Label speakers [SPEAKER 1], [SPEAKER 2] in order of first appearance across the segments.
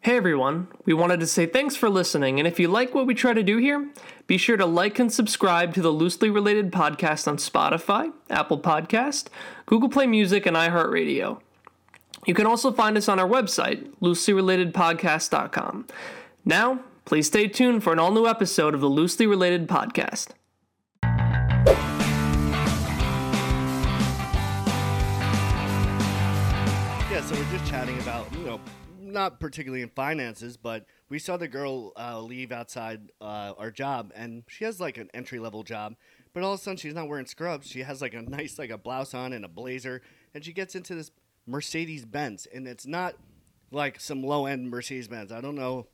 [SPEAKER 1] Hey everyone, we wanted to say thanks for listening, and if you like what we try to do here, be sure to like and subscribe to the Loosely Related podcast on Spotify, Apple Podcast, Google Play Music, and iHeartRadio. You can also find us on our website, looselyrelatedpodcast.com. Now, please stay tuned for an all new episode of the Loosely Related Podcast.
[SPEAKER 2] Yeah, so we're just chatting about, you know, not particularly in finances, but we saw the girl uh, leave outside uh, our job, and she has like an entry level job, but all of a sudden she's not wearing scrubs. She has like a nice, like a blouse on and a blazer, and she gets into this Mercedes Benz, and it's not like some low end Mercedes Benz. I don't know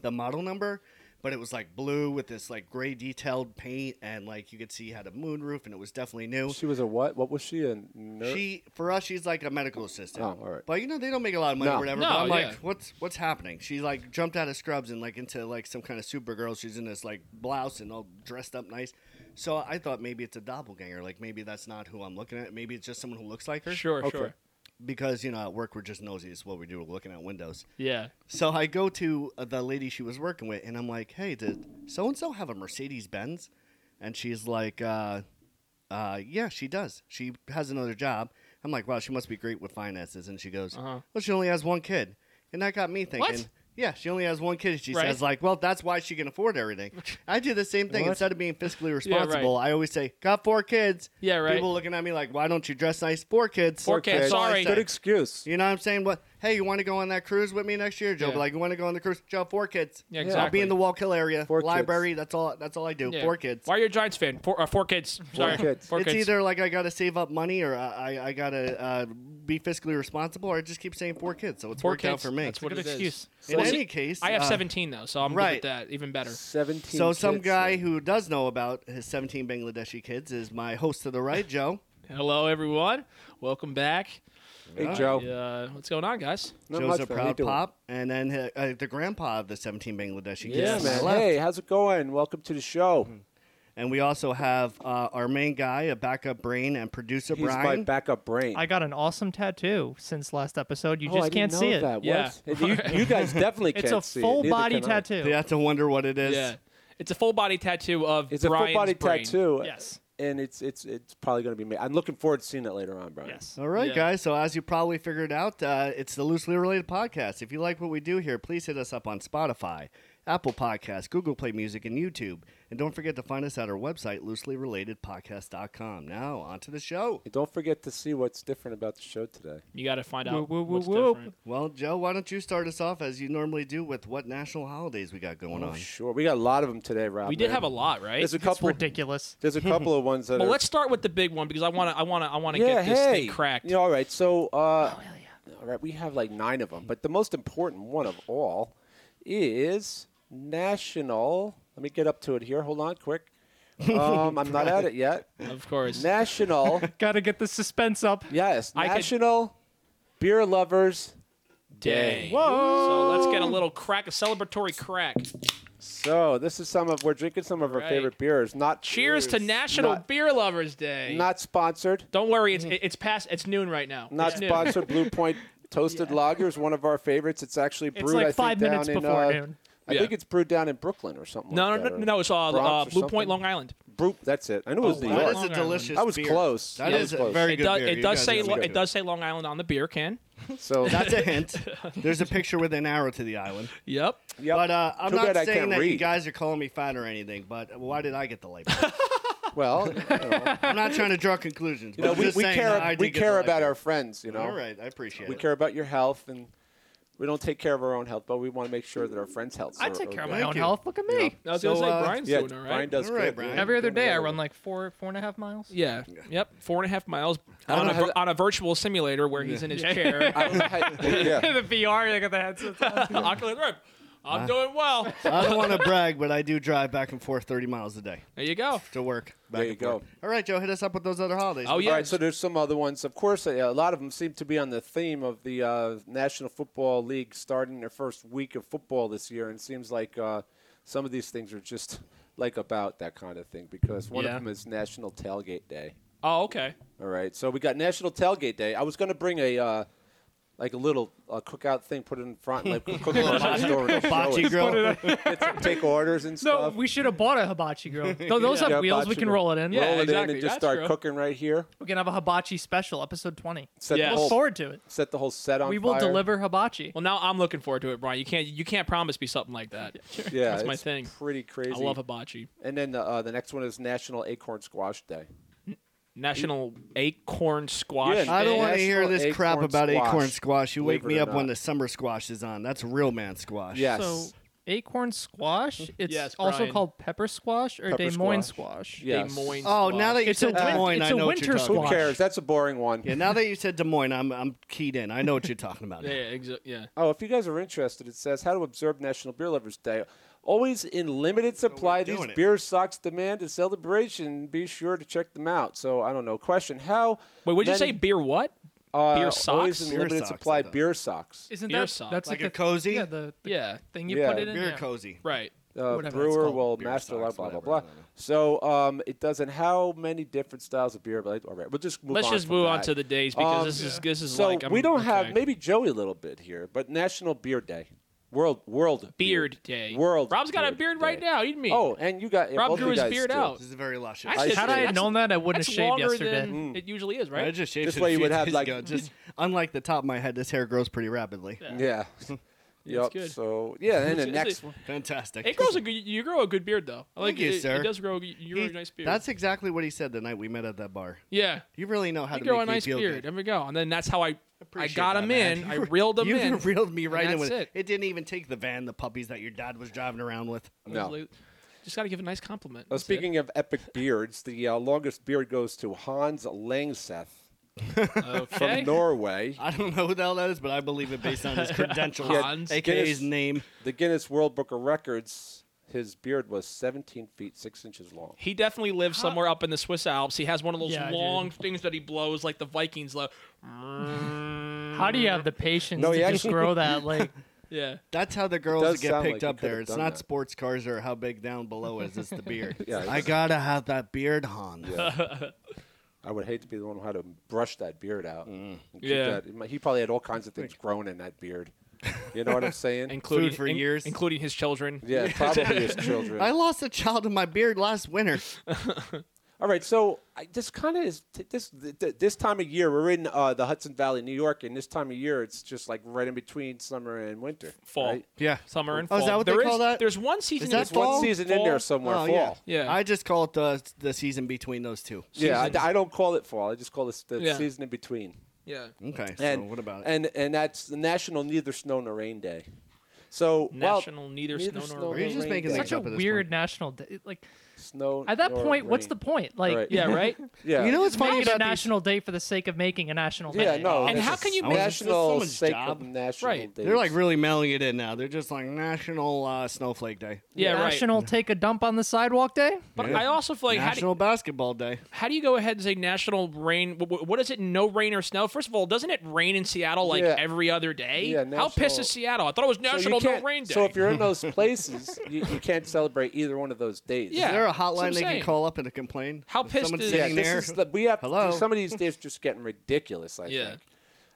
[SPEAKER 2] the model number, but it was like blue with this like gray detailed paint, and like you could see had a moonroof, and it was definitely new.
[SPEAKER 3] She was a what? What was she? A nurse?
[SPEAKER 2] She for us, she's like a medical assistant.
[SPEAKER 3] Uh, Oh, all right.
[SPEAKER 2] But you know they don't make a lot of money
[SPEAKER 3] No.
[SPEAKER 2] or whatever.
[SPEAKER 4] No,
[SPEAKER 2] but I'm
[SPEAKER 4] yeah.
[SPEAKER 2] like, what's what's happening? She like jumped out of scrubs and like into like some kind of supergirl. She's in this like blouse and all dressed up nice. So I thought maybe it's a doppelganger. Like maybe that's not who I'm looking at. Maybe it's just someone who looks like her.
[SPEAKER 4] Sure,
[SPEAKER 3] Okay.
[SPEAKER 4] sure.
[SPEAKER 2] Because you know at work we're just nosy. It's what we do. We're looking at windows.
[SPEAKER 4] Yeah.
[SPEAKER 2] So I go to uh, the lady she was working with, and I'm like, "Hey, did so and so have a Mercedes Benz?" And she's like, uh, uh, "Yeah, she does. She has another job." I'm like, "Wow, she must be great with finances." And she goes,
[SPEAKER 4] Uh-huh.
[SPEAKER 2] "Well, she only has one kid," and that got me thinking.
[SPEAKER 4] What?
[SPEAKER 2] Yeah, she only has one kid. She
[SPEAKER 4] Right.
[SPEAKER 2] says, like, well, that's why she can afford everything. I do the same thing.
[SPEAKER 3] What?
[SPEAKER 2] Instead of being fiscally responsible, I always say, got four kids.
[SPEAKER 4] Yeah, right.
[SPEAKER 2] People looking at me like, why don't you dress nice? Four kids.
[SPEAKER 4] Four kids,
[SPEAKER 2] That's all I
[SPEAKER 4] sorry.
[SPEAKER 2] say.
[SPEAKER 3] Good excuse.
[SPEAKER 2] You know what I'm saying? What? Hey, you want to go on that cruise with me next year, Joe?
[SPEAKER 4] Yeah.
[SPEAKER 2] Like, you want to go on the cruise? Joe, four kids.
[SPEAKER 4] Yeah,
[SPEAKER 2] I'll be
[SPEAKER 4] exactly.
[SPEAKER 2] in the Wallkill area,
[SPEAKER 3] Four
[SPEAKER 2] library. That's all. That's all I do.
[SPEAKER 4] Yeah.
[SPEAKER 2] Four kids.
[SPEAKER 4] Why are you a Giants fan? Four, uh, four kids. Sorry.
[SPEAKER 3] kids.
[SPEAKER 4] Four
[SPEAKER 2] it's
[SPEAKER 4] kids.
[SPEAKER 2] either like I gotta save up money, or I I, I gotta uh, be fiscally responsible, or I just keep saying four kids. So it's
[SPEAKER 4] four
[SPEAKER 2] worked
[SPEAKER 4] kids
[SPEAKER 2] out for me.
[SPEAKER 4] That's what
[SPEAKER 2] It's a
[SPEAKER 4] it
[SPEAKER 2] good
[SPEAKER 4] is.
[SPEAKER 2] excuse.
[SPEAKER 4] Well,
[SPEAKER 2] In
[SPEAKER 4] see,
[SPEAKER 2] any case,
[SPEAKER 4] I have
[SPEAKER 2] uh,
[SPEAKER 4] 17 though, so I'm
[SPEAKER 2] right.
[SPEAKER 4] good at that. Even better.
[SPEAKER 3] Seventeen.
[SPEAKER 2] So some
[SPEAKER 3] kids,
[SPEAKER 2] guy
[SPEAKER 3] man.
[SPEAKER 2] who does know about his 17 Bangladeshi kids is my host to the right, Joe.
[SPEAKER 4] Hello, everyone. Welcome back.
[SPEAKER 3] Hey Joe.
[SPEAKER 4] Uh, what's going on, guys?
[SPEAKER 3] Not
[SPEAKER 2] Joe's
[SPEAKER 3] much,
[SPEAKER 2] a
[SPEAKER 3] man. How you
[SPEAKER 2] proud
[SPEAKER 3] doing?
[SPEAKER 2] pop, and then uh, uh, the grandpa of the 17 Bangladeshi kids.
[SPEAKER 3] Yeah,
[SPEAKER 2] to my
[SPEAKER 3] man.
[SPEAKER 2] left. Mm.
[SPEAKER 3] Hey, how's it going? Welcome to the show.
[SPEAKER 2] And we also have uh, our main guy, a backup brain and producer,
[SPEAKER 3] He's my
[SPEAKER 2] Brian.
[SPEAKER 3] backup brain.
[SPEAKER 5] I got an awesome tattoo since last episode. You
[SPEAKER 3] Oh, I
[SPEAKER 5] just
[SPEAKER 3] didn't
[SPEAKER 5] can't
[SPEAKER 3] know
[SPEAKER 5] see it.
[SPEAKER 3] That.
[SPEAKER 4] Yeah.
[SPEAKER 3] What? You, you guys definitely
[SPEAKER 5] It's a
[SPEAKER 3] can't see it.
[SPEAKER 5] full
[SPEAKER 3] Neither
[SPEAKER 5] body
[SPEAKER 3] can I.
[SPEAKER 5] tattoo.
[SPEAKER 2] you have to wonder what it is.
[SPEAKER 4] Yeah. It's a full body tattoo of
[SPEAKER 3] It's a
[SPEAKER 4] Brian's
[SPEAKER 3] full body
[SPEAKER 4] brain.
[SPEAKER 3] tattoo.
[SPEAKER 5] Yes.
[SPEAKER 3] And it's it's it's probably going to be me. I'm looking forward to seeing it later on, Brian.
[SPEAKER 5] Yes.
[SPEAKER 2] All right,
[SPEAKER 4] Yeah.
[SPEAKER 2] guys. So as you probably figured out, uh, it's the loosely related podcast. If you like what we do here, please hit us up on Spotify, Apple Podcasts, Google Play Music, and YouTube. And don't forget to find us at our website, looselyrelatedpodcast.com. Now on to the show.
[SPEAKER 3] And don't forget to see what's different about the show today.
[SPEAKER 4] You got to find out
[SPEAKER 5] Whoop, whoop,
[SPEAKER 4] what's
[SPEAKER 5] whoop.
[SPEAKER 4] different.
[SPEAKER 2] Well, Joe, why don't you start us off as you normally do with what national holidays we got going
[SPEAKER 3] Oh,
[SPEAKER 2] on?
[SPEAKER 3] sure. We got a lot of them today, Rob.
[SPEAKER 4] We did
[SPEAKER 3] man.
[SPEAKER 4] have a lot, right?
[SPEAKER 3] There's a
[SPEAKER 5] It's
[SPEAKER 3] couple.
[SPEAKER 5] ridiculous.
[SPEAKER 3] There's a couple of ones that
[SPEAKER 4] Well,
[SPEAKER 3] are.
[SPEAKER 4] let's start with the big one because I want to. I want to. I want to
[SPEAKER 3] yeah,
[SPEAKER 4] get this
[SPEAKER 3] hey.
[SPEAKER 4] thing cracked.
[SPEAKER 3] Yeah, all right. So, uh, all right, we have like nine of them, but the most important one of all is National. Let me get up to it here. Hold on, quick. Um, I'm not at it yet.
[SPEAKER 4] of course.
[SPEAKER 3] National.
[SPEAKER 5] Gotta get the suspense up.
[SPEAKER 3] Yes,
[SPEAKER 4] I could-
[SPEAKER 3] National Beer Lovers
[SPEAKER 4] Day.
[SPEAKER 5] Whoa.
[SPEAKER 4] So let's get a little crack, a celebratory crack.
[SPEAKER 3] So this is some of we're drinking some of our
[SPEAKER 4] Right.
[SPEAKER 3] favorite beers. Not
[SPEAKER 4] Cheers, to National
[SPEAKER 3] Not,
[SPEAKER 4] Beer Lovers Day.
[SPEAKER 3] not sponsored.
[SPEAKER 4] Don't worry, it's it's past it's noon right now.
[SPEAKER 3] Not
[SPEAKER 4] it's noon.
[SPEAKER 3] sponsored. Blue Point Toasted Lager is one of our favorites. It's actually brewed.
[SPEAKER 5] It's like
[SPEAKER 3] I think,
[SPEAKER 5] five minutes
[SPEAKER 3] down in,
[SPEAKER 5] before
[SPEAKER 3] uh,
[SPEAKER 5] noon.
[SPEAKER 3] I
[SPEAKER 4] Yeah.
[SPEAKER 3] think it's brewed down in Brooklyn or something.
[SPEAKER 4] No,
[SPEAKER 3] like
[SPEAKER 4] no,
[SPEAKER 3] that,
[SPEAKER 4] no,
[SPEAKER 3] or
[SPEAKER 4] no. It's uh, uh,
[SPEAKER 3] Bronx or
[SPEAKER 4] Blue Point,
[SPEAKER 3] something.
[SPEAKER 4] Long Island.
[SPEAKER 3] Brew. That's it. I knew it was New
[SPEAKER 2] Oh, That
[SPEAKER 3] York.
[SPEAKER 2] is a
[SPEAKER 4] Long Island.
[SPEAKER 2] delicious.
[SPEAKER 3] I was
[SPEAKER 2] beer.
[SPEAKER 3] close.
[SPEAKER 2] That
[SPEAKER 3] Yeah, I
[SPEAKER 2] is
[SPEAKER 3] was
[SPEAKER 2] a
[SPEAKER 3] close.
[SPEAKER 2] very
[SPEAKER 4] It
[SPEAKER 2] good
[SPEAKER 4] does
[SPEAKER 2] beer.
[SPEAKER 4] it
[SPEAKER 2] You
[SPEAKER 4] does
[SPEAKER 2] guys
[SPEAKER 4] say
[SPEAKER 2] did
[SPEAKER 4] lo-
[SPEAKER 2] good.
[SPEAKER 4] it does say Long Island on the beer can.
[SPEAKER 3] So
[SPEAKER 2] That's a hint. There's a picture with an arrow to the island.
[SPEAKER 4] Yep.
[SPEAKER 3] yep.
[SPEAKER 2] But uh, I'm
[SPEAKER 3] Too
[SPEAKER 2] not
[SPEAKER 3] bad I
[SPEAKER 2] saying
[SPEAKER 3] can't
[SPEAKER 2] that you
[SPEAKER 3] read.
[SPEAKER 2] guys are calling me fat or anything, but why did I get the label?
[SPEAKER 3] well, you know,
[SPEAKER 2] I'm not trying to draw conclusions.
[SPEAKER 3] you
[SPEAKER 2] but
[SPEAKER 3] know,
[SPEAKER 2] I'm
[SPEAKER 3] we,
[SPEAKER 2] just
[SPEAKER 3] we
[SPEAKER 2] saying that I
[SPEAKER 3] care
[SPEAKER 2] did
[SPEAKER 3] we
[SPEAKER 2] get the
[SPEAKER 3] care
[SPEAKER 2] label.
[SPEAKER 3] about our friends. You know,
[SPEAKER 2] All right, I appreciate
[SPEAKER 3] we
[SPEAKER 2] it.
[SPEAKER 3] care about your health, and we don't take care of our own health, but we want to make sure that our friends' health.
[SPEAKER 5] I take care of my
[SPEAKER 2] Thank
[SPEAKER 5] own
[SPEAKER 2] you.
[SPEAKER 5] health. Look at me.
[SPEAKER 4] I was
[SPEAKER 2] So,
[SPEAKER 4] gonna say
[SPEAKER 2] uh,
[SPEAKER 4] Brian's
[SPEAKER 3] Yeah,
[SPEAKER 4] doing all right.
[SPEAKER 3] Brian does
[SPEAKER 2] All right,
[SPEAKER 3] good.
[SPEAKER 2] Brian.
[SPEAKER 3] Yeah.
[SPEAKER 5] Every other day, I run like four, four and a half miles.
[SPEAKER 4] Yeah. Yep. Four and a half miles
[SPEAKER 3] I don't
[SPEAKER 4] on a,
[SPEAKER 3] know how
[SPEAKER 4] vir- on a virtual simulator where he's in his chair.
[SPEAKER 3] I don't know how- yeah.
[SPEAKER 5] the VR, they got the headsets. on.
[SPEAKER 4] Oculus Rift.
[SPEAKER 3] Ah.
[SPEAKER 4] I'm doing well.
[SPEAKER 2] I don't want to brag, but I do drive back and forth 30 miles a day
[SPEAKER 4] There you go.
[SPEAKER 2] to work. Back
[SPEAKER 3] There you
[SPEAKER 2] and forth.
[SPEAKER 3] go.
[SPEAKER 2] All right, Joe, hit us up with those other holidays.
[SPEAKER 4] Oh yeah.
[SPEAKER 3] All right, so there's some other ones. Of course, uh, a lot of them seem to be on the theme of the uh, National Football League starting their first week of football this year, and it seems like uh, some of these things are just like about that kind of thing because one
[SPEAKER 4] Yeah.
[SPEAKER 3] of them is National Tailgate Day.
[SPEAKER 4] oh okay.
[SPEAKER 3] All right, so we got National Tailgate Day. I was going to bring a uh, like a little uh, cookout thing, put it in front, and like cook it on the store. and show
[SPEAKER 2] Bocce
[SPEAKER 3] it.
[SPEAKER 2] grill.
[SPEAKER 3] It's- take orders and
[SPEAKER 5] No,
[SPEAKER 3] stuff.
[SPEAKER 5] we should have bought a hibachi grill. Th- Those have
[SPEAKER 3] Yeah,
[SPEAKER 5] wheels.
[SPEAKER 3] bocce
[SPEAKER 5] We can
[SPEAKER 3] grill.
[SPEAKER 5] roll it in.
[SPEAKER 4] Yeah.
[SPEAKER 3] Roll it in
[SPEAKER 4] exactly.
[SPEAKER 3] and just
[SPEAKER 4] That's
[SPEAKER 3] start
[SPEAKER 4] true.
[SPEAKER 3] cooking right here.
[SPEAKER 5] We can have a hibachi special, episode 20.
[SPEAKER 3] Set
[SPEAKER 4] Yes.
[SPEAKER 3] the
[SPEAKER 5] Look
[SPEAKER 3] whole
[SPEAKER 5] forward to it.
[SPEAKER 3] set the whole set on
[SPEAKER 5] We will
[SPEAKER 3] fire.
[SPEAKER 5] deliver hibachi.
[SPEAKER 4] Well, now I'm looking forward to it, Brian. You can't you can't promise me something like that.
[SPEAKER 3] Yeah,
[SPEAKER 4] That's my
[SPEAKER 3] it's
[SPEAKER 4] thing.
[SPEAKER 3] Pretty crazy.
[SPEAKER 4] I love hibachi.
[SPEAKER 3] And then the, uh, the next one is National Acorn Squash Day.
[SPEAKER 4] National acorn squash.
[SPEAKER 3] Yeah,
[SPEAKER 4] Day.
[SPEAKER 2] I don't want to hear
[SPEAKER 3] National
[SPEAKER 2] this crap
[SPEAKER 3] acorn
[SPEAKER 2] about
[SPEAKER 3] squash,
[SPEAKER 2] acorn squash. You wake
[SPEAKER 3] believe it
[SPEAKER 2] me
[SPEAKER 3] or
[SPEAKER 2] up when
[SPEAKER 3] not.
[SPEAKER 2] the summer squash is on. That's real man squash.
[SPEAKER 3] Yes.
[SPEAKER 5] So, acorn squash, it's
[SPEAKER 4] Yes,
[SPEAKER 5] also
[SPEAKER 4] Brian.
[SPEAKER 5] called pepper squash or
[SPEAKER 3] Pepper
[SPEAKER 5] Des Moines
[SPEAKER 3] squash.
[SPEAKER 5] squash.
[SPEAKER 3] yes.
[SPEAKER 4] Des Moines
[SPEAKER 2] Oh, now
[SPEAKER 4] squash.
[SPEAKER 2] that you
[SPEAKER 5] It's a
[SPEAKER 2] said Des
[SPEAKER 5] win-
[SPEAKER 2] Moines,
[SPEAKER 5] it's
[SPEAKER 2] I
[SPEAKER 5] a
[SPEAKER 2] know what
[SPEAKER 5] winter
[SPEAKER 2] you're talking
[SPEAKER 3] Who
[SPEAKER 5] squash.
[SPEAKER 2] about.
[SPEAKER 3] cares? That's a boring one.
[SPEAKER 2] Yeah, now that you said Des Moines, I'm I'm keyed in. I know what you're talking about.
[SPEAKER 4] Yeah,
[SPEAKER 2] now.
[SPEAKER 4] yeah, exa- yeah.
[SPEAKER 3] Oh, if you guys are interested, it says how to observe National Beer Lovers Day. Always in limited supply, these
[SPEAKER 2] doing it.
[SPEAKER 3] beer stocks demand a celebration. Be sure to check them out. So I don't know. Question: How?
[SPEAKER 4] Wait, would you
[SPEAKER 3] many-
[SPEAKER 4] say beer? What?
[SPEAKER 3] Uh,
[SPEAKER 4] beer
[SPEAKER 3] Always
[SPEAKER 4] socks?
[SPEAKER 3] in
[SPEAKER 2] Beer
[SPEAKER 3] limited
[SPEAKER 2] socks, I
[SPEAKER 3] supply,
[SPEAKER 2] thought.
[SPEAKER 3] beer socks.
[SPEAKER 5] Isn't
[SPEAKER 4] Beer
[SPEAKER 5] that
[SPEAKER 4] sock.
[SPEAKER 5] that's
[SPEAKER 2] Like
[SPEAKER 5] like,
[SPEAKER 2] a
[SPEAKER 5] the-
[SPEAKER 2] cozy?
[SPEAKER 5] Yeah, the, the
[SPEAKER 4] Yeah.
[SPEAKER 5] thing you
[SPEAKER 3] Yeah.
[SPEAKER 5] put it in.
[SPEAKER 2] Beer
[SPEAKER 5] yeah.
[SPEAKER 2] cozy.
[SPEAKER 4] Right.
[SPEAKER 3] uh,
[SPEAKER 5] Whatever it's
[SPEAKER 3] brewer
[SPEAKER 5] called,
[SPEAKER 3] will
[SPEAKER 2] beer
[SPEAKER 3] master
[SPEAKER 2] stocks,
[SPEAKER 3] blah blah
[SPEAKER 2] whatever,
[SPEAKER 3] blah
[SPEAKER 2] I don't know.
[SPEAKER 3] So um, it doesn't. How many different styles of beer? But like, all right, we'll just move
[SPEAKER 4] Let's
[SPEAKER 3] on
[SPEAKER 4] just
[SPEAKER 3] from
[SPEAKER 4] move on
[SPEAKER 3] that.
[SPEAKER 4] to the days because
[SPEAKER 3] Um,
[SPEAKER 4] this is this is
[SPEAKER 3] so
[SPEAKER 4] like I'm,
[SPEAKER 3] we don't have
[SPEAKER 4] okay.
[SPEAKER 3] maybe Joey a little bit here, but National Beer Day, World World
[SPEAKER 4] beard day.
[SPEAKER 3] World.
[SPEAKER 4] Rob's got a beard right
[SPEAKER 3] Day.
[SPEAKER 4] now. You mean?
[SPEAKER 3] Oh, and you got
[SPEAKER 4] Rob
[SPEAKER 3] both
[SPEAKER 4] drew
[SPEAKER 3] you
[SPEAKER 4] his
[SPEAKER 3] guys
[SPEAKER 4] beard
[SPEAKER 3] do.
[SPEAKER 4] out.
[SPEAKER 2] This is very luscious.
[SPEAKER 4] Oh. I said-
[SPEAKER 5] Had I
[SPEAKER 4] That's-
[SPEAKER 5] had known that, I wouldn't
[SPEAKER 4] That's
[SPEAKER 5] have shaved
[SPEAKER 4] longer
[SPEAKER 5] yesterday.
[SPEAKER 3] Mm.
[SPEAKER 4] than it usually is, right?
[SPEAKER 2] I just shaved
[SPEAKER 3] This
[SPEAKER 2] it
[SPEAKER 3] way
[SPEAKER 2] a
[SPEAKER 3] you
[SPEAKER 2] few
[SPEAKER 3] would have,
[SPEAKER 2] days
[SPEAKER 3] like-
[SPEAKER 2] ago. just unlike the top of my head, this hair grows pretty rapidly.
[SPEAKER 3] Yeah. Yep.
[SPEAKER 4] good.
[SPEAKER 3] So yeah, and the
[SPEAKER 4] It's-
[SPEAKER 3] next
[SPEAKER 4] it's-
[SPEAKER 3] one.
[SPEAKER 2] Fantastic.
[SPEAKER 4] it grows a good. You grow a good beard though. I like
[SPEAKER 2] Thank you,
[SPEAKER 4] it,
[SPEAKER 2] sir.
[SPEAKER 4] It does grow. a- You grow
[SPEAKER 2] He-
[SPEAKER 4] a nice beard.
[SPEAKER 2] That's exactly what he said the night we met at that bar.
[SPEAKER 4] yeah.
[SPEAKER 2] You really know how to
[SPEAKER 4] You grow
[SPEAKER 2] make
[SPEAKER 4] a nice
[SPEAKER 2] me feel
[SPEAKER 4] beard.
[SPEAKER 2] good.
[SPEAKER 4] There we go. And then that's how I I
[SPEAKER 2] Appreciate
[SPEAKER 4] got
[SPEAKER 2] that,
[SPEAKER 4] him
[SPEAKER 2] man.
[SPEAKER 4] in.
[SPEAKER 2] You
[SPEAKER 4] I
[SPEAKER 2] re-
[SPEAKER 4] reeled him
[SPEAKER 2] you
[SPEAKER 4] in.
[SPEAKER 2] reeled me right in
[SPEAKER 4] that's
[SPEAKER 2] with
[SPEAKER 4] it.
[SPEAKER 2] It didn't even take the van, the puppies that your dad was driving around with.
[SPEAKER 3] No.
[SPEAKER 4] Just got to give a nice compliment.
[SPEAKER 3] Uh,
[SPEAKER 4] That's it.
[SPEAKER 3] speaking of epic beards, the uh, longest beard goes to Hans Langseth from
[SPEAKER 4] okay. Uh,
[SPEAKER 3] Norway.
[SPEAKER 2] I don't know who the hell that is, but I believe it based on his credentials,
[SPEAKER 4] Hans.
[SPEAKER 2] aka his
[SPEAKER 3] Guinness.
[SPEAKER 2] name.
[SPEAKER 3] The Guinness World Book of Records. His beard was 17 feet 6 inches long.
[SPEAKER 4] He definitely lives somewhere up in the Swiss Alps. He has one of those
[SPEAKER 5] Yeah,
[SPEAKER 4] long things that he blows like the Vikings love.
[SPEAKER 5] How do you have the patience
[SPEAKER 3] No,
[SPEAKER 5] to
[SPEAKER 3] he
[SPEAKER 5] just
[SPEAKER 3] actually-
[SPEAKER 5] grow that? Like,
[SPEAKER 4] Yeah.
[SPEAKER 2] That's how the
[SPEAKER 3] does
[SPEAKER 2] girls get
[SPEAKER 3] sound
[SPEAKER 2] picked
[SPEAKER 3] like he
[SPEAKER 2] up there.
[SPEAKER 3] could've
[SPEAKER 2] It's
[SPEAKER 3] done
[SPEAKER 2] not
[SPEAKER 3] that.
[SPEAKER 2] sports cars or how big down below is. It's the beard.
[SPEAKER 3] Yeah,
[SPEAKER 2] I
[SPEAKER 3] it's-
[SPEAKER 2] gotta have that beard, Han.
[SPEAKER 3] I would hate to be the one who had to brush that beard out. and
[SPEAKER 2] Mm.
[SPEAKER 3] keep
[SPEAKER 4] Yeah.
[SPEAKER 3] that- he probably had all kinds of things growing in that beard. You know what I'm saying?
[SPEAKER 4] Including
[SPEAKER 2] for years.
[SPEAKER 4] including his children.
[SPEAKER 3] yeah, probably his children.
[SPEAKER 2] I lost a child in my beard last winter.
[SPEAKER 3] All right, so I, this kind of is t- this th- th- this time of year we're in uh, the Hudson Valley, New York, and this time of year it's just like right in between summer and winter.
[SPEAKER 4] Fall.
[SPEAKER 3] right?
[SPEAKER 2] Yeah.
[SPEAKER 4] Summer and
[SPEAKER 2] Oh,
[SPEAKER 4] fall.
[SPEAKER 2] is that what they
[SPEAKER 4] There
[SPEAKER 2] call that?
[SPEAKER 4] There's one season.
[SPEAKER 2] Is that
[SPEAKER 4] that's
[SPEAKER 3] There's one
[SPEAKER 2] Fall?
[SPEAKER 3] season in there somewhere.
[SPEAKER 2] Oh,
[SPEAKER 3] fall.
[SPEAKER 2] yeah.
[SPEAKER 4] Yeah.
[SPEAKER 2] I just call it the the season between those two.
[SPEAKER 3] Yeah, I, I don't call it fall. I just call it the
[SPEAKER 4] Yeah.
[SPEAKER 3] season in between.
[SPEAKER 4] Yeah.
[SPEAKER 2] Okay. So
[SPEAKER 3] And
[SPEAKER 2] what about it?
[SPEAKER 3] and and that's the National Neither Snow Nor Rain Day. So well,
[SPEAKER 4] National neither,
[SPEAKER 3] neither
[SPEAKER 4] snow
[SPEAKER 3] snow
[SPEAKER 4] nor
[SPEAKER 2] Are you
[SPEAKER 4] rain.
[SPEAKER 2] just making
[SPEAKER 3] Day.
[SPEAKER 2] things
[SPEAKER 5] such a
[SPEAKER 2] up at this
[SPEAKER 5] weird
[SPEAKER 2] point?
[SPEAKER 5] national day. Like,
[SPEAKER 3] snow
[SPEAKER 5] at that
[SPEAKER 3] nor
[SPEAKER 5] point, what's the
[SPEAKER 3] rain.
[SPEAKER 5] point? Like,
[SPEAKER 3] Right.
[SPEAKER 4] Yeah. Right.
[SPEAKER 3] Yeah,
[SPEAKER 2] You know what's funny
[SPEAKER 5] Make it
[SPEAKER 2] about
[SPEAKER 5] a
[SPEAKER 2] these-
[SPEAKER 5] national day for the sake of making a national
[SPEAKER 3] Yeah,
[SPEAKER 5] day.
[SPEAKER 3] no.
[SPEAKER 4] And
[SPEAKER 3] that's
[SPEAKER 4] how
[SPEAKER 3] just
[SPEAKER 4] can you
[SPEAKER 2] I was-
[SPEAKER 3] national
[SPEAKER 2] that's someone's
[SPEAKER 3] sacred
[SPEAKER 2] job.
[SPEAKER 3] national
[SPEAKER 4] Right.
[SPEAKER 3] days.
[SPEAKER 2] They're like really mailing it in now. They're just like National uh, Snowflake Day,
[SPEAKER 4] Yeah. Right.
[SPEAKER 5] national take a dump on the sidewalk day.
[SPEAKER 4] But
[SPEAKER 2] Yeah.
[SPEAKER 4] I also feel like how do,
[SPEAKER 2] National Basketball Day.
[SPEAKER 4] how do you go ahead and say national rain? wh- wh- What is it? No rain or snow? First of all, doesn't it rain in Seattle like
[SPEAKER 3] Yeah.
[SPEAKER 4] every other day?
[SPEAKER 3] Yeah,
[SPEAKER 4] How pissed
[SPEAKER 3] national-
[SPEAKER 4] is Seattle? I thought it was
[SPEAKER 3] So you
[SPEAKER 4] national no
[SPEAKER 3] can't-
[SPEAKER 4] rain day.
[SPEAKER 3] So if you're in those places, you, you can't celebrate either one of those days.
[SPEAKER 4] Yeah.
[SPEAKER 2] Is there a
[SPEAKER 4] that's what
[SPEAKER 2] hotline
[SPEAKER 4] I'm
[SPEAKER 2] they can
[SPEAKER 4] saying.
[SPEAKER 2] call up and complain?
[SPEAKER 4] How
[SPEAKER 2] If
[SPEAKER 4] pissed
[SPEAKER 2] someone's
[SPEAKER 4] is-
[SPEAKER 3] Yeah,
[SPEAKER 2] sitting
[SPEAKER 3] this
[SPEAKER 2] there?
[SPEAKER 3] is the- we have to do-
[SPEAKER 2] Hello?
[SPEAKER 3] some of these days just getting ridiculous. I
[SPEAKER 4] Yeah.
[SPEAKER 3] think.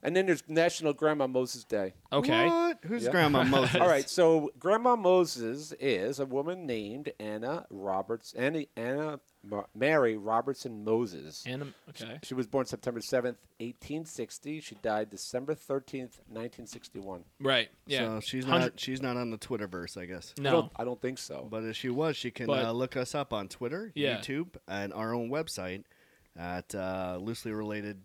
[SPEAKER 3] And then there's National Grandma Moses Day.
[SPEAKER 4] okay.
[SPEAKER 2] What? Who's
[SPEAKER 3] Yeah.
[SPEAKER 2] Grandma Moses?
[SPEAKER 3] All right, so Grandma Moses is a woman named Anna Roberts, Anna, Anna Mar- Mary Robertson Moses.
[SPEAKER 4] And okay.
[SPEAKER 3] She was born September 7th, 1860. She died December 13th, 1961.
[SPEAKER 4] Right. Yeah.
[SPEAKER 2] So she's
[SPEAKER 4] Hundred-
[SPEAKER 2] not she's not on the Twitterverse, I guess.
[SPEAKER 3] I
[SPEAKER 4] No.
[SPEAKER 3] don't, I don't think so.
[SPEAKER 2] But if she was, she can
[SPEAKER 4] But-
[SPEAKER 2] uh, look us up on Twitter,
[SPEAKER 4] Yeah.
[SPEAKER 2] YouTube, and our own website at uh, loosely related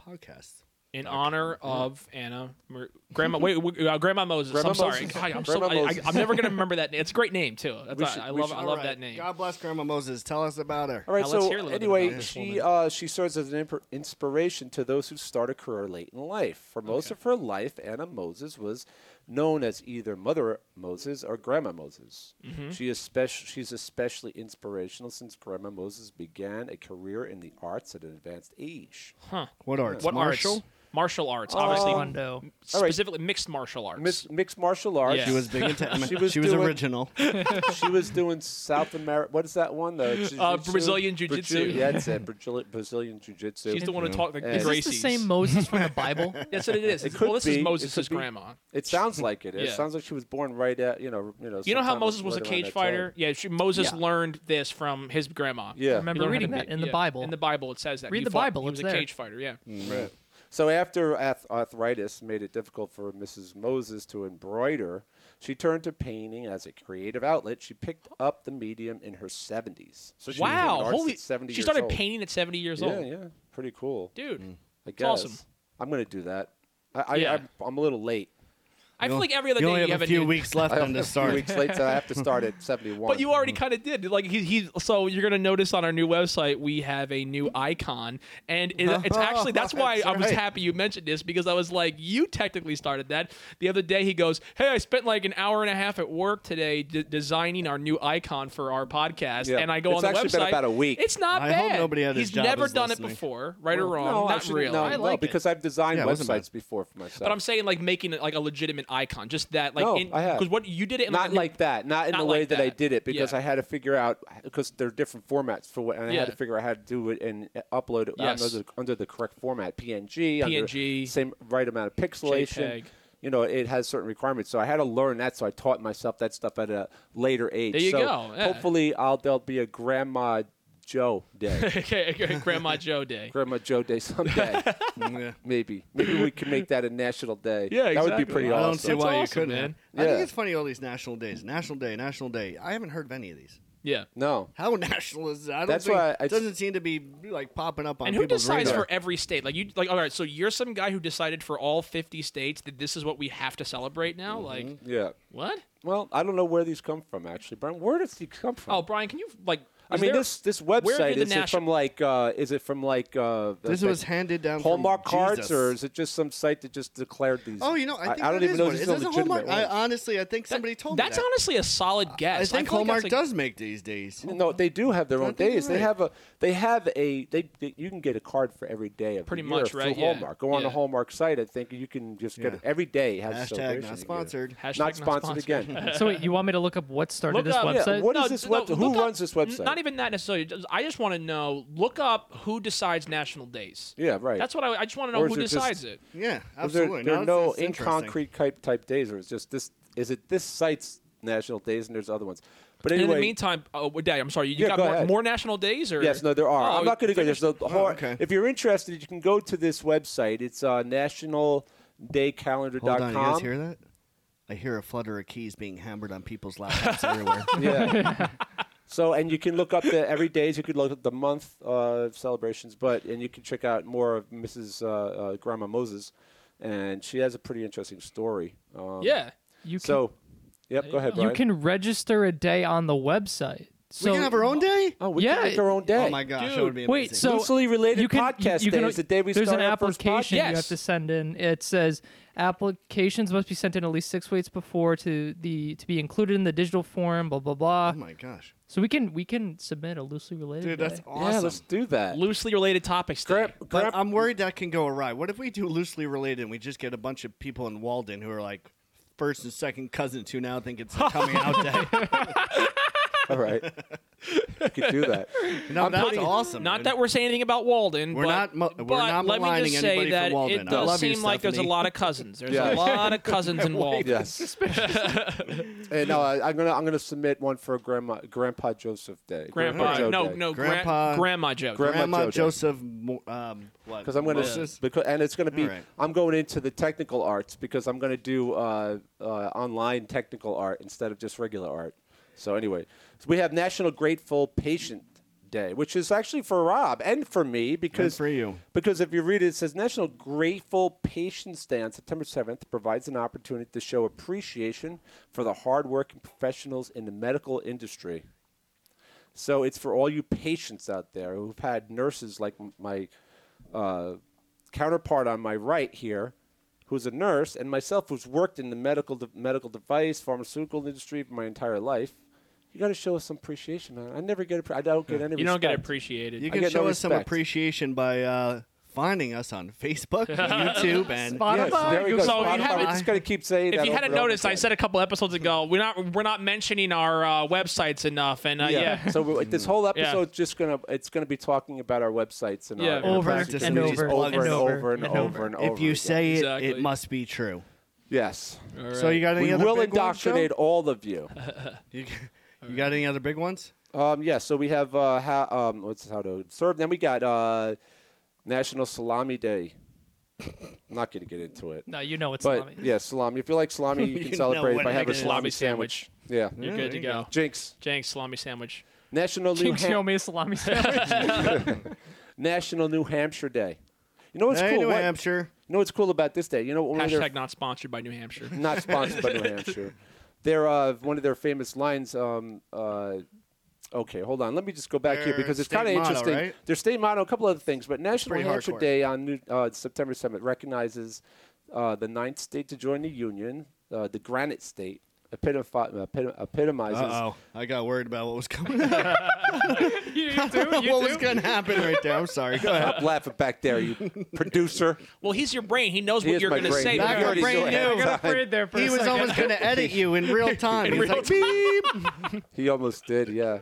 [SPEAKER 2] podcasts.
[SPEAKER 4] In honor of Anna, Mar- Grandma, wait, wait, uh, Grandma Moses.
[SPEAKER 3] Grandma
[SPEAKER 4] I'm sorry,
[SPEAKER 3] Moses.
[SPEAKER 4] God, I'm, so,
[SPEAKER 3] Grandma
[SPEAKER 4] I, I,
[SPEAKER 3] Moses.
[SPEAKER 4] I'm never gonna remember that name. It's a great name too. That's
[SPEAKER 3] We
[SPEAKER 4] why
[SPEAKER 3] should-
[SPEAKER 4] I
[SPEAKER 3] we
[SPEAKER 4] love,
[SPEAKER 3] should-
[SPEAKER 4] I
[SPEAKER 2] All
[SPEAKER 4] love
[SPEAKER 2] right.
[SPEAKER 4] that name.
[SPEAKER 2] God bless Grandma Moses. Tell us about her.
[SPEAKER 3] All right,
[SPEAKER 4] Now let's
[SPEAKER 3] so
[SPEAKER 4] hear a little bit about
[SPEAKER 3] anyway,
[SPEAKER 4] this
[SPEAKER 3] she
[SPEAKER 4] woman.
[SPEAKER 3] uh, she serves as an imp- inspiration to those who start a career late in life. For most of her life, Anna Moses was known as either Mother Moses or Grandma Moses.
[SPEAKER 4] Mm-hmm.
[SPEAKER 3] She is spec- she's especially inspirational since Grandma Moses began a career in the arts at an advanced age.
[SPEAKER 4] Huh?
[SPEAKER 2] What arts?
[SPEAKER 4] What arts?
[SPEAKER 2] Martial?
[SPEAKER 4] martial arts, obviously
[SPEAKER 5] Taekwondo.
[SPEAKER 4] specifically mixed martial arts.
[SPEAKER 3] Mis- mixed martial arts.
[SPEAKER 4] Yeah.
[SPEAKER 2] She was big into MMA.
[SPEAKER 3] She
[SPEAKER 2] she
[SPEAKER 3] was
[SPEAKER 2] was,
[SPEAKER 3] doing-
[SPEAKER 2] original.
[SPEAKER 3] she was doing South America. What is that one? The jiu-jitsu?
[SPEAKER 4] Uh, Brazilian
[SPEAKER 3] Brazil-
[SPEAKER 4] jiu-jitsu.
[SPEAKER 3] Yeah, it's a Brazil- Brazilian jiu-jitsu.
[SPEAKER 4] She's the one who talked like
[SPEAKER 3] Is
[SPEAKER 4] the
[SPEAKER 5] Is this the
[SPEAKER 4] Gracies.
[SPEAKER 5] same Moses from the Bible?
[SPEAKER 4] That's what it is.
[SPEAKER 3] It could
[SPEAKER 4] well, this
[SPEAKER 3] be. It
[SPEAKER 4] is Moses'
[SPEAKER 3] could be.
[SPEAKER 4] grandma.
[SPEAKER 3] It sounds like it. It
[SPEAKER 4] Yeah.
[SPEAKER 3] sounds like she was born right at you know you know.
[SPEAKER 4] You know how
[SPEAKER 3] sometime
[SPEAKER 4] Moses was a
[SPEAKER 3] right around
[SPEAKER 4] cage
[SPEAKER 3] that time.
[SPEAKER 4] fighter? Yeah, she, Moses
[SPEAKER 5] Yeah.
[SPEAKER 4] learned this from his grandma.
[SPEAKER 3] Yeah.
[SPEAKER 5] I remember
[SPEAKER 4] He learned
[SPEAKER 5] reading
[SPEAKER 4] how to
[SPEAKER 5] that
[SPEAKER 4] be-
[SPEAKER 5] in the
[SPEAKER 4] yeah,
[SPEAKER 5] Bible.
[SPEAKER 4] In the Bible, it says that.
[SPEAKER 5] Read
[SPEAKER 4] he
[SPEAKER 5] the
[SPEAKER 4] fought-
[SPEAKER 5] Bible,
[SPEAKER 4] He was
[SPEAKER 5] it's
[SPEAKER 4] a
[SPEAKER 5] there.
[SPEAKER 4] cage fighter. Yeah.
[SPEAKER 3] Right. So after ath- arthritis made it difficult for Mrs. Moses to embroider, she turned to painting as a creative outlet. She picked up the medium in her 70s. So she was in
[SPEAKER 4] Wow.
[SPEAKER 3] arts
[SPEAKER 4] Holy.
[SPEAKER 3] at 70
[SPEAKER 4] she
[SPEAKER 3] years
[SPEAKER 4] started
[SPEAKER 3] old.
[SPEAKER 4] painting at 70 years
[SPEAKER 3] Yeah,
[SPEAKER 4] old.
[SPEAKER 3] yeah, pretty cool.
[SPEAKER 4] Dude.
[SPEAKER 3] I
[SPEAKER 4] it's awesome.
[SPEAKER 3] guess. I'm gonna do that. I, I,
[SPEAKER 4] Yeah.
[SPEAKER 3] I'm, I'm a little late.
[SPEAKER 4] I feel like every other
[SPEAKER 2] you
[SPEAKER 4] day
[SPEAKER 2] only
[SPEAKER 4] you
[SPEAKER 2] have, a few
[SPEAKER 4] new-
[SPEAKER 2] weeks left
[SPEAKER 3] I
[SPEAKER 2] on
[SPEAKER 3] a
[SPEAKER 2] this
[SPEAKER 3] few
[SPEAKER 2] start.
[SPEAKER 3] weeks late, so I have to start at 71.
[SPEAKER 4] But you already kind of did. Like he, he. So you're gonna notice on our new website we have a new icon, and it, it's actually that's why
[SPEAKER 3] That's
[SPEAKER 4] I was
[SPEAKER 3] right.
[SPEAKER 4] happy you mentioned this because I was like, you technically started that. The other day he goes, "Hey, I spent like an hour and a half at work today d- designing our new icon for our podcast,"
[SPEAKER 3] Yeah.
[SPEAKER 4] and I go
[SPEAKER 3] It's
[SPEAKER 4] on the
[SPEAKER 3] actually
[SPEAKER 4] website.
[SPEAKER 3] been about a week.
[SPEAKER 4] It's not
[SPEAKER 2] I
[SPEAKER 4] bad.
[SPEAKER 2] hope nobody at his
[SPEAKER 4] He's
[SPEAKER 2] job
[SPEAKER 4] never
[SPEAKER 2] is
[SPEAKER 4] done
[SPEAKER 2] listening.
[SPEAKER 4] it before, right or wrong?
[SPEAKER 3] No,
[SPEAKER 4] not
[SPEAKER 3] actually,
[SPEAKER 4] really.
[SPEAKER 3] No,
[SPEAKER 4] I
[SPEAKER 3] no,
[SPEAKER 4] like it.
[SPEAKER 3] because I've designed
[SPEAKER 2] Yeah, it wasn't bad.
[SPEAKER 3] websites before for myself.
[SPEAKER 4] But I'm saying like making it like a legitimate icon, just that like
[SPEAKER 3] No,
[SPEAKER 4] in-
[SPEAKER 3] I have.
[SPEAKER 4] what you did it in
[SPEAKER 3] not
[SPEAKER 4] a-
[SPEAKER 3] like that, not in
[SPEAKER 4] Not
[SPEAKER 3] the way
[SPEAKER 4] like
[SPEAKER 3] that. I
[SPEAKER 4] that.
[SPEAKER 3] did it, because
[SPEAKER 4] Yeah.
[SPEAKER 3] I had to figure out because there are different formats for what, and I
[SPEAKER 4] Yeah.
[SPEAKER 3] had to figure out how to do it and uh, upload it
[SPEAKER 4] Yes.
[SPEAKER 3] under, the, under the correct format, PNG, under
[SPEAKER 4] PNG,
[SPEAKER 3] same right amount of pixelation.
[SPEAKER 4] JPEG.
[SPEAKER 3] You know, it has certain requirements, so I had to learn that. So I taught myself that stuff at a later age.
[SPEAKER 4] There you
[SPEAKER 3] so
[SPEAKER 4] go, yeah.
[SPEAKER 3] Hopefully, I'll there'll be a grandma Joe day.
[SPEAKER 4] okay, Grandma Joe Day.
[SPEAKER 3] Grandma Joe Day someday.
[SPEAKER 2] Yeah.
[SPEAKER 3] Maybe. Maybe we can make that a national day.
[SPEAKER 4] Yeah,
[SPEAKER 3] That would be
[SPEAKER 4] exactly.
[SPEAKER 3] pretty
[SPEAKER 2] I
[SPEAKER 3] awesome.
[SPEAKER 2] don't see
[SPEAKER 4] That's
[SPEAKER 2] why you
[SPEAKER 4] awesome,
[SPEAKER 2] couldn't.
[SPEAKER 4] man.
[SPEAKER 2] I think
[SPEAKER 3] Yeah.
[SPEAKER 2] it's funny all these national days, National Day, National Day. I haven't heard of any of these.
[SPEAKER 4] Yeah.
[SPEAKER 3] No.
[SPEAKER 2] How national is it? I don't
[SPEAKER 3] That's
[SPEAKER 2] think,
[SPEAKER 3] why I-
[SPEAKER 2] it doesn't seem to be like popping up on.
[SPEAKER 4] And who
[SPEAKER 2] people's
[SPEAKER 4] decides
[SPEAKER 2] radar.
[SPEAKER 4] for every state? Like you, like all right. So you're some guy who decided for all 50 states that this is what we have to celebrate now.
[SPEAKER 3] Mm-hmm.
[SPEAKER 4] Like
[SPEAKER 3] Yeah.
[SPEAKER 4] what?
[SPEAKER 3] Well, I don't know where these come from actually, Brian. Where does these come from?
[SPEAKER 4] Oh, Brian, can you like?
[SPEAKER 3] I
[SPEAKER 4] is
[SPEAKER 3] mean,
[SPEAKER 4] there-
[SPEAKER 3] this this
[SPEAKER 4] where
[SPEAKER 3] website
[SPEAKER 4] did the
[SPEAKER 3] is it
[SPEAKER 4] national-
[SPEAKER 3] from like uh, is it from like uh,
[SPEAKER 2] This
[SPEAKER 3] like
[SPEAKER 2] was handed down from
[SPEAKER 3] Hallmark cards
[SPEAKER 2] Jesus.
[SPEAKER 3] or is it just some site that just declared these?
[SPEAKER 2] Oh, you know, I think
[SPEAKER 3] I don't
[SPEAKER 2] that
[SPEAKER 3] even
[SPEAKER 2] is
[SPEAKER 3] know
[SPEAKER 2] what
[SPEAKER 3] if
[SPEAKER 2] it
[SPEAKER 3] these
[SPEAKER 2] is.
[SPEAKER 3] are
[SPEAKER 2] Is this a
[SPEAKER 3] legitimate
[SPEAKER 2] Hallmark? I
[SPEAKER 3] ones.
[SPEAKER 2] honestly, I think somebody told
[SPEAKER 4] that's
[SPEAKER 2] me that.
[SPEAKER 4] honestly a solid
[SPEAKER 2] I think
[SPEAKER 4] guess. feel like
[SPEAKER 2] Hallmark
[SPEAKER 4] that's, like-
[SPEAKER 2] does make these days.
[SPEAKER 3] No, they do have their own
[SPEAKER 2] think you're
[SPEAKER 3] days. They
[SPEAKER 2] right.
[SPEAKER 3] have a they have a they, they- you can get a card for every day of the
[SPEAKER 4] Pretty
[SPEAKER 3] year
[SPEAKER 4] much,
[SPEAKER 3] through
[SPEAKER 4] right? Yeah.
[SPEAKER 3] Hallmark. Go on the
[SPEAKER 4] Yeah.
[SPEAKER 3] Hallmark site. I think you can just get
[SPEAKER 2] Yeah.
[SPEAKER 3] it. every day has a
[SPEAKER 2] Hashtag
[SPEAKER 3] celebration
[SPEAKER 2] not
[SPEAKER 3] of the year.
[SPEAKER 2] sponsored.
[SPEAKER 4] Hashtag
[SPEAKER 3] Not sponsored
[SPEAKER 4] sponsored.
[SPEAKER 3] again.
[SPEAKER 5] so wait, you want me to look up what started
[SPEAKER 4] Look
[SPEAKER 5] this
[SPEAKER 4] up-
[SPEAKER 3] Yeah,
[SPEAKER 5] website?
[SPEAKER 3] what is
[SPEAKER 4] No,
[SPEAKER 3] this
[SPEAKER 4] d- no,
[SPEAKER 3] website? Who
[SPEAKER 4] look up-
[SPEAKER 3] runs this website?
[SPEAKER 4] n- Not even that necessarily. Just- I just want to know. Look up who decides national days.
[SPEAKER 3] Yeah, right.
[SPEAKER 4] That's what I, I just want to know
[SPEAKER 3] Or is
[SPEAKER 4] who
[SPEAKER 3] it just-
[SPEAKER 4] decides it.
[SPEAKER 2] Yeah,
[SPEAKER 3] Is there,
[SPEAKER 2] absolutely.
[SPEAKER 3] there
[SPEAKER 2] Now
[SPEAKER 3] are
[SPEAKER 2] that's-
[SPEAKER 3] no
[SPEAKER 2] that's
[SPEAKER 3] in
[SPEAKER 2] interesting.
[SPEAKER 3] concrete type type days, or it's just this. Is it this site's national days, and thereys other ones? But
[SPEAKER 4] And
[SPEAKER 3] anyway,
[SPEAKER 4] in the meantime, oh, Dad, I'm sorry. You
[SPEAKER 3] Yeah,
[SPEAKER 4] got
[SPEAKER 3] go
[SPEAKER 4] more,
[SPEAKER 3] ahead.
[SPEAKER 4] more national days, or
[SPEAKER 3] yes, no, there are.
[SPEAKER 4] Oh,
[SPEAKER 3] I'm not going to go. There's no,
[SPEAKER 2] okay.
[SPEAKER 3] If you're interested, you can go to this website. It's uh,
[SPEAKER 2] Hold on, you
[SPEAKER 3] nationaldaycalendar.com.
[SPEAKER 2] guys hear that? I hear a flutter of keys being hammered on people's laptops everywhere.
[SPEAKER 3] Yeah. so, and you can look up the every days. You could look up the month uh, celebrations, but and you can check out more of Mrs. Uh, uh, Grandma Moses, and she has a pretty interesting story. Um,
[SPEAKER 4] Yeah.
[SPEAKER 5] You can,
[SPEAKER 3] So, yep. Go ahead,
[SPEAKER 5] you
[SPEAKER 3] Brian.
[SPEAKER 5] can register a day on the website. So
[SPEAKER 2] we can have our own day.
[SPEAKER 3] Oh, we
[SPEAKER 5] Yeah,
[SPEAKER 3] can make our own day.
[SPEAKER 2] Oh my gosh, that
[SPEAKER 4] Dude,
[SPEAKER 2] would be amazing.
[SPEAKER 5] Wait, so
[SPEAKER 3] Loosely related
[SPEAKER 5] you can,
[SPEAKER 3] podcast
[SPEAKER 5] you, you
[SPEAKER 3] day
[SPEAKER 5] can,
[SPEAKER 3] is the day we
[SPEAKER 5] There's
[SPEAKER 3] start
[SPEAKER 5] an
[SPEAKER 3] our first
[SPEAKER 5] application
[SPEAKER 4] podcast.
[SPEAKER 5] you have to send in. It says applications must be sent in at least six weeks before to the to be included in the digital form. Blah blah blah.
[SPEAKER 2] oh my gosh,
[SPEAKER 5] So we can we can submit a loosely related.
[SPEAKER 2] dude, that's
[SPEAKER 5] day.
[SPEAKER 2] awesome.
[SPEAKER 3] Yeah, let's do that.
[SPEAKER 4] Loosely related topics. Today.
[SPEAKER 3] Grab-
[SPEAKER 2] but
[SPEAKER 3] grab-
[SPEAKER 2] I'm worried that can go awry. What if we do loosely related and we just get a bunch of people in Walden who are like first and second cousins who now think it's a coming out day?
[SPEAKER 3] all right. we could do that.
[SPEAKER 2] No, that's
[SPEAKER 4] Not-
[SPEAKER 2] awesome.
[SPEAKER 4] Not
[SPEAKER 2] dude.
[SPEAKER 4] that we're saying anything about Walden.
[SPEAKER 2] We're
[SPEAKER 4] but,
[SPEAKER 2] not mo- we're
[SPEAKER 4] but
[SPEAKER 2] not
[SPEAKER 4] let me
[SPEAKER 2] maligning
[SPEAKER 4] just
[SPEAKER 2] anybody from
[SPEAKER 4] say that
[SPEAKER 2] Walden.
[SPEAKER 4] it
[SPEAKER 2] I
[SPEAKER 4] does
[SPEAKER 2] love you,
[SPEAKER 4] seem like there's a
[SPEAKER 2] Stephanie.
[SPEAKER 4] lot of cousins. There's
[SPEAKER 3] Yeah.
[SPEAKER 4] a lot of cousins in Walden.
[SPEAKER 3] Yes. and no, I, I'm gonna I'm gonna submit one for Grandma Grandpa Joseph Day.
[SPEAKER 4] Grandpa,
[SPEAKER 3] Joe
[SPEAKER 4] no,
[SPEAKER 3] Day.
[SPEAKER 4] no, gra-
[SPEAKER 2] Grandpa-
[SPEAKER 4] Grandma Joe.
[SPEAKER 3] Grandma
[SPEAKER 2] Grandma
[SPEAKER 3] Joe Day.
[SPEAKER 2] Joseph. Mo- Um, what?
[SPEAKER 3] Because I'm gonna
[SPEAKER 2] Moses?
[SPEAKER 3] because and it's gonna be
[SPEAKER 2] All right.
[SPEAKER 3] I'm going into the technical arts because I'm gonna do uh, uh, online technical art instead of just regular art. So anyway, so we have National Grateful Patient Day, which is actually for Rob and for me because
[SPEAKER 2] for you.
[SPEAKER 3] Because if you read it, it says National Grateful Patients Day on September 7th provides an opportunity to show appreciation for the hardworking professionals in the medical industry. So it's for all you patients out there who've had nurses like m- my uh, counterpart on my right here, who's a nurse, and myself, who's worked in the medical de- medical device, pharmaceutical industry for my entire life. You got to show us some appreciation, man. I never get. Appre- I don't get any.
[SPEAKER 4] You don't get
[SPEAKER 3] respect.
[SPEAKER 4] appreciated.
[SPEAKER 2] You
[SPEAKER 3] I
[SPEAKER 2] can
[SPEAKER 3] get no
[SPEAKER 2] show us some
[SPEAKER 3] respect.
[SPEAKER 2] appreciation by uh, finding us on Facebook, YouTube, and
[SPEAKER 5] Spotify.
[SPEAKER 3] Yes, there we go.
[SPEAKER 4] So if you
[SPEAKER 3] Spotify.
[SPEAKER 4] haven't-
[SPEAKER 3] We're just going to keep saying that.
[SPEAKER 4] If
[SPEAKER 3] over
[SPEAKER 4] you hadn't
[SPEAKER 3] and over
[SPEAKER 4] noticed, I
[SPEAKER 3] again.
[SPEAKER 4] said a couple episodes ago we're not we're not mentioning our uh, websites enough, and uh, yeah.
[SPEAKER 3] So we, this whole
[SPEAKER 4] Yeah.
[SPEAKER 3] episode's just gonna it's gonna be talking about our websites and
[SPEAKER 4] Yeah.
[SPEAKER 3] our
[SPEAKER 5] Over
[SPEAKER 3] enterprises.
[SPEAKER 2] and
[SPEAKER 3] Just
[SPEAKER 2] over and
[SPEAKER 3] over and
[SPEAKER 5] over
[SPEAKER 3] over and
[SPEAKER 5] and
[SPEAKER 3] over and over.
[SPEAKER 2] if you
[SPEAKER 3] again.
[SPEAKER 2] say it, it
[SPEAKER 4] Exactly.
[SPEAKER 2] must be true.
[SPEAKER 3] yes,
[SPEAKER 2] So you got any
[SPEAKER 3] we
[SPEAKER 2] other
[SPEAKER 3] will
[SPEAKER 2] big ones, Joe?
[SPEAKER 3] indoctrinate all of you.
[SPEAKER 2] You, you got any other big ones?
[SPEAKER 3] Um, yeah, so we have uh, how um, what's how to serve. Then we got uh, National Salami Day. I'm not going to get into it,
[SPEAKER 5] No, you know it's
[SPEAKER 3] but
[SPEAKER 5] salami.
[SPEAKER 3] yeah, salami. If you like salami, you,
[SPEAKER 2] You
[SPEAKER 3] can
[SPEAKER 2] know
[SPEAKER 3] celebrate
[SPEAKER 2] what
[SPEAKER 3] by
[SPEAKER 2] it
[SPEAKER 3] having a
[SPEAKER 2] is.
[SPEAKER 3] salami
[SPEAKER 4] Salami
[SPEAKER 3] sandwich.
[SPEAKER 4] sandwich.
[SPEAKER 3] Yeah,
[SPEAKER 4] You're good to go.
[SPEAKER 3] Jinx.
[SPEAKER 4] Jenks salami sandwich.
[SPEAKER 3] National New
[SPEAKER 5] Jinx, you owe
[SPEAKER 3] Ham-
[SPEAKER 5] me a salami sandwich.
[SPEAKER 3] National New Hampshire Day. You know what's
[SPEAKER 2] Hey,
[SPEAKER 3] cool?
[SPEAKER 2] New
[SPEAKER 3] What-
[SPEAKER 2] Hampshire.
[SPEAKER 3] You know what's cool about this day? You know one of their
[SPEAKER 4] Hashtag not sponsored by New Hampshire.
[SPEAKER 3] not sponsored by New Hampshire. Their uh, one of their famous lines. Um, uh, okay, hold on. Let me just go back here
[SPEAKER 2] Their
[SPEAKER 3] because it's
[SPEAKER 2] state
[SPEAKER 3] kind of
[SPEAKER 2] motto,
[SPEAKER 3] interesting.
[SPEAKER 2] right?
[SPEAKER 3] Their state motto, a couple other things, but National New
[SPEAKER 2] pretty
[SPEAKER 3] Hampshire
[SPEAKER 2] hardcore.
[SPEAKER 3] Day on New, uh, September 7th recognizes uh, the ninth state to join the union, uh, the Granite State. Epitomi- epitom- epitomizes
[SPEAKER 2] Uh oh, I got worried about what was coming. up.
[SPEAKER 5] you do, you
[SPEAKER 2] what
[SPEAKER 5] do.
[SPEAKER 2] was going to happen right there? I'm sorry. Go ahead.
[SPEAKER 3] Stop laughing back there, you producer.
[SPEAKER 4] Well, he's your brain. He knows
[SPEAKER 3] He
[SPEAKER 4] what
[SPEAKER 3] is
[SPEAKER 4] you're
[SPEAKER 3] my
[SPEAKER 4] going to
[SPEAKER 3] brain.
[SPEAKER 4] say.
[SPEAKER 3] Back
[SPEAKER 4] but
[SPEAKER 2] up,
[SPEAKER 4] you're-
[SPEAKER 2] brain.
[SPEAKER 5] Brain,
[SPEAKER 2] Yeah,
[SPEAKER 5] I
[SPEAKER 3] I-
[SPEAKER 5] got afraid there for a
[SPEAKER 2] He was
[SPEAKER 5] second.
[SPEAKER 2] almost going to edit you in real time. He's like,
[SPEAKER 3] He almost did, yeah.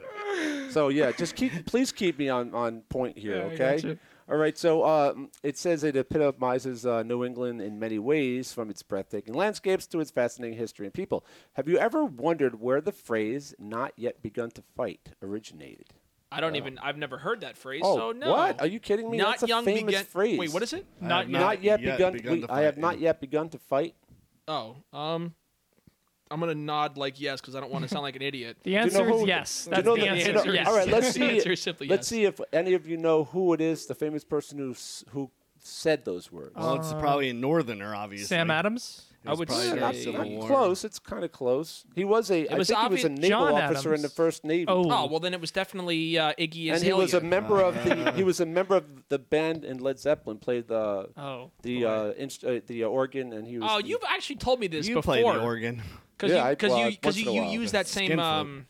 [SPEAKER 3] So yeah, just keep please keep me on on point here,
[SPEAKER 5] I
[SPEAKER 3] okay?
[SPEAKER 5] gotcha.
[SPEAKER 3] All right, so uh, it says it epitomizes uh, New England in many ways, from its breathtaking landscapes to its fascinating history and people. Have you ever wondered where the phrase "not yet begun to fight" originated?
[SPEAKER 4] I don't even. I've never heard that phrase.
[SPEAKER 3] Oh,
[SPEAKER 4] so no.
[SPEAKER 3] what? Are you kidding me?
[SPEAKER 4] Not
[SPEAKER 3] That's a
[SPEAKER 4] young
[SPEAKER 3] famous
[SPEAKER 4] begin-
[SPEAKER 3] phrase.
[SPEAKER 4] Wait, what is it?
[SPEAKER 2] Not
[SPEAKER 3] Not, yet, begun. we-
[SPEAKER 2] to
[SPEAKER 3] I have
[SPEAKER 2] fight.
[SPEAKER 3] not yet begun to fight.
[SPEAKER 4] Oh, um, I'm gonna nod like yes because I don't want to sound like an idiot.
[SPEAKER 5] The
[SPEAKER 3] Do you know
[SPEAKER 5] answer is
[SPEAKER 3] who-
[SPEAKER 5] yes.
[SPEAKER 3] do you
[SPEAKER 5] That's
[SPEAKER 3] know
[SPEAKER 5] the
[SPEAKER 3] the- do you
[SPEAKER 5] answer.
[SPEAKER 3] know-
[SPEAKER 5] is yes.
[SPEAKER 3] All right, let's
[SPEAKER 4] The
[SPEAKER 3] see.
[SPEAKER 4] answer is simply
[SPEAKER 3] let's
[SPEAKER 4] yes.
[SPEAKER 3] see if any of you know who it is, the famous person who s- who said those words.
[SPEAKER 2] Well, it's probably a northerner, obviously.
[SPEAKER 5] Sam Adams.
[SPEAKER 2] I
[SPEAKER 4] would
[SPEAKER 5] Oh,
[SPEAKER 3] Yeah,
[SPEAKER 4] say-
[SPEAKER 3] not-
[SPEAKER 4] Civil
[SPEAKER 3] not
[SPEAKER 2] War.
[SPEAKER 3] close. It's kind of close. He was a. I
[SPEAKER 4] was
[SPEAKER 3] think he was a
[SPEAKER 4] obvious-
[SPEAKER 3] naval
[SPEAKER 5] John
[SPEAKER 3] officer in
[SPEAKER 5] Adams.
[SPEAKER 3] the first navy.
[SPEAKER 5] Oh.
[SPEAKER 4] Oh well, then it was definitely uh, Iggy
[SPEAKER 3] and he
[SPEAKER 4] Azalea.
[SPEAKER 3] was a member of the. He was a member of the band in Led Zeppelin. Played the
[SPEAKER 5] Oh,
[SPEAKER 3] the uh, inst- uh, the uh, organ, and he was.
[SPEAKER 4] Oh,
[SPEAKER 3] the-
[SPEAKER 4] you've actually told me this
[SPEAKER 2] You
[SPEAKER 4] before.
[SPEAKER 2] play the organ.
[SPEAKER 4] Because
[SPEAKER 3] Yeah, I-
[SPEAKER 4] you, because
[SPEAKER 3] well,
[SPEAKER 4] you,
[SPEAKER 3] once
[SPEAKER 4] because
[SPEAKER 3] in a
[SPEAKER 4] you, you
[SPEAKER 3] while,
[SPEAKER 4] use
[SPEAKER 2] but
[SPEAKER 4] that same
[SPEAKER 2] skin flute.
[SPEAKER 4] um,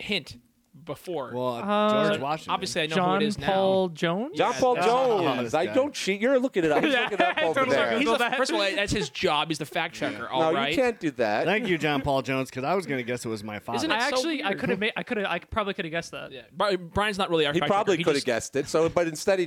[SPEAKER 4] hint before.
[SPEAKER 2] Well,
[SPEAKER 5] Uh,
[SPEAKER 2] George Washington.
[SPEAKER 4] Obviously, I know who it
[SPEAKER 5] John
[SPEAKER 4] is now.
[SPEAKER 5] Paul Jones.
[SPEAKER 3] John Paul
[SPEAKER 2] that's not-
[SPEAKER 3] Jones.
[SPEAKER 2] this
[SPEAKER 3] I
[SPEAKER 2] guy.
[SPEAKER 3] don't cheat. You're looking it up. He's
[SPEAKER 5] Yeah,
[SPEAKER 3] looking it up over
[SPEAKER 5] totally.
[SPEAKER 3] there.
[SPEAKER 4] He's
[SPEAKER 5] Google
[SPEAKER 4] a-
[SPEAKER 5] that.
[SPEAKER 4] first of all, that's his job. He's the fact checker. All
[SPEAKER 3] no,
[SPEAKER 4] right.
[SPEAKER 3] you can't do that.
[SPEAKER 2] Thank you, John Paul Jones, because I was going to guess it was my father.
[SPEAKER 4] Isn't
[SPEAKER 5] I
[SPEAKER 4] That's so
[SPEAKER 5] actually, I
[SPEAKER 4] weird.
[SPEAKER 5] could have made, I could have, I probably could have guessed that.
[SPEAKER 4] Yeah, Bri- Brian's not really our
[SPEAKER 3] he
[SPEAKER 4] fact checker.
[SPEAKER 3] probably could have
[SPEAKER 4] just-
[SPEAKER 3] guessed it. So, but instead he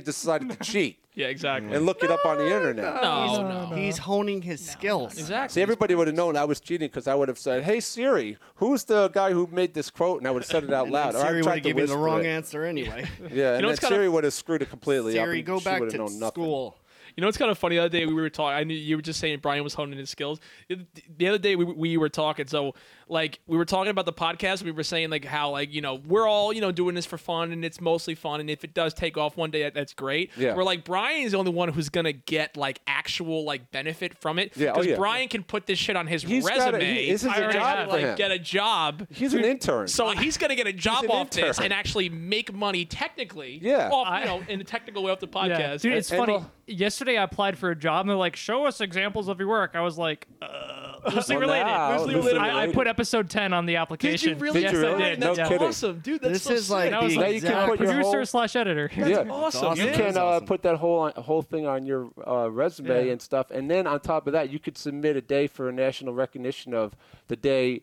[SPEAKER 3] decided to cheat
[SPEAKER 4] Yeah, exactly.
[SPEAKER 3] and look it up on the internet.
[SPEAKER 4] No, no,
[SPEAKER 2] He's honing his skills.
[SPEAKER 4] exactly.
[SPEAKER 3] See, everybody would have known I was cheating because I would have said, "Hey Siri, who's the guy who made this quote?" And I would have said it out loud. or I'd
[SPEAKER 2] Siri
[SPEAKER 3] tried
[SPEAKER 2] would
[SPEAKER 3] to
[SPEAKER 2] have given the
[SPEAKER 3] whisper
[SPEAKER 2] wrong
[SPEAKER 3] it.
[SPEAKER 2] answer anyway.
[SPEAKER 3] Yeah, and
[SPEAKER 4] know
[SPEAKER 3] then
[SPEAKER 4] what's kinda-
[SPEAKER 3] Siri would have screwed it completely up.
[SPEAKER 2] Siri,
[SPEAKER 3] and
[SPEAKER 2] go
[SPEAKER 3] she
[SPEAKER 2] back
[SPEAKER 3] would have
[SPEAKER 2] to
[SPEAKER 3] known nothing.
[SPEAKER 2] school.
[SPEAKER 4] You know what's kind of funny? The other day we were talking. I knew you were just saying Brian was honing his skills. The- The other day we, we were talking, so like we were talking about the podcast. We were saying like how like you know we're all you know doing this for fun and it's mostly fun. And if it does take off one day, that, that's great.
[SPEAKER 3] Yeah.
[SPEAKER 4] We're like Brian is the only one who's gonna get like actual like benefit from it.
[SPEAKER 3] Yeah, oh, yeah.
[SPEAKER 4] Brian can put this shit on his
[SPEAKER 3] He's
[SPEAKER 4] resume.
[SPEAKER 3] gotta- he- this is
[SPEAKER 4] I
[SPEAKER 3] a
[SPEAKER 4] already
[SPEAKER 3] job
[SPEAKER 4] gotta,
[SPEAKER 3] for
[SPEAKER 4] like
[SPEAKER 3] him.
[SPEAKER 4] get a job.
[SPEAKER 3] He's an intern.
[SPEAKER 4] So he's gonna get a job
[SPEAKER 3] an
[SPEAKER 4] off this
[SPEAKER 3] intern.
[SPEAKER 4] and actually make money technically.
[SPEAKER 3] Yeah.
[SPEAKER 4] Off, you know, in a technical way off the podcast.
[SPEAKER 5] Yeah. Dude, it's
[SPEAKER 3] And-
[SPEAKER 5] funny.
[SPEAKER 3] and-
[SPEAKER 5] Yesterday, I applied for a job, and they're like, "Show us examples of your work." I was like, uh, "Loosely
[SPEAKER 3] Well,
[SPEAKER 5] related."
[SPEAKER 3] now,
[SPEAKER 5] loosely
[SPEAKER 3] loosely
[SPEAKER 5] related. I, I
[SPEAKER 3] related.
[SPEAKER 5] put episode ten on the application.
[SPEAKER 4] really?
[SPEAKER 5] Yes,
[SPEAKER 3] Did you
[SPEAKER 5] I
[SPEAKER 3] really?
[SPEAKER 5] did.
[SPEAKER 3] No
[SPEAKER 5] yeah.
[SPEAKER 3] kidding.
[SPEAKER 4] awesome, dude. That's
[SPEAKER 2] This
[SPEAKER 4] so
[SPEAKER 2] is like
[SPEAKER 4] sick.
[SPEAKER 5] was
[SPEAKER 2] the
[SPEAKER 5] like-
[SPEAKER 3] Now you can
[SPEAKER 2] exact-
[SPEAKER 3] put your
[SPEAKER 5] Producer
[SPEAKER 3] whole.
[SPEAKER 5] slash editor.
[SPEAKER 3] yeah.
[SPEAKER 4] awesome.
[SPEAKER 2] awesome.
[SPEAKER 3] You
[SPEAKER 4] yeah.
[SPEAKER 3] can
[SPEAKER 2] That's
[SPEAKER 3] uh,
[SPEAKER 2] awesome.
[SPEAKER 3] put that whole whole thing on your uh, resume and stuff, and then on top of that, you could submit a day for a national recognition of the day,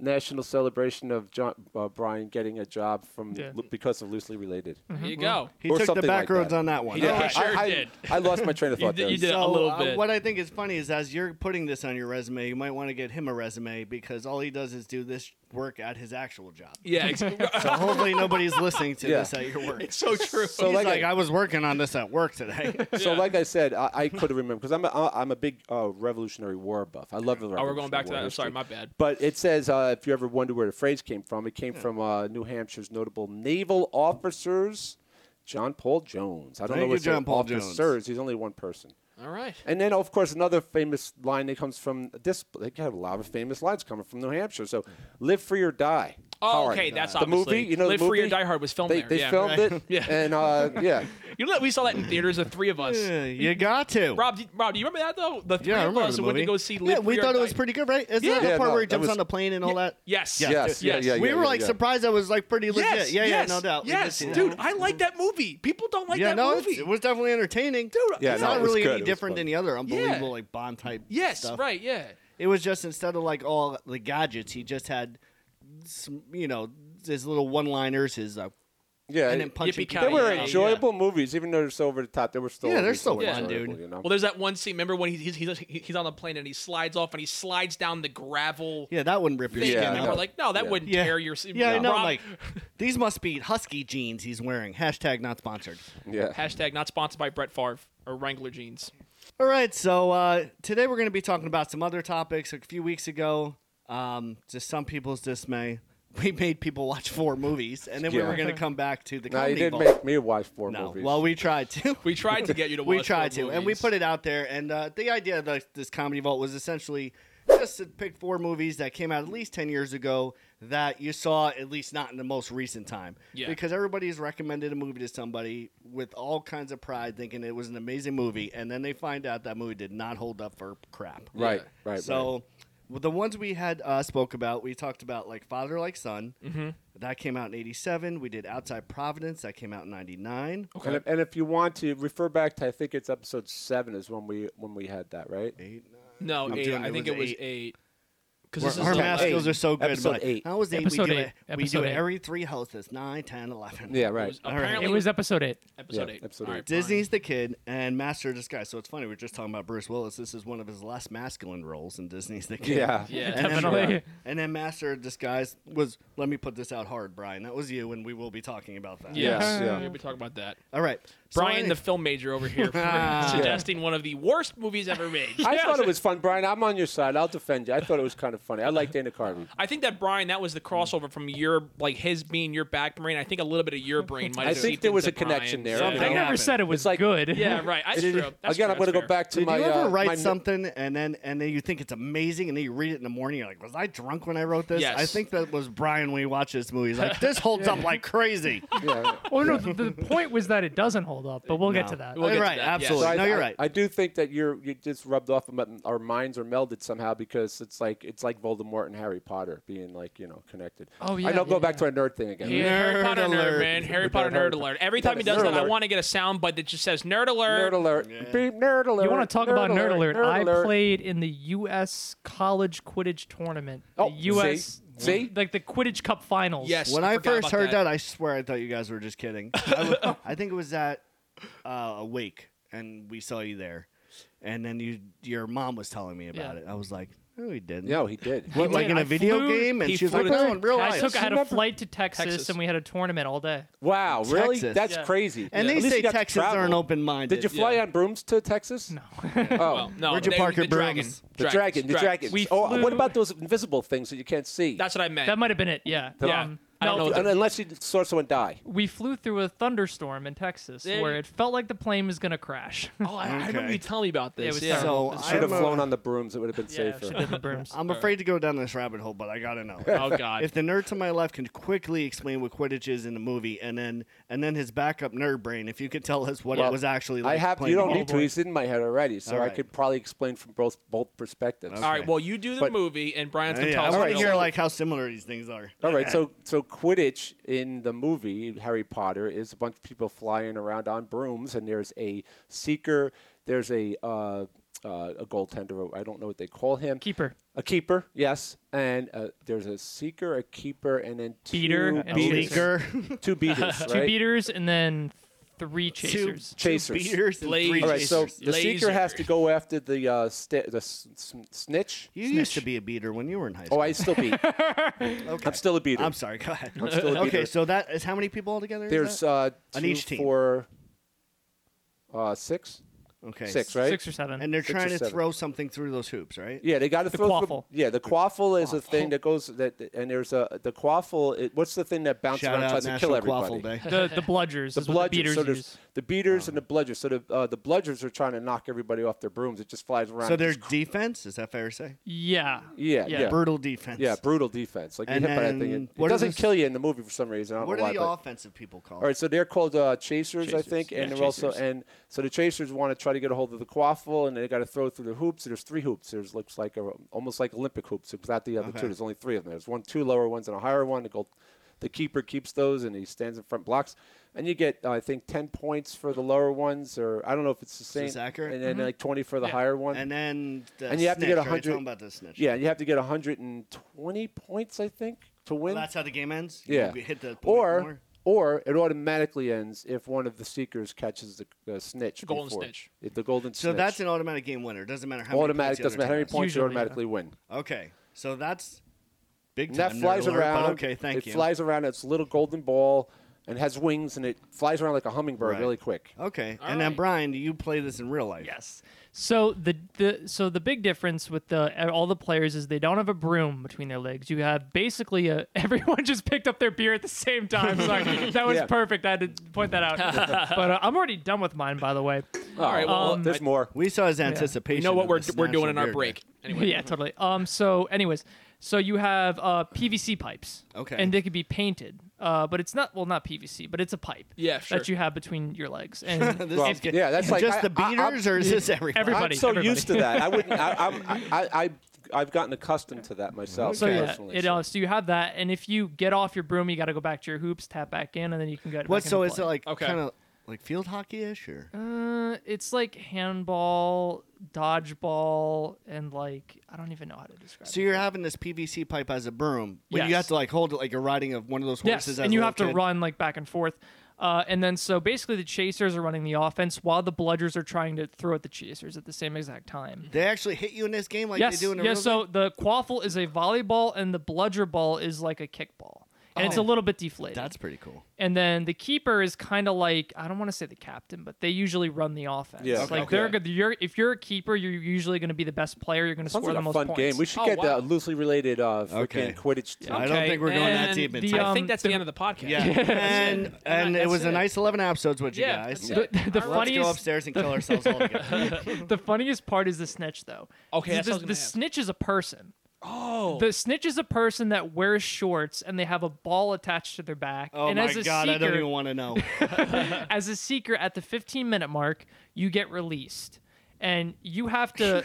[SPEAKER 3] national celebration of John uh, Brian getting a job from
[SPEAKER 5] Yeah.
[SPEAKER 3] because of loosely related.
[SPEAKER 4] There you go.
[SPEAKER 2] He took
[SPEAKER 3] Or
[SPEAKER 2] the
[SPEAKER 3] something like
[SPEAKER 2] back roads
[SPEAKER 3] that.
[SPEAKER 2] on that one.
[SPEAKER 4] Yeah.
[SPEAKER 2] All
[SPEAKER 3] I,
[SPEAKER 2] right.
[SPEAKER 4] sure
[SPEAKER 3] I,
[SPEAKER 4] did.
[SPEAKER 3] I lost my train of thought
[SPEAKER 4] did-
[SPEAKER 3] there.
[SPEAKER 4] you did. Yeah, a
[SPEAKER 2] So,
[SPEAKER 4] little
[SPEAKER 2] uh,
[SPEAKER 4] bit.
[SPEAKER 2] what I think is funny is as you're putting this on your resume, you might want to get him a resume because all he does is do this work at his actual job.
[SPEAKER 4] Yeah, ex-
[SPEAKER 2] So hopefully nobody's listening to
[SPEAKER 3] Yeah.
[SPEAKER 2] this at your work.
[SPEAKER 4] it's so true.
[SPEAKER 3] So
[SPEAKER 2] He's
[SPEAKER 3] like,
[SPEAKER 2] like,
[SPEAKER 3] I,
[SPEAKER 2] I was working on this at work today.
[SPEAKER 3] so like I said, I, I could have remembered because I'm a, I'm a big uh, Revolutionary War buff. I love the.
[SPEAKER 4] oh,
[SPEAKER 3] Revolutionary
[SPEAKER 4] we're going back to
[SPEAKER 3] War
[SPEAKER 4] that. I'm
[SPEAKER 3] history.
[SPEAKER 4] sorry, my bad. Hmm.
[SPEAKER 3] But it says uh, if you ever wonder where the phrase came from, it came from uh, New Hampshire's notable naval officers, John Paul Jones. I don't
[SPEAKER 2] Thank
[SPEAKER 3] know
[SPEAKER 2] you,
[SPEAKER 3] what's
[SPEAKER 2] John Paul Jones.
[SPEAKER 3] officers. He's only one person.
[SPEAKER 4] All right.
[SPEAKER 3] And then, of course, another famous line that comes from this. They got a lot of famous lines coming from New Hampshire. So, live free or die.
[SPEAKER 4] Oh,
[SPEAKER 3] Hard.
[SPEAKER 4] okay, that's
[SPEAKER 3] the
[SPEAKER 4] obviously.
[SPEAKER 3] movie. You know,
[SPEAKER 4] Live
[SPEAKER 3] the movie?
[SPEAKER 4] Free or Die Hard was filmed
[SPEAKER 3] They,
[SPEAKER 4] there.
[SPEAKER 3] they
[SPEAKER 4] yeah.
[SPEAKER 3] filmed it,
[SPEAKER 4] Yeah.
[SPEAKER 3] and uh, yeah,
[SPEAKER 4] You know, that we saw that in theaters. The three of us.
[SPEAKER 2] Yeah, you got to.
[SPEAKER 4] Rob, do, Rob, do you remember that though? The three
[SPEAKER 2] yeah, I
[SPEAKER 4] of
[SPEAKER 2] remember
[SPEAKER 4] us
[SPEAKER 2] the
[SPEAKER 4] went
[SPEAKER 2] movie.
[SPEAKER 4] to go see. Live
[SPEAKER 2] yeah, we
[SPEAKER 4] Free or
[SPEAKER 2] thought it
[SPEAKER 4] Die.
[SPEAKER 2] was pretty good, right? Isn't that
[SPEAKER 4] Yeah.
[SPEAKER 2] the
[SPEAKER 3] Yeah,
[SPEAKER 2] part
[SPEAKER 3] no,
[SPEAKER 2] where he
[SPEAKER 3] that
[SPEAKER 2] jumps
[SPEAKER 3] was-
[SPEAKER 2] on the plane and all that?
[SPEAKER 4] Yes.
[SPEAKER 2] Yeah.
[SPEAKER 3] yes, yeah,
[SPEAKER 4] Yes.
[SPEAKER 3] yeah.
[SPEAKER 2] we
[SPEAKER 3] yeah,
[SPEAKER 2] were
[SPEAKER 3] yeah,
[SPEAKER 2] like
[SPEAKER 3] yeah.
[SPEAKER 2] surprised that was like pretty legit.
[SPEAKER 4] Yes.
[SPEAKER 2] yeah, yeah,
[SPEAKER 4] yes,
[SPEAKER 2] no doubt. We did
[SPEAKER 4] Yes,
[SPEAKER 2] see that.
[SPEAKER 4] dude, I like that movie. People don't like
[SPEAKER 2] yeah,
[SPEAKER 4] that
[SPEAKER 2] no, it's-
[SPEAKER 4] movie.
[SPEAKER 2] it was definitely entertaining. Dude,
[SPEAKER 3] Yeah,
[SPEAKER 2] it's
[SPEAKER 3] no,
[SPEAKER 2] not
[SPEAKER 3] it was
[SPEAKER 2] really
[SPEAKER 3] good, it
[SPEAKER 2] any
[SPEAKER 3] was
[SPEAKER 2] different
[SPEAKER 3] fun.
[SPEAKER 2] than the other unbelievable
[SPEAKER 4] Yeah.
[SPEAKER 2] like Bond type.
[SPEAKER 4] yes.
[SPEAKER 2] stuff.
[SPEAKER 4] Right. Yeah.
[SPEAKER 2] It was just instead of like all the gadgets, he just had, some, you know, his little one-liners, his uh,
[SPEAKER 3] yeah.
[SPEAKER 2] and then punching.
[SPEAKER 4] Yippee-ki-yay.
[SPEAKER 3] they
[SPEAKER 2] people.
[SPEAKER 3] were
[SPEAKER 4] Yeah,
[SPEAKER 3] enjoyable movies, even though they're so over the top. They were still
[SPEAKER 2] Yeah, they're
[SPEAKER 3] still
[SPEAKER 2] still fun,
[SPEAKER 3] enjoyable,
[SPEAKER 2] dude.
[SPEAKER 3] You know?
[SPEAKER 4] Well, there's that one scene. Remember when he's he's he's on the plane and he slides off and he slides down the gravel.
[SPEAKER 2] Yeah, that wouldn't rip your
[SPEAKER 4] Thing,
[SPEAKER 3] Yeah,
[SPEAKER 2] skin
[SPEAKER 4] and
[SPEAKER 2] out.
[SPEAKER 4] we're like, no, that
[SPEAKER 3] Yeah.
[SPEAKER 4] wouldn't
[SPEAKER 2] Yeah.
[SPEAKER 4] tear your.
[SPEAKER 2] yeah, I know.
[SPEAKER 4] Rob-
[SPEAKER 2] Like, these must be husky jeans he's wearing. Hashtag not sponsored.
[SPEAKER 3] yeah.
[SPEAKER 4] Hashtag not sponsored by Brett Favre or Wrangler jeans.
[SPEAKER 2] All right, so uh, today we're going to be talking about some other topics. A few weeks ago, um, to some people's dismay, we made people watch four movies, and then we
[SPEAKER 3] Yeah.
[SPEAKER 2] were going to come back to the
[SPEAKER 3] Now you
[SPEAKER 2] comedy
[SPEAKER 3] did
[SPEAKER 2] vault.
[SPEAKER 3] make me watch four
[SPEAKER 2] no,
[SPEAKER 3] movies.
[SPEAKER 2] well, we tried to.
[SPEAKER 4] We tried to get you to watch.
[SPEAKER 2] we tried to,
[SPEAKER 4] four
[SPEAKER 2] and we
[SPEAKER 4] movies.
[SPEAKER 2] put it out there. And uh, the idea of the, this comedy vault was essentially just to pick four movies that came out at least ten years ago that you saw at least not in the most recent time.
[SPEAKER 4] Yeah.
[SPEAKER 2] Because everybody's recommended a movie to somebody with all kinds of pride, thinking it was an amazing movie, and then they find out that movie did not hold up for crap.
[SPEAKER 3] right,
[SPEAKER 4] Yeah.
[SPEAKER 3] right. right.
[SPEAKER 2] So. well, The ones we had uh, spoke about, we talked about like Father Like Son, mm-hmm. that came out in '87. We did Outside Providence, that came out in '99.
[SPEAKER 3] And if, and if you want to refer back to, I think it's episode seven is when we when we had that, right?
[SPEAKER 4] No, eight,
[SPEAKER 2] doing-
[SPEAKER 4] I
[SPEAKER 2] it
[SPEAKER 4] think
[SPEAKER 2] was
[SPEAKER 4] it was
[SPEAKER 2] eight.
[SPEAKER 4] eight. Because
[SPEAKER 2] Our-
[SPEAKER 4] this is
[SPEAKER 2] our
[SPEAKER 4] the
[SPEAKER 2] math
[SPEAKER 4] last-
[SPEAKER 2] skills are so good.
[SPEAKER 3] Episode
[SPEAKER 2] but
[SPEAKER 3] eight.
[SPEAKER 2] How is eight?
[SPEAKER 5] Episode
[SPEAKER 2] we
[SPEAKER 5] eight.
[SPEAKER 2] do it, we do
[SPEAKER 5] Episode
[SPEAKER 2] it
[SPEAKER 5] eight.
[SPEAKER 2] every three hosts, 9, 10, 11.
[SPEAKER 3] Yeah,
[SPEAKER 4] it
[SPEAKER 3] right.
[SPEAKER 4] was apparently
[SPEAKER 5] It was episode eight.
[SPEAKER 4] episode
[SPEAKER 3] Yeah,
[SPEAKER 4] eight.
[SPEAKER 3] episode eight.
[SPEAKER 4] All right, fine.
[SPEAKER 2] Disney's the kid and Master of Disguise. So it's funny. We are just talking about Bruce Willis. This is one of his less masculine roles in Disney's the kid.
[SPEAKER 3] Yeah.
[SPEAKER 4] Yeah,
[SPEAKER 2] And then,
[SPEAKER 5] Definitely.
[SPEAKER 2] uh, and then Master of Disguise was, let me put this out hard, Brian. That was you, and we will be talking about that.
[SPEAKER 4] Yes,
[SPEAKER 3] Yes, yeah.
[SPEAKER 4] We'll be talking about that.
[SPEAKER 2] All right. So
[SPEAKER 4] Brian,
[SPEAKER 2] any-
[SPEAKER 4] the film major over here, for suggesting one of the worst movies ever made.
[SPEAKER 3] I thought it was fun, Brian. I'm on your side. I'll defend you. I thought it was kind of funny. I liked Dana Carvey.
[SPEAKER 4] I think that Brian, that was the crossover from your like his being your back brain. I think a little bit of your brain might.
[SPEAKER 3] I
[SPEAKER 4] have
[SPEAKER 3] think
[SPEAKER 4] seeped
[SPEAKER 3] there was
[SPEAKER 4] into
[SPEAKER 3] a connection
[SPEAKER 4] Brian's.
[SPEAKER 3] there,
[SPEAKER 4] Yeah.
[SPEAKER 3] you
[SPEAKER 5] I
[SPEAKER 3] know?
[SPEAKER 5] never
[SPEAKER 3] happened.
[SPEAKER 5] said it was
[SPEAKER 3] It's like-
[SPEAKER 5] good.
[SPEAKER 4] Yeah, right. That's
[SPEAKER 3] It- it-
[SPEAKER 4] true. That's
[SPEAKER 3] again,
[SPEAKER 4] true.
[SPEAKER 3] I'm going to
[SPEAKER 4] That's
[SPEAKER 3] go
[SPEAKER 4] fair.
[SPEAKER 3] back to
[SPEAKER 2] Did
[SPEAKER 3] my.
[SPEAKER 2] you ever
[SPEAKER 3] uh, my-
[SPEAKER 2] write something and then and then you think it's amazing and then you read it in the morning you're like was I drunk when I wrote this?
[SPEAKER 4] Yes.
[SPEAKER 2] I think that was Brian when he watched this movie. He's like this holds up like crazy.
[SPEAKER 3] Yeah.
[SPEAKER 5] Well, no, the, the point was that it doesn't hold up, but we'll get to that.
[SPEAKER 4] We'll get to
[SPEAKER 2] right,
[SPEAKER 4] that, yes.
[SPEAKER 2] absolutely.
[SPEAKER 4] So
[SPEAKER 3] I-
[SPEAKER 2] no, you're
[SPEAKER 3] I-
[SPEAKER 2] right.
[SPEAKER 3] I, do think that you're you just rubbed off, but our minds are melded somehow because it's like it's like Voldemort and Harry Potter being like you know connected.
[SPEAKER 5] Oh, yeah,
[SPEAKER 3] I know.
[SPEAKER 5] yeah,
[SPEAKER 3] go back to our nerd thing again.
[SPEAKER 4] Yeah, Harry
[SPEAKER 2] Nerd
[SPEAKER 4] Potter nerd,
[SPEAKER 2] alert.
[SPEAKER 4] man. Harry Potter nerd
[SPEAKER 3] Nerd
[SPEAKER 4] alert. Every time he does
[SPEAKER 3] Nerd
[SPEAKER 4] that, I
[SPEAKER 3] alert.
[SPEAKER 4] want to get a sound bite that just says nerd
[SPEAKER 3] Nerd
[SPEAKER 4] alert.
[SPEAKER 3] alert! Beep, nerd alert!
[SPEAKER 5] You want to talk about nerd alert? I
[SPEAKER 3] alert.
[SPEAKER 5] played in the U.S. college Quidditch tournament.
[SPEAKER 3] Oh,
[SPEAKER 5] the U.S.
[SPEAKER 3] see? See?
[SPEAKER 5] like the Quidditch Cup finals.
[SPEAKER 4] Yes.
[SPEAKER 2] when I,
[SPEAKER 4] forgot
[SPEAKER 2] first
[SPEAKER 4] about
[SPEAKER 2] heard that.
[SPEAKER 4] that.
[SPEAKER 2] I swear I thought you guys were just kidding. I, was, I think it was at uh, Awake, and we saw you there, and then you your mom was telling me about
[SPEAKER 5] Yeah.
[SPEAKER 2] it. I was like, no, he didn't.
[SPEAKER 3] No, he did.
[SPEAKER 2] what, like
[SPEAKER 5] did.
[SPEAKER 2] in a
[SPEAKER 5] I
[SPEAKER 2] video
[SPEAKER 5] flew-
[SPEAKER 2] game, and
[SPEAKER 4] he
[SPEAKER 2] she was
[SPEAKER 4] flew
[SPEAKER 2] like,
[SPEAKER 4] to-
[SPEAKER 2] no, in real
[SPEAKER 5] I
[SPEAKER 2] life.
[SPEAKER 5] took I had a
[SPEAKER 3] Remember-
[SPEAKER 5] flight to Texas,
[SPEAKER 4] Texas.
[SPEAKER 5] and we had a tournament all day.
[SPEAKER 3] Wow, really?
[SPEAKER 2] Texas.
[SPEAKER 3] That's
[SPEAKER 5] Yeah.
[SPEAKER 3] crazy.
[SPEAKER 2] and
[SPEAKER 3] At
[SPEAKER 2] they
[SPEAKER 3] least
[SPEAKER 2] say
[SPEAKER 3] you got to
[SPEAKER 2] Texans
[SPEAKER 3] travel.
[SPEAKER 2] aren't open-minded.
[SPEAKER 3] Did you fly
[SPEAKER 4] Yeah.
[SPEAKER 3] on brooms to Texas? No. Oh,
[SPEAKER 4] Well, no,
[SPEAKER 2] Where'd you
[SPEAKER 4] they-
[SPEAKER 2] park
[SPEAKER 4] the
[SPEAKER 2] your
[SPEAKER 4] dragon.
[SPEAKER 2] brooms?
[SPEAKER 3] the dragon, the dragon.
[SPEAKER 5] We
[SPEAKER 3] oh,
[SPEAKER 5] flew-
[SPEAKER 3] what about those invisible things that you can't see?
[SPEAKER 4] That's what I meant.
[SPEAKER 5] That might have been it. Yeah. Um,
[SPEAKER 4] Yeah. I don't
[SPEAKER 5] no,
[SPEAKER 4] know.
[SPEAKER 3] Un- unless you saw someone die.
[SPEAKER 5] We flew through a thunderstorm in Texas,
[SPEAKER 4] There
[SPEAKER 5] where
[SPEAKER 4] you-
[SPEAKER 5] it felt like the plane was gonna crash.
[SPEAKER 4] oh, I, I remember
[SPEAKER 2] Okay.
[SPEAKER 4] you telling me about
[SPEAKER 5] Yeah, it
[SPEAKER 4] this.
[SPEAKER 5] was
[SPEAKER 4] Yeah.
[SPEAKER 5] terrible.
[SPEAKER 2] So
[SPEAKER 5] That's
[SPEAKER 3] Should have
[SPEAKER 2] I'm, uh,
[SPEAKER 3] flown on the brooms. It would have been
[SPEAKER 5] yeah,
[SPEAKER 3] safer.
[SPEAKER 5] should have the brooms.
[SPEAKER 2] I'm afraid to go down this rabbit hole, but I gotta know.
[SPEAKER 4] oh God.
[SPEAKER 2] If the nerd to my left can quickly explain what Quidditch is in the movie, and then and then his backup nerd brain, if you could tell us what
[SPEAKER 3] Well,
[SPEAKER 2] it was actually
[SPEAKER 3] I
[SPEAKER 2] like.
[SPEAKER 3] have.
[SPEAKER 2] playing
[SPEAKER 3] You
[SPEAKER 2] the
[SPEAKER 3] don't
[SPEAKER 2] game.
[SPEAKER 3] need to. He's in my head already, so
[SPEAKER 2] All
[SPEAKER 3] I
[SPEAKER 2] right.
[SPEAKER 3] could probably explain from both both perspectives.
[SPEAKER 4] All right. Well, you do the
[SPEAKER 3] But-
[SPEAKER 4] movie, and Brian's gonna
[SPEAKER 2] Yeah,
[SPEAKER 4] tell
[SPEAKER 2] I
[SPEAKER 4] us.
[SPEAKER 2] want
[SPEAKER 4] what
[SPEAKER 2] to
[SPEAKER 4] it
[SPEAKER 2] hear
[SPEAKER 4] is.
[SPEAKER 2] like how similar these things are.
[SPEAKER 3] All right, so so Quidditch in the movie Harry Potter is a bunch of people flying around on brooms, and there's a seeker, there's a uh, uh, a goaltender. I don't know what they call him.
[SPEAKER 5] Keeper.
[SPEAKER 3] A keeper, yes, and uh, there's a seeker, a keeper, and then two
[SPEAKER 5] Beater and
[SPEAKER 3] beaters.
[SPEAKER 2] Leaker,
[SPEAKER 3] two beaters, right?
[SPEAKER 5] Two beaters and then three chasers.
[SPEAKER 3] chasers.
[SPEAKER 2] beaters, and
[SPEAKER 4] Blazers.
[SPEAKER 2] three
[SPEAKER 3] All right, so
[SPEAKER 2] chasers.
[SPEAKER 3] the seeker has to
[SPEAKER 4] Laser.
[SPEAKER 3] go after the uh, sti the s- s- snitch.
[SPEAKER 2] you used to be a beater when you were in high school.
[SPEAKER 3] Oh, I still beat. I'm still a beater.
[SPEAKER 2] I'm sorry. Go ahead.
[SPEAKER 3] I'm still a
[SPEAKER 2] okay,
[SPEAKER 3] beater.
[SPEAKER 2] so that is how many people altogether? is
[SPEAKER 3] There's
[SPEAKER 2] that?
[SPEAKER 3] uh, two,
[SPEAKER 2] On each team.
[SPEAKER 3] four, uh, six,
[SPEAKER 2] okay,
[SPEAKER 3] six, right?
[SPEAKER 5] Six or seven.
[SPEAKER 2] and they're
[SPEAKER 3] six or
[SPEAKER 2] trying to
[SPEAKER 3] seven.
[SPEAKER 2] throw something through those hoops, right?
[SPEAKER 3] Yeah, they got to
[SPEAKER 5] The
[SPEAKER 3] throw.
[SPEAKER 5] quaffle.
[SPEAKER 3] yeah, the quaffle is a thing that goes that, and there's a the quaffle. It, what's the thing that bounces
[SPEAKER 2] Shout
[SPEAKER 3] around and
[SPEAKER 2] out
[SPEAKER 3] tries to kill
[SPEAKER 2] National
[SPEAKER 3] everybody?
[SPEAKER 2] Quaffle Day.
[SPEAKER 5] the the bludgers.
[SPEAKER 3] The
[SPEAKER 5] is what the
[SPEAKER 3] bludgeon.
[SPEAKER 5] beaters
[SPEAKER 3] So there's
[SPEAKER 5] use.
[SPEAKER 3] The beaters
[SPEAKER 2] Oh.
[SPEAKER 3] and the bludgers. So the uh, the bludgers are trying to knock everybody off their brooms. It just flies around.
[SPEAKER 2] So
[SPEAKER 3] and
[SPEAKER 2] their
[SPEAKER 3] just-
[SPEAKER 2] defense is that fair to say?
[SPEAKER 5] Yeah.
[SPEAKER 3] yeah, yeah, yeah,
[SPEAKER 2] Brutal defense.
[SPEAKER 3] brutal defense. Like you
[SPEAKER 2] And
[SPEAKER 3] hit by that thing.
[SPEAKER 2] then
[SPEAKER 3] It, it
[SPEAKER 2] what are
[SPEAKER 3] doesn't
[SPEAKER 2] the-
[SPEAKER 3] kill you in the movie for some reason. I don't
[SPEAKER 2] What
[SPEAKER 3] know why.
[SPEAKER 2] are the
[SPEAKER 3] but-
[SPEAKER 2] offensive people called?
[SPEAKER 3] all right, so they're called uh, chasers, I think,
[SPEAKER 4] Yeah,
[SPEAKER 3] and they're also
[SPEAKER 4] chasers.
[SPEAKER 3] and so the chasers want to try to get a hold of the quaffle, and they got to throw through the hoops. There's three hoops. There's looks like a, almost like Olympic hoops, without the other two. There's only three of them. There's one, two lower ones, and a higher one. The goal, the keeper keeps those, and he stands in front blocks, and you get uh, I think ten points for the lower ones, or I don't know if it's the same,
[SPEAKER 2] this accurate? Mm-hmm.
[SPEAKER 3] and then like twenty for the higher one.
[SPEAKER 2] And then the
[SPEAKER 3] And you have to
[SPEAKER 2] snitch,
[SPEAKER 3] get
[SPEAKER 2] right?
[SPEAKER 3] 100
[SPEAKER 2] Talking about the snitch.
[SPEAKER 3] yeah, and you have to get 120 points, I think, to win.
[SPEAKER 2] Well, that's how the game ends. You
[SPEAKER 3] Yeah.
[SPEAKER 2] hit the point
[SPEAKER 3] or
[SPEAKER 2] more.
[SPEAKER 3] or it automatically ends if one of the seekers catches the, the snitch.
[SPEAKER 4] golden
[SPEAKER 3] before-
[SPEAKER 4] snitch.
[SPEAKER 3] if the golden
[SPEAKER 2] So
[SPEAKER 3] snitch.
[SPEAKER 2] that's an automatic game winner. Doesn't matter how many points
[SPEAKER 3] automatic.
[SPEAKER 2] the
[SPEAKER 3] Doesn't
[SPEAKER 2] other
[SPEAKER 3] matter how many
[SPEAKER 2] team
[SPEAKER 3] points you
[SPEAKER 5] Usually, yeah.
[SPEAKER 3] automatically win.
[SPEAKER 2] has. Okay, so that's big
[SPEAKER 3] And
[SPEAKER 2] time.
[SPEAKER 3] that flies
[SPEAKER 2] nerd alert,
[SPEAKER 3] around.
[SPEAKER 2] But okay, thank
[SPEAKER 3] it
[SPEAKER 2] you.
[SPEAKER 3] flies around. It's a little golden ball and has wings and it flies around like a hummingbird
[SPEAKER 2] Right.
[SPEAKER 3] really quick.
[SPEAKER 2] Okay, and then
[SPEAKER 4] right.
[SPEAKER 2] Brian, do you play this in real life?
[SPEAKER 5] Yes. So the, the so the big difference with the e, all the players is they don't have a broom between their legs. You have basically a, everyone just picked up their beer at the same time. Sorry, that was
[SPEAKER 3] Yeah.
[SPEAKER 5] perfect. I had to point that out. but uh, I'm already done with mine, by the way.
[SPEAKER 3] All
[SPEAKER 4] right, well, Um,
[SPEAKER 3] Oh, there's more.
[SPEAKER 2] We saw his anticipation.
[SPEAKER 4] You know what
[SPEAKER 2] of
[SPEAKER 4] we're
[SPEAKER 2] this
[SPEAKER 4] we're doing in
[SPEAKER 2] national
[SPEAKER 4] our
[SPEAKER 2] beer
[SPEAKER 4] break.
[SPEAKER 2] day.
[SPEAKER 4] Anyway,
[SPEAKER 5] yeah, totally. Um. So, anyways, so you have uh, PVC pipes.
[SPEAKER 2] Okay.
[SPEAKER 5] And they could be painted. Uh, but it's not well, not PVC, but it's a pipe.
[SPEAKER 4] Yeah, sure.
[SPEAKER 5] That you have between your legs. And
[SPEAKER 2] This
[SPEAKER 3] Well,
[SPEAKER 2] is good.
[SPEAKER 3] yeah, that's like-
[SPEAKER 2] just
[SPEAKER 3] I-
[SPEAKER 2] the
[SPEAKER 3] I- I'm-
[SPEAKER 2] beaters, or is this everybody?
[SPEAKER 5] Everybody.
[SPEAKER 3] I'm so used to
[SPEAKER 5] everybody.
[SPEAKER 3] that. I wouldn't. I, I'm, I, I, I've gotten accustomed to that myself.
[SPEAKER 5] so yeah,
[SPEAKER 3] personally,
[SPEAKER 5] it
[SPEAKER 3] so.
[SPEAKER 5] uh, so you have that, and if you get off your broom, you got to go back to your hoops, tap back in, and then you can get.
[SPEAKER 2] What?
[SPEAKER 5] back
[SPEAKER 2] So
[SPEAKER 5] into
[SPEAKER 2] is it
[SPEAKER 5] play.
[SPEAKER 2] like
[SPEAKER 4] Okay.
[SPEAKER 2] kind of like field hockey ish or?
[SPEAKER 5] Uh, it's like handball, dodgeball, and like I don't even know how to describe.
[SPEAKER 2] So
[SPEAKER 5] it.
[SPEAKER 2] you're having this PVC pipe as a broom, but you
[SPEAKER 5] Yes.
[SPEAKER 2] have to like hold it like you're riding of one of those horses.
[SPEAKER 5] Yes,
[SPEAKER 2] as
[SPEAKER 5] and
[SPEAKER 2] a
[SPEAKER 5] you
[SPEAKER 2] little
[SPEAKER 5] have to
[SPEAKER 2] kid.
[SPEAKER 5] run like back and forth. Uh, and then so basically the chasers are running the offense while the bludgers are trying to throw at the chasers at the same exact time.
[SPEAKER 2] They actually hit you in this game like
[SPEAKER 5] yes,
[SPEAKER 2] they do in a
[SPEAKER 5] yes.
[SPEAKER 2] real
[SPEAKER 5] so the quaffle is a volleyball and the bludger ball is like a kickball, and it's a little bit deflated.
[SPEAKER 2] That's pretty cool.
[SPEAKER 5] and then the keeper is kind of like I don't want to say the captain, but they usually run the offense.
[SPEAKER 3] Yeah.
[SPEAKER 5] like
[SPEAKER 3] Okay.
[SPEAKER 5] they're good. You're, if you're a keeper, you're usually going to be the best player. You're going to
[SPEAKER 3] Sounds
[SPEAKER 5] score
[SPEAKER 3] like
[SPEAKER 5] the
[SPEAKER 3] a
[SPEAKER 5] most
[SPEAKER 3] fun
[SPEAKER 5] points.
[SPEAKER 3] game. We should
[SPEAKER 4] Oh,
[SPEAKER 3] get
[SPEAKER 4] wow.
[SPEAKER 3] the loosely related uh, freaking
[SPEAKER 2] Okay.
[SPEAKER 3] Quidditch team.
[SPEAKER 2] I don't
[SPEAKER 4] okay,
[SPEAKER 2] think we're going that
[SPEAKER 4] and
[SPEAKER 2] deep into
[SPEAKER 5] the,
[SPEAKER 2] it.
[SPEAKER 4] I
[SPEAKER 5] um,
[SPEAKER 4] think that's the, end of the podcast.
[SPEAKER 2] yeah, and and it
[SPEAKER 4] that's
[SPEAKER 2] was a
[SPEAKER 4] it.
[SPEAKER 2] nice 11 episodes with you
[SPEAKER 4] Yeah,
[SPEAKER 2] guys.
[SPEAKER 4] that's it.
[SPEAKER 5] The, the
[SPEAKER 4] All
[SPEAKER 2] Let's
[SPEAKER 5] funniest
[SPEAKER 2] go upstairs and kill ourselves all together.
[SPEAKER 5] the funniest part is the snitch though.
[SPEAKER 4] Okay, that's
[SPEAKER 5] the,
[SPEAKER 4] what I was
[SPEAKER 5] the
[SPEAKER 4] gonna ask.
[SPEAKER 5] snitch is a person. Oh, the snitch is a person that wears shorts and they have a ball attached to their back.
[SPEAKER 2] Oh
[SPEAKER 5] and
[SPEAKER 2] my
[SPEAKER 5] as a
[SPEAKER 2] god,
[SPEAKER 5] seeker,
[SPEAKER 2] I don't even want to know.
[SPEAKER 5] as a seeker at the 15 minute mark, you get released, and you have to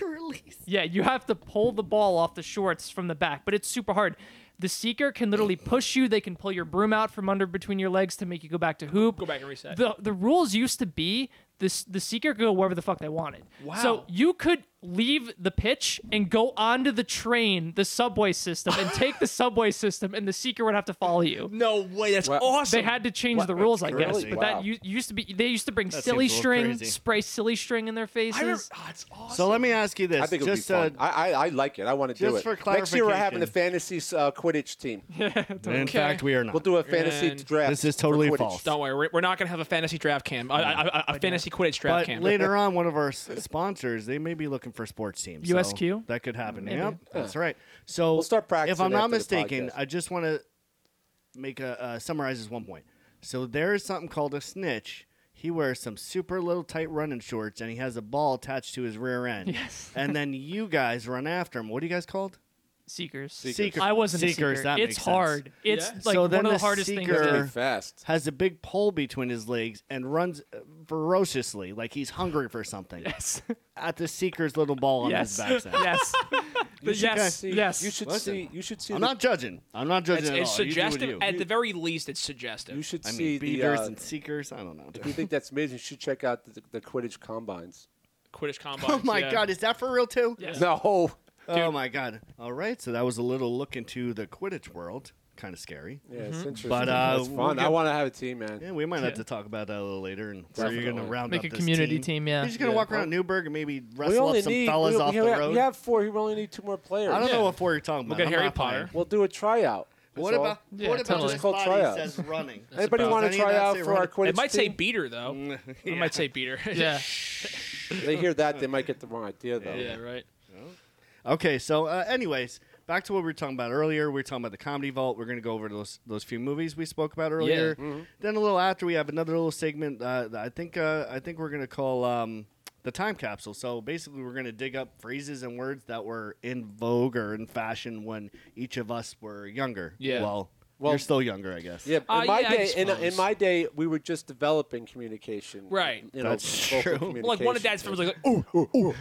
[SPEAKER 5] yeah, you have to pull the ball off the shorts from the back, but it's super hard. The seeker can literally push you. They can pull your broom out from under between your legs to make you go back to hoop.
[SPEAKER 4] Go back and reset.
[SPEAKER 5] The the rules used to be this the seeker could go wherever the fuck they wanted.
[SPEAKER 4] Wow.
[SPEAKER 5] So you could leave the pitch and go onto the train, the subway system, and take the subway system, and the seeker would have to follow you.
[SPEAKER 4] No way. That's
[SPEAKER 3] Wow.
[SPEAKER 4] awesome.
[SPEAKER 5] They had to change the rules, I guess.
[SPEAKER 2] crazy.
[SPEAKER 5] But
[SPEAKER 3] Wow.
[SPEAKER 5] that u- used to be they used to bring
[SPEAKER 2] That
[SPEAKER 5] silly
[SPEAKER 2] seems a little
[SPEAKER 5] string,
[SPEAKER 2] crazy.
[SPEAKER 5] spray silly string in their faces.
[SPEAKER 4] I remember, oh, it's awesome.
[SPEAKER 2] so let me ask you this:
[SPEAKER 3] I think it would be
[SPEAKER 2] just uh,
[SPEAKER 3] fun. I, I, I like it. I want to do
[SPEAKER 2] just
[SPEAKER 3] it.
[SPEAKER 2] for
[SPEAKER 3] Next year we're having a
[SPEAKER 2] clarification-
[SPEAKER 3] fantasy uh, Quidditch team.
[SPEAKER 2] uh, in fact, we are not.
[SPEAKER 3] We'll do a fantasy
[SPEAKER 4] And-
[SPEAKER 3] draft.
[SPEAKER 2] This is
[SPEAKER 3] for
[SPEAKER 2] totally
[SPEAKER 3] Quidditch.
[SPEAKER 2] false.
[SPEAKER 4] Don't worry, we're- we're not gonna have a fantasy draft cam, a, a, a, a fantasy Quidditch draft
[SPEAKER 2] but
[SPEAKER 4] cam.
[SPEAKER 2] later on, one of our s- sponsors, they may be looking for sports teams. so
[SPEAKER 5] USQ?
[SPEAKER 2] that could happen. Yep, that's right. So
[SPEAKER 3] We'll start
[SPEAKER 2] If
[SPEAKER 3] practicing
[SPEAKER 2] I'm not
[SPEAKER 3] after the
[SPEAKER 2] mistaken,
[SPEAKER 3] podcast.
[SPEAKER 2] I just want to make a uh, summarize this one point. So there is something called a snitch. He wears some super little tight running shorts, and he has a ball attached to his rear end.
[SPEAKER 5] Yes.
[SPEAKER 2] and then you guys run after him. What are you guys called?
[SPEAKER 5] Seekers.
[SPEAKER 2] Seekers.
[SPEAKER 5] I wasn't
[SPEAKER 2] Seekers,
[SPEAKER 5] A seeker.
[SPEAKER 2] that
[SPEAKER 5] it's
[SPEAKER 2] makes sense.
[SPEAKER 5] hard. It's
[SPEAKER 4] Yeah.
[SPEAKER 5] like
[SPEAKER 2] So
[SPEAKER 5] one
[SPEAKER 2] then
[SPEAKER 5] of the
[SPEAKER 2] the
[SPEAKER 5] hardest things.
[SPEAKER 2] seeker-
[SPEAKER 5] To
[SPEAKER 3] Pretty
[SPEAKER 5] do.
[SPEAKER 3] fast.
[SPEAKER 2] Has a big pole between his legs and runs uh, ferociously, like he's hungry for something. Yes. At the seeker's little ball on
[SPEAKER 5] Yes.
[SPEAKER 2] his backside.
[SPEAKER 5] yes. But yes.
[SPEAKER 3] See,
[SPEAKER 5] yes.
[SPEAKER 3] You should
[SPEAKER 2] Listen.
[SPEAKER 3] see. You should see.
[SPEAKER 2] I'm
[SPEAKER 3] the,
[SPEAKER 2] not judging. I'm not judging
[SPEAKER 4] it's,
[SPEAKER 2] at
[SPEAKER 4] it's
[SPEAKER 2] all.
[SPEAKER 4] suggestive.
[SPEAKER 2] You do what
[SPEAKER 4] At
[SPEAKER 2] you.
[SPEAKER 4] the very least, it's suggestive.
[SPEAKER 3] You should
[SPEAKER 2] I mean,
[SPEAKER 3] see the.
[SPEAKER 2] beaters
[SPEAKER 3] Uh,
[SPEAKER 2] and seekers. I don't know.
[SPEAKER 3] if you think that's amazing, you should check out the, the Quidditch combines.
[SPEAKER 4] Quidditch combine.
[SPEAKER 2] Oh my God, is that for real too?
[SPEAKER 5] Yes.
[SPEAKER 3] No.
[SPEAKER 2] Oh my God. All right, so that was a little look into the Quidditch world. Kind of scary.
[SPEAKER 3] Yeah, it's interesting.
[SPEAKER 2] But, uh,
[SPEAKER 3] it's fun.
[SPEAKER 2] we'll
[SPEAKER 3] I
[SPEAKER 2] get-
[SPEAKER 3] want to have a team, man.
[SPEAKER 2] Yeah, we might have to talk about that a little later, and where you're going to
[SPEAKER 3] Definitely.
[SPEAKER 2] round
[SPEAKER 5] Make
[SPEAKER 2] up
[SPEAKER 5] a
[SPEAKER 2] this
[SPEAKER 5] community team, yeah.
[SPEAKER 2] You're just going to
[SPEAKER 3] Yeah.
[SPEAKER 2] walk around Newburgh and maybe
[SPEAKER 3] We
[SPEAKER 2] wrestle
[SPEAKER 3] only
[SPEAKER 2] up some
[SPEAKER 3] need.
[SPEAKER 2] fellas
[SPEAKER 3] we,
[SPEAKER 2] off
[SPEAKER 3] we
[SPEAKER 2] the
[SPEAKER 3] have,
[SPEAKER 2] road.
[SPEAKER 3] We have four. We only need two more players.
[SPEAKER 2] I don't
[SPEAKER 4] Yeah.
[SPEAKER 2] know what four you're talking about.
[SPEAKER 4] got
[SPEAKER 2] I'm
[SPEAKER 4] Harry
[SPEAKER 2] not playing.
[SPEAKER 4] Potter.
[SPEAKER 3] We'll do a tryout. That's
[SPEAKER 2] What
[SPEAKER 3] all.
[SPEAKER 2] about
[SPEAKER 5] Yeah,
[SPEAKER 2] what about
[SPEAKER 5] totally.
[SPEAKER 2] this
[SPEAKER 5] It's
[SPEAKER 3] called
[SPEAKER 2] body
[SPEAKER 3] tryouts.
[SPEAKER 2] says running?
[SPEAKER 3] Anybody want
[SPEAKER 2] Does any
[SPEAKER 3] to
[SPEAKER 2] of
[SPEAKER 3] try
[SPEAKER 2] that
[SPEAKER 3] out
[SPEAKER 2] say
[SPEAKER 3] for our
[SPEAKER 2] running?
[SPEAKER 3] Quidditch?
[SPEAKER 4] It might say
[SPEAKER 3] team?
[SPEAKER 4] beater
[SPEAKER 2] Mm,
[SPEAKER 4] though. It might say beater.
[SPEAKER 5] Yeah.
[SPEAKER 3] They hear that, they might get the wrong idea though.
[SPEAKER 4] yeah. Right.
[SPEAKER 2] Okay, so uh, anyways, back to what we were talking about earlier. We were talking about the Comedy Vault. We're going to go over those those few movies we spoke about earlier. Then a little after, we have another little segment. Uh, that I think uh, I think we're going to call um, the time capsule. So basically, we're going to dig up phrases and words that were in vogue or in fashion when each of us were younger.
[SPEAKER 4] Yeah.
[SPEAKER 2] Well,
[SPEAKER 3] Well-
[SPEAKER 2] you're still younger, I guess.
[SPEAKER 3] Yeah, in
[SPEAKER 4] Uh,
[SPEAKER 3] my
[SPEAKER 4] yeah, I
[SPEAKER 3] day, in, in
[SPEAKER 4] suppose.
[SPEAKER 3] my day, we were just developing communication.
[SPEAKER 4] Right.
[SPEAKER 3] you know,
[SPEAKER 2] That's
[SPEAKER 3] vocal
[SPEAKER 2] true.
[SPEAKER 3] communication.
[SPEAKER 4] Like one of Dad's films, like, oh,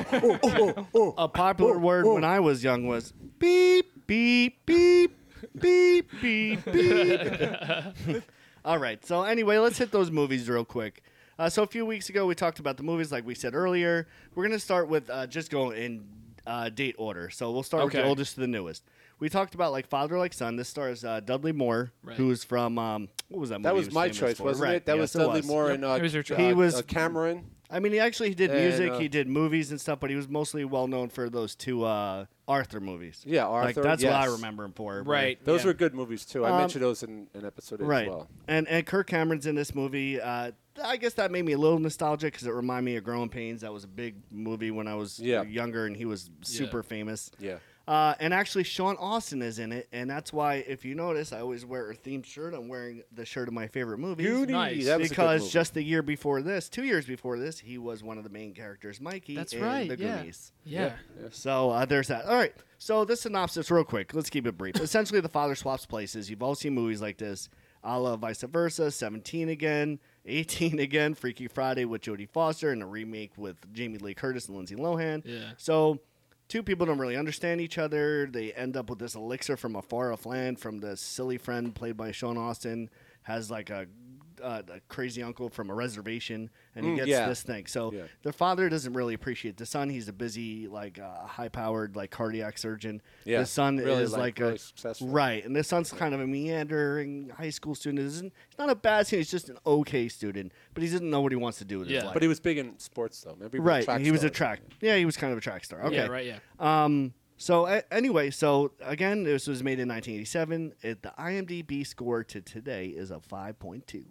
[SPEAKER 2] A popular word when I was young was beep, beep, beep, beep, beep, beep. All right. So anyway, let's hit those movies real quick. Uh, so a few weeks ago, we talked about the movies, like we said earlier. We're gonna start with uh, just go in uh, date order. So we'll start with
[SPEAKER 4] Okay.
[SPEAKER 2] the oldest to the newest. We talked about like Father Like Son. This stars uh, Dudley Moore,
[SPEAKER 4] Right.
[SPEAKER 2] who's from um, what was that? Movie
[SPEAKER 3] That
[SPEAKER 2] he
[SPEAKER 3] was my
[SPEAKER 2] famous
[SPEAKER 3] choice,
[SPEAKER 2] for?
[SPEAKER 3] wasn't
[SPEAKER 2] Right,
[SPEAKER 3] it? That
[SPEAKER 2] yes,
[SPEAKER 3] was Dudley Moore and uh,
[SPEAKER 5] It was your choice.
[SPEAKER 3] uh,
[SPEAKER 2] He was-
[SPEAKER 3] uh, Cameron.
[SPEAKER 2] I mean, he actually did
[SPEAKER 3] And,
[SPEAKER 2] music.
[SPEAKER 3] uh,
[SPEAKER 2] he did movies and stuff, but he was mostly well known for those two uh, Arthur movies.
[SPEAKER 3] Yeah,
[SPEAKER 2] Like
[SPEAKER 3] Arthur,
[SPEAKER 2] that's what I
[SPEAKER 3] yes.
[SPEAKER 2] remember him for. but-
[SPEAKER 4] right.
[SPEAKER 3] Those
[SPEAKER 4] yeah.
[SPEAKER 3] were good movies too. I
[SPEAKER 2] Um,
[SPEAKER 3] mentioned those in an episode eight
[SPEAKER 2] right.
[SPEAKER 3] as well.
[SPEAKER 2] And and Kirk Cameron's in this movie. Uh, I guess that made me a little nostalgic because it reminded me of Growing Pains. That was a big movie when I was
[SPEAKER 3] Yeah.
[SPEAKER 2] younger, and he was super famous.
[SPEAKER 3] Yeah.
[SPEAKER 2] Uh, and actually, Sean Austin is in it, and that's why, if you notice, I always wear a themed shirt. I'm wearing the shirt of my favorite movie.
[SPEAKER 3] Beauty.
[SPEAKER 4] nice.
[SPEAKER 3] That was a good
[SPEAKER 2] because
[SPEAKER 3] movie.
[SPEAKER 2] just the year before this, two years before this, he was one of the main characters, Mikey,
[SPEAKER 5] That's
[SPEAKER 2] in
[SPEAKER 5] right,
[SPEAKER 2] The
[SPEAKER 5] yeah.
[SPEAKER 2] Goonies.
[SPEAKER 5] Yeah.
[SPEAKER 2] So uh, there's that. All right. So this synopsis, real quick. Let's keep it brief. Essentially, the father swaps places. You've all seen movies like this, a la Vice Versa, 17 again, 18 again, Freaky Friday with Jodie Foster, and a remake with Jamie Lee Curtis and Lindsay Lohan.
[SPEAKER 4] Yeah.
[SPEAKER 2] So two people don't really understand each other. They end up with this elixir from a far off land from this silly friend played by Sean Austin has like a, uh, a crazy uncle from a reservation, and he
[SPEAKER 3] Mm,
[SPEAKER 2] gets
[SPEAKER 3] yeah.
[SPEAKER 2] this thing. So
[SPEAKER 3] Yeah.
[SPEAKER 2] the father doesn't really appreciate the son. He's a busy, like uh, high-powered, like cardiac surgeon.
[SPEAKER 3] Yeah,
[SPEAKER 2] the son
[SPEAKER 3] really,
[SPEAKER 2] is
[SPEAKER 3] like,
[SPEAKER 2] like,
[SPEAKER 3] really
[SPEAKER 2] a
[SPEAKER 3] successful.
[SPEAKER 2] right, and the son's kind of a meandering high school student. He's n- he's not a bad student. He's just an okay student, but he doesn't know what he wants to do with his
[SPEAKER 4] Yeah.
[SPEAKER 2] life.
[SPEAKER 3] But he was big in sports though. Maybe
[SPEAKER 2] right,
[SPEAKER 3] track
[SPEAKER 2] he was a
[SPEAKER 3] star.
[SPEAKER 2] track. Yeah, he was kind of a track star. Okay,
[SPEAKER 4] Yeah, right, yeah.
[SPEAKER 2] um, so a- anyway, so again, this was made in 1987. It, the IMDb score to today is a 5.2.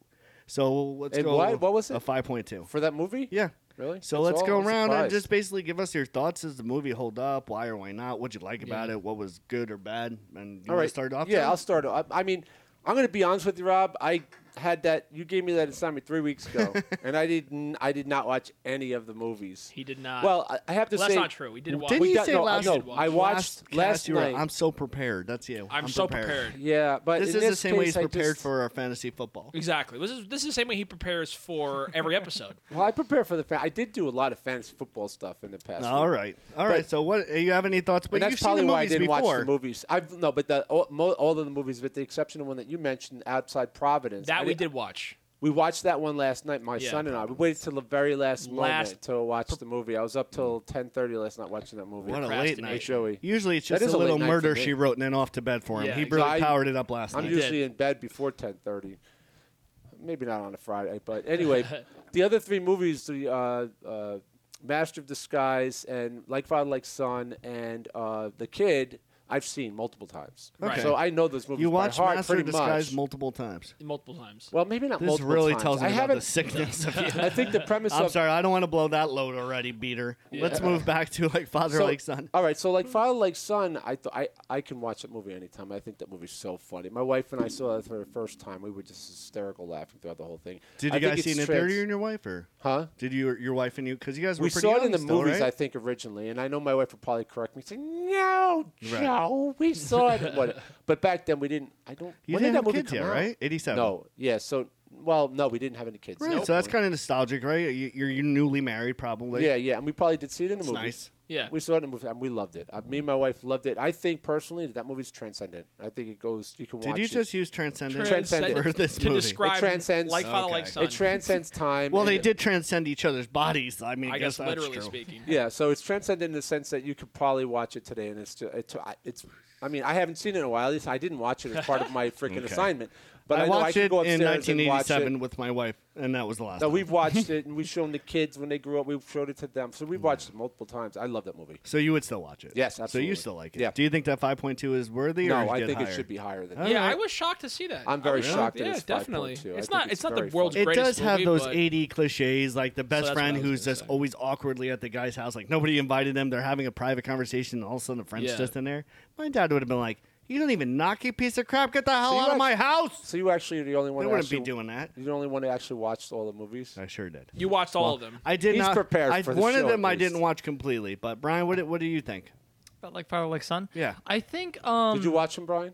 [SPEAKER 2] So let's
[SPEAKER 3] And
[SPEAKER 2] go.
[SPEAKER 3] what- what was it?
[SPEAKER 2] A 5.2.
[SPEAKER 3] for that movie.
[SPEAKER 2] Yeah.
[SPEAKER 3] Really?
[SPEAKER 2] So
[SPEAKER 3] That's
[SPEAKER 2] let's
[SPEAKER 3] all?
[SPEAKER 2] go
[SPEAKER 3] I'm
[SPEAKER 2] around and
[SPEAKER 3] surprised.
[SPEAKER 2] just basically give us your thoughts. Does the movie hold up? Why or why not? What'd you like about it? What was good or bad? And you
[SPEAKER 3] All
[SPEAKER 2] wanna
[SPEAKER 3] right.
[SPEAKER 2] start off.
[SPEAKER 3] Yeah,
[SPEAKER 2] John?
[SPEAKER 3] I'll start off. I, I mean, I'm going to be honest with you, Rob. I had that. You gave me that assignment three weeks ago, and I didn't. I did not watch any of the movies.
[SPEAKER 4] He did not.
[SPEAKER 3] Well, I, I have to
[SPEAKER 4] Well,
[SPEAKER 3] say
[SPEAKER 4] that's not true. We did watch.
[SPEAKER 2] Didn't
[SPEAKER 3] we
[SPEAKER 2] you
[SPEAKER 3] got-
[SPEAKER 2] say
[SPEAKER 3] no,
[SPEAKER 2] last?
[SPEAKER 3] no, I watched
[SPEAKER 2] last,
[SPEAKER 3] last
[SPEAKER 2] you were-
[SPEAKER 3] night.
[SPEAKER 2] I'm so prepared. That's you.
[SPEAKER 4] I'm, so prepared.
[SPEAKER 3] Yeah, but
[SPEAKER 2] This
[SPEAKER 3] in
[SPEAKER 2] is the same way
[SPEAKER 3] case,
[SPEAKER 2] he's
[SPEAKER 3] I
[SPEAKER 2] prepared
[SPEAKER 3] just-
[SPEAKER 2] for our fantasy football.
[SPEAKER 4] Exactly. This is this is the same way he prepares for every episode.
[SPEAKER 3] Well, I prepare for the. Fa- I did do a lot of fantasy football stuff in the past.
[SPEAKER 2] All
[SPEAKER 3] week.
[SPEAKER 2] right, all right. So what? You have any thoughts? But
[SPEAKER 3] And
[SPEAKER 2] you've
[SPEAKER 3] that's probably
[SPEAKER 2] seen the
[SPEAKER 3] why I
[SPEAKER 2] movies
[SPEAKER 3] didn't
[SPEAKER 2] before.
[SPEAKER 3] watch the movies. I've no, but the, all, mo, all of the movies, with the exception of one that you mentioned, outside Providence. I
[SPEAKER 4] That we
[SPEAKER 3] didn't-
[SPEAKER 4] did watch.
[SPEAKER 3] We watched that one last night. My
[SPEAKER 4] Yeah.
[SPEAKER 3] son and I. We waited till the very last,
[SPEAKER 4] Last-
[SPEAKER 3] moment to watch the movie. I was up till ten thirty last night watching that movie.
[SPEAKER 2] What a late night.
[SPEAKER 4] Procrastination.
[SPEAKER 3] Joey.
[SPEAKER 2] Usually it's
[SPEAKER 3] That
[SPEAKER 2] just
[SPEAKER 3] is
[SPEAKER 2] a
[SPEAKER 3] a late
[SPEAKER 2] little
[SPEAKER 3] night for
[SPEAKER 2] murder
[SPEAKER 3] me.
[SPEAKER 2] she wrote and then off to bed for him.
[SPEAKER 4] Yeah,
[SPEAKER 2] he really
[SPEAKER 3] exactly.
[SPEAKER 2] powered it up last
[SPEAKER 3] I'm
[SPEAKER 2] night.
[SPEAKER 3] usually in bed before ten thirty. Maybe not on a Friday, but anyway, the other three movies: the uh, uh, Master of Disguise and Like Father, Like Son, and uh, The Kid. I've seen multiple times,
[SPEAKER 4] Right.
[SPEAKER 3] so I know those movies
[SPEAKER 2] you
[SPEAKER 3] by
[SPEAKER 2] watched
[SPEAKER 3] heart
[SPEAKER 2] Master
[SPEAKER 3] pretty
[SPEAKER 2] of Disguise
[SPEAKER 3] much.
[SPEAKER 2] multiple times.
[SPEAKER 4] Multiple times.
[SPEAKER 3] well, maybe not
[SPEAKER 2] This
[SPEAKER 3] multiple
[SPEAKER 2] really
[SPEAKER 3] times.
[SPEAKER 2] tells
[SPEAKER 3] I
[SPEAKER 2] me about
[SPEAKER 3] haven't.
[SPEAKER 2] the sickness of you.
[SPEAKER 3] I think the premise
[SPEAKER 2] I'm
[SPEAKER 3] of
[SPEAKER 2] sorry, I don't want to blow that load already, Beater. Let's move back to like father like son.
[SPEAKER 3] All right, so uh, like Father Like Son, I, th- I I can watch that movie anytime. I think that movie's so funny. My wife and I saw that for the first time. We were just hysterical laughing throughout the whole thing.
[SPEAKER 2] Did
[SPEAKER 3] I
[SPEAKER 2] you
[SPEAKER 3] think
[SPEAKER 2] guys
[SPEAKER 3] it's
[SPEAKER 2] see it in
[SPEAKER 3] trans-
[SPEAKER 2] theater? You and your wife, or
[SPEAKER 3] Huh?
[SPEAKER 2] did you your wife and you? Because you guys were
[SPEAKER 3] We
[SPEAKER 2] pretty
[SPEAKER 3] saw it in
[SPEAKER 2] young
[SPEAKER 3] the
[SPEAKER 2] still,
[SPEAKER 3] movies, I
[SPEAKER 2] right?
[SPEAKER 3] think, originally, and I know my wife would probably correct me, saying, "No, Joe, we saw it." What- But back then, we didn't. I don't.
[SPEAKER 2] You didn't
[SPEAKER 3] when did that
[SPEAKER 2] have
[SPEAKER 3] movie
[SPEAKER 2] kids
[SPEAKER 3] come
[SPEAKER 2] yet,
[SPEAKER 3] out?
[SPEAKER 2] right? 87.
[SPEAKER 3] No. Yeah. So, well, no, we didn't have any kids.
[SPEAKER 2] Right,
[SPEAKER 3] No.
[SPEAKER 2] so that's kind of nostalgic, right? You, you're, you're newly married, probably.
[SPEAKER 3] Yeah, yeah, and we probably did see it in the
[SPEAKER 2] It's
[SPEAKER 3] movies.
[SPEAKER 2] nice.
[SPEAKER 4] Yeah.
[SPEAKER 3] we saw it in the movie, and we loved it. Uh, me and my wife loved it. I think personally that that movie's transcendent. I think it goes. You can watch
[SPEAKER 2] Did you
[SPEAKER 3] it.
[SPEAKER 2] just use transcendent
[SPEAKER 3] Transcendent.
[SPEAKER 2] for this
[SPEAKER 4] to
[SPEAKER 2] movie?
[SPEAKER 4] describe
[SPEAKER 3] It transcends-
[SPEAKER 4] like father,
[SPEAKER 2] Okay.
[SPEAKER 4] like
[SPEAKER 2] It
[SPEAKER 4] son.
[SPEAKER 3] It transcends time.
[SPEAKER 2] well,
[SPEAKER 3] and
[SPEAKER 2] they
[SPEAKER 3] it-
[SPEAKER 2] did transcend each other's bodies. I mean,
[SPEAKER 4] I guess
[SPEAKER 2] that's
[SPEAKER 4] literally
[SPEAKER 2] true.
[SPEAKER 4] speaking.
[SPEAKER 3] Yeah, so it's transcendent in the sense that you could probably watch it today, and it's just, it's, it's. I mean, I haven't seen it in a while. At least I didn't watch it as part of my freaking
[SPEAKER 2] Okay.
[SPEAKER 3] assignment. But I,
[SPEAKER 2] I
[SPEAKER 3] know I
[SPEAKER 2] watched
[SPEAKER 3] can
[SPEAKER 2] it
[SPEAKER 3] go
[SPEAKER 2] in
[SPEAKER 3] upstairs and watch it.
[SPEAKER 2] 1987 with my wife. and that was the last.
[SPEAKER 3] No,
[SPEAKER 2] time.
[SPEAKER 3] we've watched it and we've shown the kids when they grew up. We've showed it to them, so we've watched it multiple times. I love that movie.
[SPEAKER 2] So you would still watch it?
[SPEAKER 3] Yes,
[SPEAKER 2] So you
[SPEAKER 3] absolutely.
[SPEAKER 2] still like it?
[SPEAKER 3] Yeah.
[SPEAKER 2] Do you think that 5.2 is worthy? or
[SPEAKER 3] No,
[SPEAKER 2] you
[SPEAKER 3] I
[SPEAKER 2] get
[SPEAKER 3] think
[SPEAKER 2] higher?
[SPEAKER 3] it should be higher than.
[SPEAKER 2] Huh?
[SPEAKER 3] that.
[SPEAKER 4] Yeah,
[SPEAKER 2] Alright.
[SPEAKER 4] I was shocked to see that.
[SPEAKER 3] I'm very shocked that
[SPEAKER 4] Yeah,
[SPEAKER 3] it's
[SPEAKER 4] definitely.
[SPEAKER 3] 5.2. I
[SPEAKER 4] It's
[SPEAKER 3] think
[SPEAKER 4] not. It's, not the
[SPEAKER 3] very
[SPEAKER 4] world's
[SPEAKER 3] funny.
[SPEAKER 2] It
[SPEAKER 4] greatest.
[SPEAKER 2] does have
[SPEAKER 4] movie,
[SPEAKER 2] those
[SPEAKER 4] but-
[SPEAKER 2] 80 cliches, like the best
[SPEAKER 4] that's what
[SPEAKER 2] friend
[SPEAKER 4] I was
[SPEAKER 2] who's
[SPEAKER 4] gonna
[SPEAKER 2] just
[SPEAKER 4] say.
[SPEAKER 2] always awkwardly at the guy's house. Like nobody invited them. They're having a private conversation, and all of a sudden the friend's
[SPEAKER 4] Yeah.
[SPEAKER 2] just in there. My dad would have been like, You don't even knock, you piece of crap. Get the hell
[SPEAKER 3] So you
[SPEAKER 2] out of
[SPEAKER 3] act-
[SPEAKER 2] my house.
[SPEAKER 3] So you actually are the only one.
[SPEAKER 2] They
[SPEAKER 3] who
[SPEAKER 2] wouldn't be
[SPEAKER 3] actually,
[SPEAKER 2] doing that.
[SPEAKER 3] You're the only one who actually watched all the movies.
[SPEAKER 2] I sure did.
[SPEAKER 4] You watched all of them.
[SPEAKER 2] I did
[SPEAKER 3] He's
[SPEAKER 2] not.
[SPEAKER 3] prepared
[SPEAKER 2] I,
[SPEAKER 3] for the
[SPEAKER 2] one
[SPEAKER 3] show,
[SPEAKER 2] of
[SPEAKER 3] at
[SPEAKER 2] them I
[SPEAKER 3] least.
[SPEAKER 2] didn't watch completely, but Brian, what, do- what do you think?
[SPEAKER 5] But like Fire Like Sun.
[SPEAKER 2] Yeah.
[SPEAKER 5] I think um
[SPEAKER 3] Did you watch them, Brian?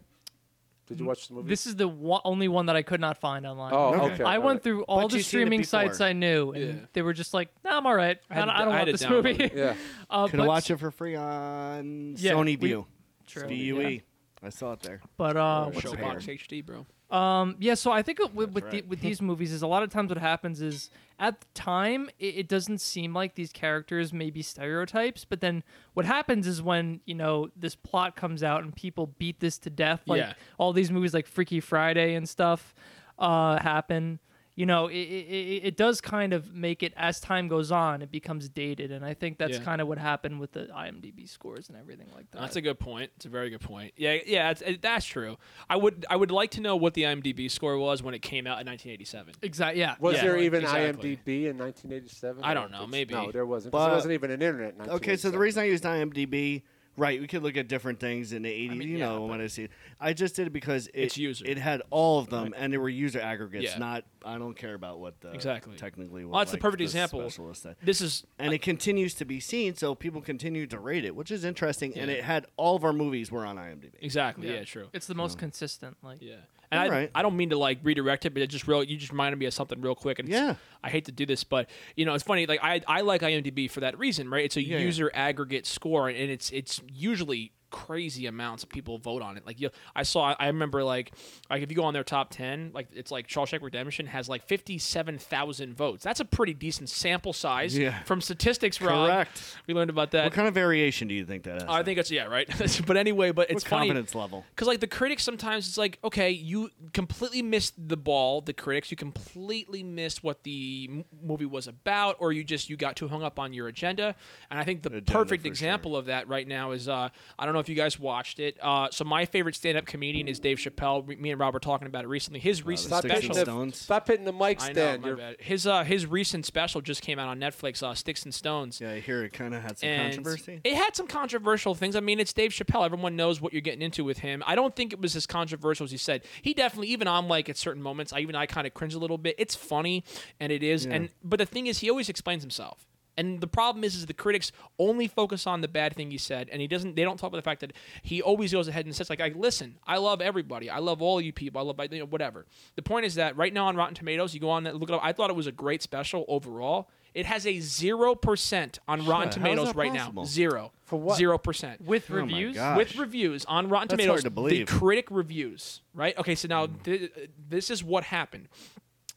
[SPEAKER 3] Did you watch the movie?
[SPEAKER 5] this is the one, only one that I could not find online.
[SPEAKER 3] oh,
[SPEAKER 2] Okay.
[SPEAKER 3] okay.
[SPEAKER 5] I
[SPEAKER 3] alright.
[SPEAKER 5] went through all
[SPEAKER 2] But
[SPEAKER 5] the
[SPEAKER 2] you've seen it
[SPEAKER 5] streaming sites
[SPEAKER 2] before.
[SPEAKER 5] I knew, and
[SPEAKER 4] Yeah.
[SPEAKER 5] they were just like, "Nah, I'm all right. I,
[SPEAKER 4] had
[SPEAKER 5] don't-
[SPEAKER 4] to-
[SPEAKER 5] I don't
[SPEAKER 4] I
[SPEAKER 5] want
[SPEAKER 4] had to
[SPEAKER 5] this
[SPEAKER 4] download
[SPEAKER 5] movie."
[SPEAKER 4] it.
[SPEAKER 3] Yeah.
[SPEAKER 5] uh,
[SPEAKER 2] Could
[SPEAKER 5] but,
[SPEAKER 2] watch it for free on
[SPEAKER 5] Yeah, we-
[SPEAKER 2] Sony View.
[SPEAKER 5] True.
[SPEAKER 2] VUE.
[SPEAKER 5] Yeah.
[SPEAKER 2] E. I saw it there.
[SPEAKER 5] But uh,
[SPEAKER 4] Or
[SPEAKER 5] what's it
[SPEAKER 2] Showbox.
[SPEAKER 5] called?
[SPEAKER 4] Showbox HD, bro.
[SPEAKER 5] Um, yeah, so I think it- with, with, the,
[SPEAKER 2] right.
[SPEAKER 5] with these movies is a lot of times what happens is at the time it, it doesn't seem like these characters may be stereotypes, but then what happens is when you know this plot comes out and people beat this to death, like
[SPEAKER 4] Yeah.
[SPEAKER 5] all these movies like Freaky Friday and stuff uh, happen. You know, it, it, it does kind of make it as time goes on, it becomes dated, and I think that's
[SPEAKER 4] Yeah.
[SPEAKER 5] kind of what happened with the IMDb scores and everything like that.
[SPEAKER 4] That's a good point. It's a very good point. Yeah, yeah, it's, it, that's true. I would, I would like to know what the IMDb score was when it came out in 1987.
[SPEAKER 5] exactly yeah.
[SPEAKER 3] Was
[SPEAKER 4] Yeah,
[SPEAKER 3] there
[SPEAKER 4] like,
[SPEAKER 3] even
[SPEAKER 4] exactly.
[SPEAKER 3] IMDb in 1987?
[SPEAKER 4] I don't know,
[SPEAKER 3] think-
[SPEAKER 4] maybe.
[SPEAKER 3] No, there wasn't. 'cause
[SPEAKER 2] But-
[SPEAKER 3] there wasn't even an internet. In
[SPEAKER 2] Okay, so the
[SPEAKER 3] 1987.
[SPEAKER 2] reason I used IMDb, right? We could look at different things in the '80s.
[SPEAKER 4] mean,
[SPEAKER 2] you
[SPEAKER 4] yeah,
[SPEAKER 2] know
[SPEAKER 4] but-
[SPEAKER 2] when I see it, I just did it because it,
[SPEAKER 4] It's user.
[SPEAKER 2] It had all of them, and they were user aggregates.
[SPEAKER 4] Yeah.
[SPEAKER 2] Not, I don't care about what the,
[SPEAKER 4] Exactly.
[SPEAKER 2] technically. What,
[SPEAKER 4] Well, that's the
[SPEAKER 2] like,
[SPEAKER 4] perfect example.
[SPEAKER 2] specialist said.
[SPEAKER 4] This is
[SPEAKER 2] And it continues to be seen, so people continue to rate it, which is interesting. And it had all of our movies were on IMDb.
[SPEAKER 4] exactly
[SPEAKER 3] e-
[SPEAKER 4] yeah, true. Mm.
[SPEAKER 5] It's the most consistent, like
[SPEAKER 4] Yeah. And I,
[SPEAKER 2] Alright.
[SPEAKER 4] I don't mean to like redirect it, but it just real you just reminded me of something real quick. And it's-
[SPEAKER 2] Yeah.
[SPEAKER 4] I hate to do this, but you know it's funny. Like I, I like IMDb for that reason, right? It's a
[SPEAKER 2] yeah.
[SPEAKER 4] user aggregate score, and it's it's usually crazy amounts of people vote on it. Like you, I saw, I remember like like if you go on their top ten, like it's like Shawshank Redemption has like fifty seven thousand votes. That's a pretty decent sample size
[SPEAKER 2] Yeah.
[SPEAKER 4] from statistics. Rob.
[SPEAKER 2] Correct.
[SPEAKER 4] We learned about that.
[SPEAKER 2] What kind of variation do you think that has?
[SPEAKER 4] I think it's yeah, right. but anyway, but it's
[SPEAKER 2] What
[SPEAKER 4] funny
[SPEAKER 2] confidence level?
[SPEAKER 4] because like the critics sometimes it's like okay, you completely missed the ball. The critics, you completely missed what the m- movie was about, or you just you got too hung up on your agenda. And I think the
[SPEAKER 2] Agenda,
[SPEAKER 4] perfect
[SPEAKER 2] for
[SPEAKER 4] example of that right now is uh, I don't know if you guys watched it. Uh, so my favorite stand-up comedian is Dave Chappelle. Me- Me and Rob were talking about it recently. His recent
[SPEAKER 2] Uh, Sticks and
[SPEAKER 4] special.
[SPEAKER 2] Stones.
[SPEAKER 3] Stop hitting the mic
[SPEAKER 4] I
[SPEAKER 3] stand.
[SPEAKER 4] know,
[SPEAKER 3] You're-
[SPEAKER 4] my bad. His uh, his recent special just came out on Netflix. Uh, Sticks and Stones
[SPEAKER 2] Yeah, I hear it kind of had some
[SPEAKER 4] and
[SPEAKER 2] controversy.
[SPEAKER 4] It had some controversial things. I mean, it's Dave Chappelle. Everyone knows what you're getting into with him. I don't think it was as controversial as he said. He definitely, even I'm like at certain moments, I even I kind of cringe a little bit. It's funny, and it is. And but the thing is, he always explains himself. And the problem is, is the critics only focus on the bad thing he said, and he doesn't. They don't talk about the fact that he always goes ahead and says, like, like, listen, I love everybody. I love all you people. I love, you know, whatever. The point is that right now on Rotten Tomatoes, you go on that, look it up. I thought it was a great special overall. It has a zero percent on Rotten
[SPEAKER 2] Sure, how is
[SPEAKER 4] Tomatoes
[SPEAKER 2] that
[SPEAKER 4] right
[SPEAKER 2] possible?
[SPEAKER 4] now. Zero. For
[SPEAKER 3] what?
[SPEAKER 4] Zero percent.
[SPEAKER 5] with
[SPEAKER 3] Oh
[SPEAKER 2] my
[SPEAKER 5] reviews.
[SPEAKER 2] God.
[SPEAKER 4] With reviews on Rotten
[SPEAKER 2] That's
[SPEAKER 4] Tomatoes,
[SPEAKER 2] hard to believe. Hmm.
[SPEAKER 4] the critic reviews, right? Okay, so now th- this is what happened.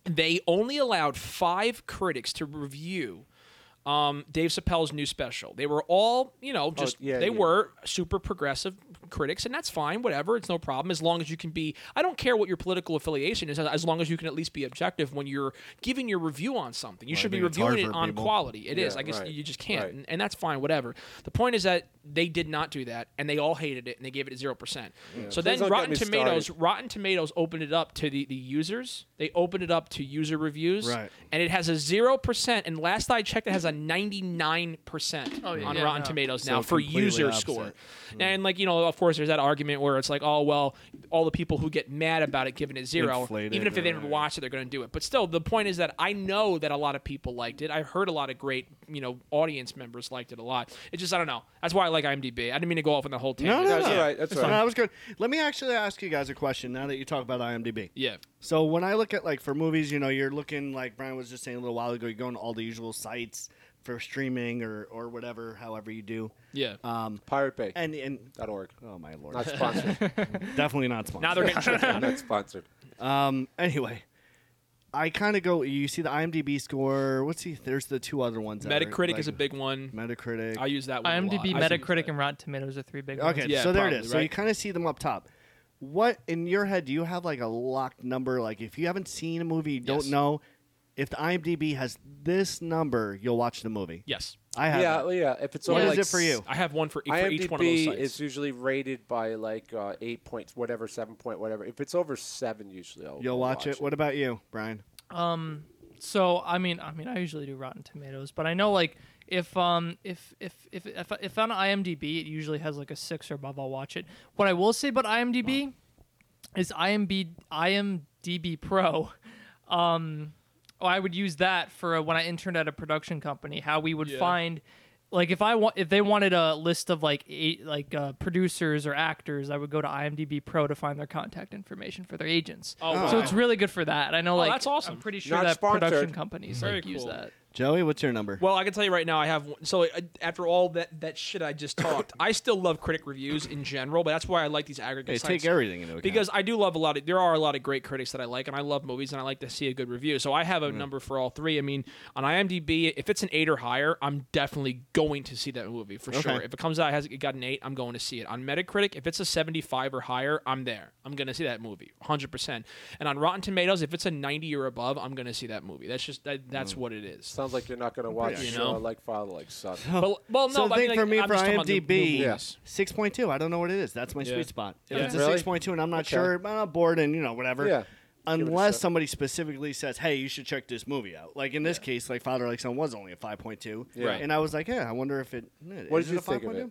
[SPEAKER 4] They only allowed five critics to review um, Dave Chappelle's new special. They were all, you
[SPEAKER 2] Oh,
[SPEAKER 4] know, just
[SPEAKER 3] yeah,
[SPEAKER 4] they
[SPEAKER 3] yeah.
[SPEAKER 4] were super progressive critics, and that's fine, whatever. It's no problem as long as you can be. I don't care what your political affiliation is, as- as long as you can at least be objective when you're giving your review on something. You
[SPEAKER 2] I
[SPEAKER 4] should be
[SPEAKER 2] think it's hard
[SPEAKER 4] reviewing it
[SPEAKER 2] for
[SPEAKER 4] on
[SPEAKER 2] people.
[SPEAKER 4] quality. It is.
[SPEAKER 3] Yeah,
[SPEAKER 4] I guess
[SPEAKER 3] right,
[SPEAKER 4] you just can't,
[SPEAKER 3] right.
[SPEAKER 4] and, and that's fine, whatever. The point is that they did not do that, and they all hated it, and they gave it a zero percent. So
[SPEAKER 3] Please
[SPEAKER 4] then
[SPEAKER 3] don't get
[SPEAKER 4] Rotten
[SPEAKER 3] me
[SPEAKER 4] Tomatoes,
[SPEAKER 3] started.
[SPEAKER 4] Rotten Tomatoes opened it up to the, the users. They opened it up to user reviews,
[SPEAKER 2] Right.
[SPEAKER 4] and it has a zero percent. And last I checked, it has a ninety nine percent
[SPEAKER 5] Oh,
[SPEAKER 4] on
[SPEAKER 5] yeah. Yeah,
[SPEAKER 4] Rotten
[SPEAKER 5] no.
[SPEAKER 4] Tomatoes
[SPEAKER 2] So
[SPEAKER 4] now for
[SPEAKER 2] completely
[SPEAKER 4] user
[SPEAKER 2] opposite.
[SPEAKER 4] score. And like you know, of course, there's that argument where it's like, oh well, all the people who get mad about it giving it zero,
[SPEAKER 2] Inflated
[SPEAKER 4] even if they
[SPEAKER 2] or-
[SPEAKER 4] didn't watch it, they're going to do it. But still, the point is that I know that a lot of people liked it. I heard a lot of great you know audience members liked it a lot. It's just I don't know. That's why I like IMDb. I didn't mean to go off on the whole tangent.
[SPEAKER 2] No, no,
[SPEAKER 3] That's
[SPEAKER 2] no.
[SPEAKER 3] all right, that's
[SPEAKER 2] No,
[SPEAKER 3] all right.
[SPEAKER 2] That was good. Let me actually ask you guys a question now that you talk about IMDb.
[SPEAKER 4] Yeah.
[SPEAKER 2] So when I look at like for movies, you know, you're looking like Brian was just saying a little while ago, you're going to all the usual sites for streaming or or whatever, however you do.
[SPEAKER 4] Yeah.
[SPEAKER 2] Um
[SPEAKER 3] Pirate Bay.
[SPEAKER 2] and and
[SPEAKER 3] dot org.
[SPEAKER 2] oh my lord.
[SPEAKER 3] Not sponsored.
[SPEAKER 2] Definitely not sponsored.
[SPEAKER 4] now they're getting tricked.
[SPEAKER 3] not sponsored.
[SPEAKER 2] um anyway. I kind of go you see the IMDb score, what's he there's the two other ones. that are,
[SPEAKER 4] Metacritic is a
[SPEAKER 2] like,
[SPEAKER 4] big one.
[SPEAKER 2] Metacritic.
[SPEAKER 4] I use that one. a
[SPEAKER 5] IMDb,
[SPEAKER 4] lot. I think it's
[SPEAKER 5] Metacritic,
[SPEAKER 4] that.
[SPEAKER 5] and Rotten Tomatoes are three big ones.
[SPEAKER 2] Okay,
[SPEAKER 4] Yeah,
[SPEAKER 2] so there it
[SPEAKER 4] probably,
[SPEAKER 2] is. So you
[SPEAKER 4] right?
[SPEAKER 2] kind of see them up top. What in your head do you have like a locked number? Like if you haven't seen a movie, you don't
[SPEAKER 4] Yes.
[SPEAKER 2] know, if the IMDb has this number, you'll watch the movie.
[SPEAKER 4] Yes,
[SPEAKER 2] I have.
[SPEAKER 3] Yeah,
[SPEAKER 2] it.
[SPEAKER 3] yeah. If it's
[SPEAKER 2] What
[SPEAKER 3] only
[SPEAKER 2] is
[SPEAKER 3] like
[SPEAKER 2] it for
[SPEAKER 3] s-
[SPEAKER 2] you?
[SPEAKER 4] I have one E for, for each one of those
[SPEAKER 3] IMDb
[SPEAKER 4] sites.
[SPEAKER 3] is usually rated by like uh, eight points, whatever, seven point, whatever. If it's over seven, usually I'll,
[SPEAKER 2] You'll
[SPEAKER 3] I'll
[SPEAKER 2] watch it. What about you, Brian?
[SPEAKER 5] So I mean, I mean, I usually do Rotten Tomatoes, but I know like if um if if if if, if on IMDb it usually has like a six or above, I'll watch it. What I will say about IMDb is IMB IMDb Pro. Um, I would use that for uh when I interned at a production company. How we would
[SPEAKER 4] Yeah.
[SPEAKER 5] find. Like if I want, if they wanted a list of like eight, like uh, producers or actors, I would go to IMDb Pro to find their contact information for their agents.
[SPEAKER 4] Oh, wow. Oh,
[SPEAKER 5] so it's really good for that. And I know, like,
[SPEAKER 4] that's awesome.
[SPEAKER 5] I'm pretty sure
[SPEAKER 3] Not
[SPEAKER 5] that production
[SPEAKER 3] sponsored.
[SPEAKER 5] companies
[SPEAKER 4] Very
[SPEAKER 5] like use
[SPEAKER 4] cool.
[SPEAKER 5] that.
[SPEAKER 2] Joey, what's your number?
[SPEAKER 4] Well, I can tell you right now, I have one. So uh, after all that that shit I just talked, I still love critic reviews in general, but that's why I like these aggregate
[SPEAKER 2] Hey,
[SPEAKER 4] sites.
[SPEAKER 2] take everything into account.
[SPEAKER 4] because I do love a lot of there are a lot of great critics that I like and I love movies and I like to see a good review. So I have
[SPEAKER 2] Mm-hmm.
[SPEAKER 4] a number for all three. I mean, on IMDb, if it's an 8 or higher, I'm definitely going to see that movie for sure. If it comes out has it got an 8, I'm going to see it. On Metacritic, if it's a 75 or higher, I'm there. I'm going to see that movie 100%. And on Rotten Tomatoes, if it's a 90 or above, I'm going to see that movie. That's just that,
[SPEAKER 2] Mm.
[SPEAKER 4] that's what it is.
[SPEAKER 3] Sounds like you're not going to watch
[SPEAKER 4] You
[SPEAKER 3] you
[SPEAKER 4] know?
[SPEAKER 3] know? like Father, like Son.
[SPEAKER 4] But, well, no,
[SPEAKER 2] so
[SPEAKER 4] but
[SPEAKER 2] the thing for
[SPEAKER 4] I mean, like,
[SPEAKER 2] me
[SPEAKER 4] I'm
[SPEAKER 2] for
[SPEAKER 4] just talking about new- new
[SPEAKER 2] IMDb,
[SPEAKER 4] movies.
[SPEAKER 3] Yeah.
[SPEAKER 2] six point two. I don't know what it is. That's my
[SPEAKER 4] Yeah.
[SPEAKER 2] sweet spot. If
[SPEAKER 4] Yeah.
[SPEAKER 2] it's a
[SPEAKER 3] Really?
[SPEAKER 2] six point two, and I'm not
[SPEAKER 3] Okay.
[SPEAKER 2] sure, I'm not bored, and you know whatever.
[SPEAKER 3] Yeah. it a
[SPEAKER 2] Unless
[SPEAKER 3] shot.
[SPEAKER 2] somebody specifically says, "Hey, you should check this movie out." Like in this case, like Father Like Son was only a five point two,
[SPEAKER 3] Yeah.
[SPEAKER 2] and I was like, "Yeah, I wonder if it."
[SPEAKER 3] What
[SPEAKER 2] is
[SPEAKER 3] did you
[SPEAKER 2] it a
[SPEAKER 3] think of
[SPEAKER 2] 5.2?
[SPEAKER 3] it?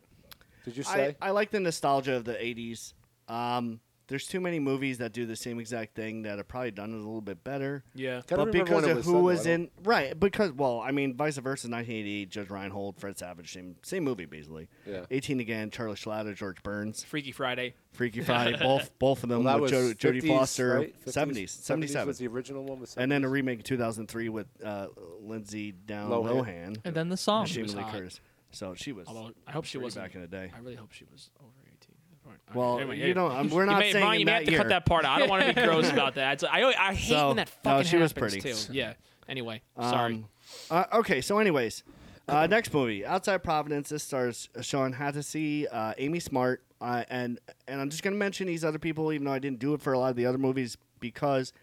[SPEAKER 3] Did you
[SPEAKER 2] I,
[SPEAKER 3] say?
[SPEAKER 2] I like the nostalgia of the 80s. Um, there's too many movies that do the same exact thing that are probably done a little bit better.
[SPEAKER 4] Yeah.
[SPEAKER 3] Gotta
[SPEAKER 2] But
[SPEAKER 3] remember
[SPEAKER 2] because
[SPEAKER 3] when it
[SPEAKER 2] of
[SPEAKER 3] was
[SPEAKER 2] who
[SPEAKER 3] done, though,
[SPEAKER 2] was
[SPEAKER 3] I don't-
[SPEAKER 2] in right, because well, I mean, vice versa, 1988, Judge Reinhold, Fred Savage, same same movie basically.
[SPEAKER 3] Yeah.
[SPEAKER 2] 18 again, Charlie Schlatter, George Burns,
[SPEAKER 4] Freaky Friday.
[SPEAKER 2] Freaky Friday, both both of them
[SPEAKER 3] Well, that
[SPEAKER 2] with
[SPEAKER 3] was
[SPEAKER 2] jo- Jodie
[SPEAKER 3] 50s,
[SPEAKER 2] Foster,
[SPEAKER 3] right? 50s,
[SPEAKER 2] 70s, 77,
[SPEAKER 3] was the original one. Was
[SPEAKER 2] and then a
[SPEAKER 3] 70s?
[SPEAKER 2] remake in 2003 with uh, Lindsay Down
[SPEAKER 3] Lohan.
[SPEAKER 2] Lohan,
[SPEAKER 5] And then the song.
[SPEAKER 2] and Jamie
[SPEAKER 4] was
[SPEAKER 2] Lee
[SPEAKER 4] hot.
[SPEAKER 2] Curtis. So she was.
[SPEAKER 4] Although I hope she
[SPEAKER 2] pretty
[SPEAKER 4] wasn't
[SPEAKER 2] back in the day.
[SPEAKER 4] I really hope she was over eighteen. Alright,
[SPEAKER 2] Well,
[SPEAKER 4] anyway,
[SPEAKER 2] you
[SPEAKER 4] anyway.
[SPEAKER 2] don't. I'm, we're
[SPEAKER 4] You
[SPEAKER 2] not
[SPEAKER 4] may,
[SPEAKER 2] saying
[SPEAKER 4] Brian, you
[SPEAKER 2] in
[SPEAKER 4] may
[SPEAKER 2] that
[SPEAKER 4] have to
[SPEAKER 2] year.
[SPEAKER 4] cut that part out. I don't want to be gross about that. It's- I, I hate
[SPEAKER 2] So-
[SPEAKER 4] when that
[SPEAKER 2] no,
[SPEAKER 4] fucking
[SPEAKER 2] she was
[SPEAKER 4] happens,
[SPEAKER 2] pretty.
[SPEAKER 4] too. Yeah. Anyway, sorry.
[SPEAKER 2] Um, uh, okay, so anyways, uh, next movie, Outside Providence. This stars Sean Hattasey, uh, Amy Smart, uh, and and I'm just gonna mention these other people, even though I didn't do it for a lot of the other movies, because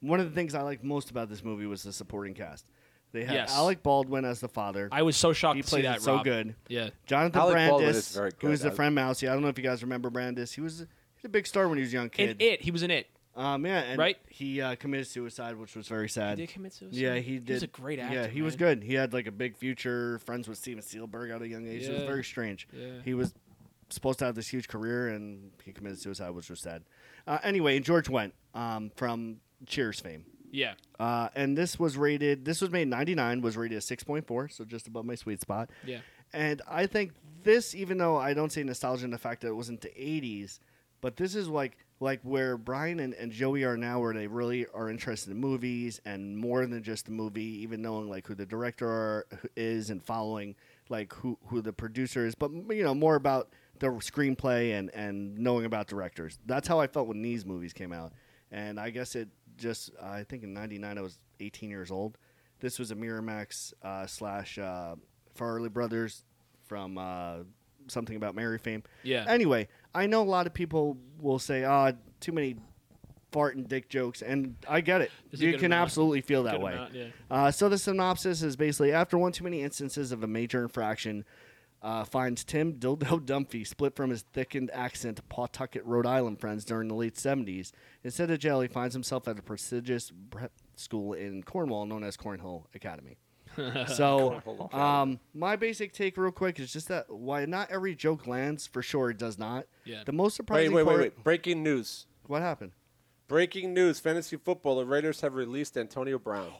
[SPEAKER 2] one of the things I liked most about this movie was the supporting cast. They had
[SPEAKER 4] Yes.
[SPEAKER 2] Alec Baldwin as the father.
[SPEAKER 4] I was so shocked
[SPEAKER 2] he
[SPEAKER 4] to see
[SPEAKER 2] played
[SPEAKER 4] that.
[SPEAKER 2] it so
[SPEAKER 4] Rob.
[SPEAKER 2] good.
[SPEAKER 4] Yeah.
[SPEAKER 2] Jonathan
[SPEAKER 3] Alec Baldwin
[SPEAKER 2] Brandis,
[SPEAKER 3] is very good.
[SPEAKER 2] who's the
[SPEAKER 3] I-
[SPEAKER 2] friend Mousy. I don't know if you guys remember Brandis. He was he was a big star when he was a young kid.
[SPEAKER 4] In it, he was in it.
[SPEAKER 2] Um, yeah, and
[SPEAKER 4] Right?
[SPEAKER 2] he uh, committed suicide, which was very sad.
[SPEAKER 4] He did commit suicide?
[SPEAKER 2] Yeah, he
[SPEAKER 4] He
[SPEAKER 2] did.
[SPEAKER 4] was a great
[SPEAKER 2] Yeah,
[SPEAKER 4] actor,
[SPEAKER 2] he was
[SPEAKER 4] man.
[SPEAKER 2] good. He had like a big future. Friends with Steven Spielberg at a young age. It was
[SPEAKER 4] Yeah.
[SPEAKER 2] very strange.
[SPEAKER 4] Yeah.
[SPEAKER 2] He was supposed to have this huge career, and he committed suicide, which was sad. Uh, anyway, and George Wendt um, from Cheers fame.
[SPEAKER 4] Yeah.
[SPEAKER 2] Uh, and this was rated. This was made in '99. Was rated a 6.4, so just above my sweet spot.
[SPEAKER 4] Yeah.
[SPEAKER 2] And I think this, even though I don't say nostalgia in the fact that it wasn't the '80s, but this is like like where Brian and, and Joey are now, where they really are interested in movies and more than just the movie, even knowing like who the director are, who is and following like who who the producer is, but you know more about the screenplay and and knowing about directors. That's how I felt when these movies came out, and I guess it just I think in '99 I was 18 years old. This was a Miramax uh, slash uh, Farley Brothers from uh, something about Mary fame.
[SPEAKER 4] Yeah.
[SPEAKER 2] Anyway, I know a lot of people will say, "Ah, too many fart and dick jokes," and I get it.
[SPEAKER 4] There's a
[SPEAKER 2] you
[SPEAKER 4] good
[SPEAKER 2] can
[SPEAKER 4] amount.
[SPEAKER 2] absolutely feel that
[SPEAKER 4] Good
[SPEAKER 2] way.
[SPEAKER 4] amount, yeah.
[SPEAKER 2] Uh, so the synopsis is basically after one too many instances of a major infraction, uh, finds Tim Dildo Dumphy split from his thickened accent Pawtucket, Rhode Island friends during the late 70s. Instead of jail, he finds himself at a prestigious prep school in Cornwall known as Cornhill Academy. so, um, my basic take, real quick, is just that why not every joke lands for sure, it does not.
[SPEAKER 4] Yeah.
[SPEAKER 2] The most
[SPEAKER 3] Wait,
[SPEAKER 2] surprising
[SPEAKER 3] wait, wait,
[SPEAKER 2] part.
[SPEAKER 3] wait! Breaking news!
[SPEAKER 2] What happened?
[SPEAKER 3] Breaking news! Fantasy football. The Raiders have released Antonio Brown.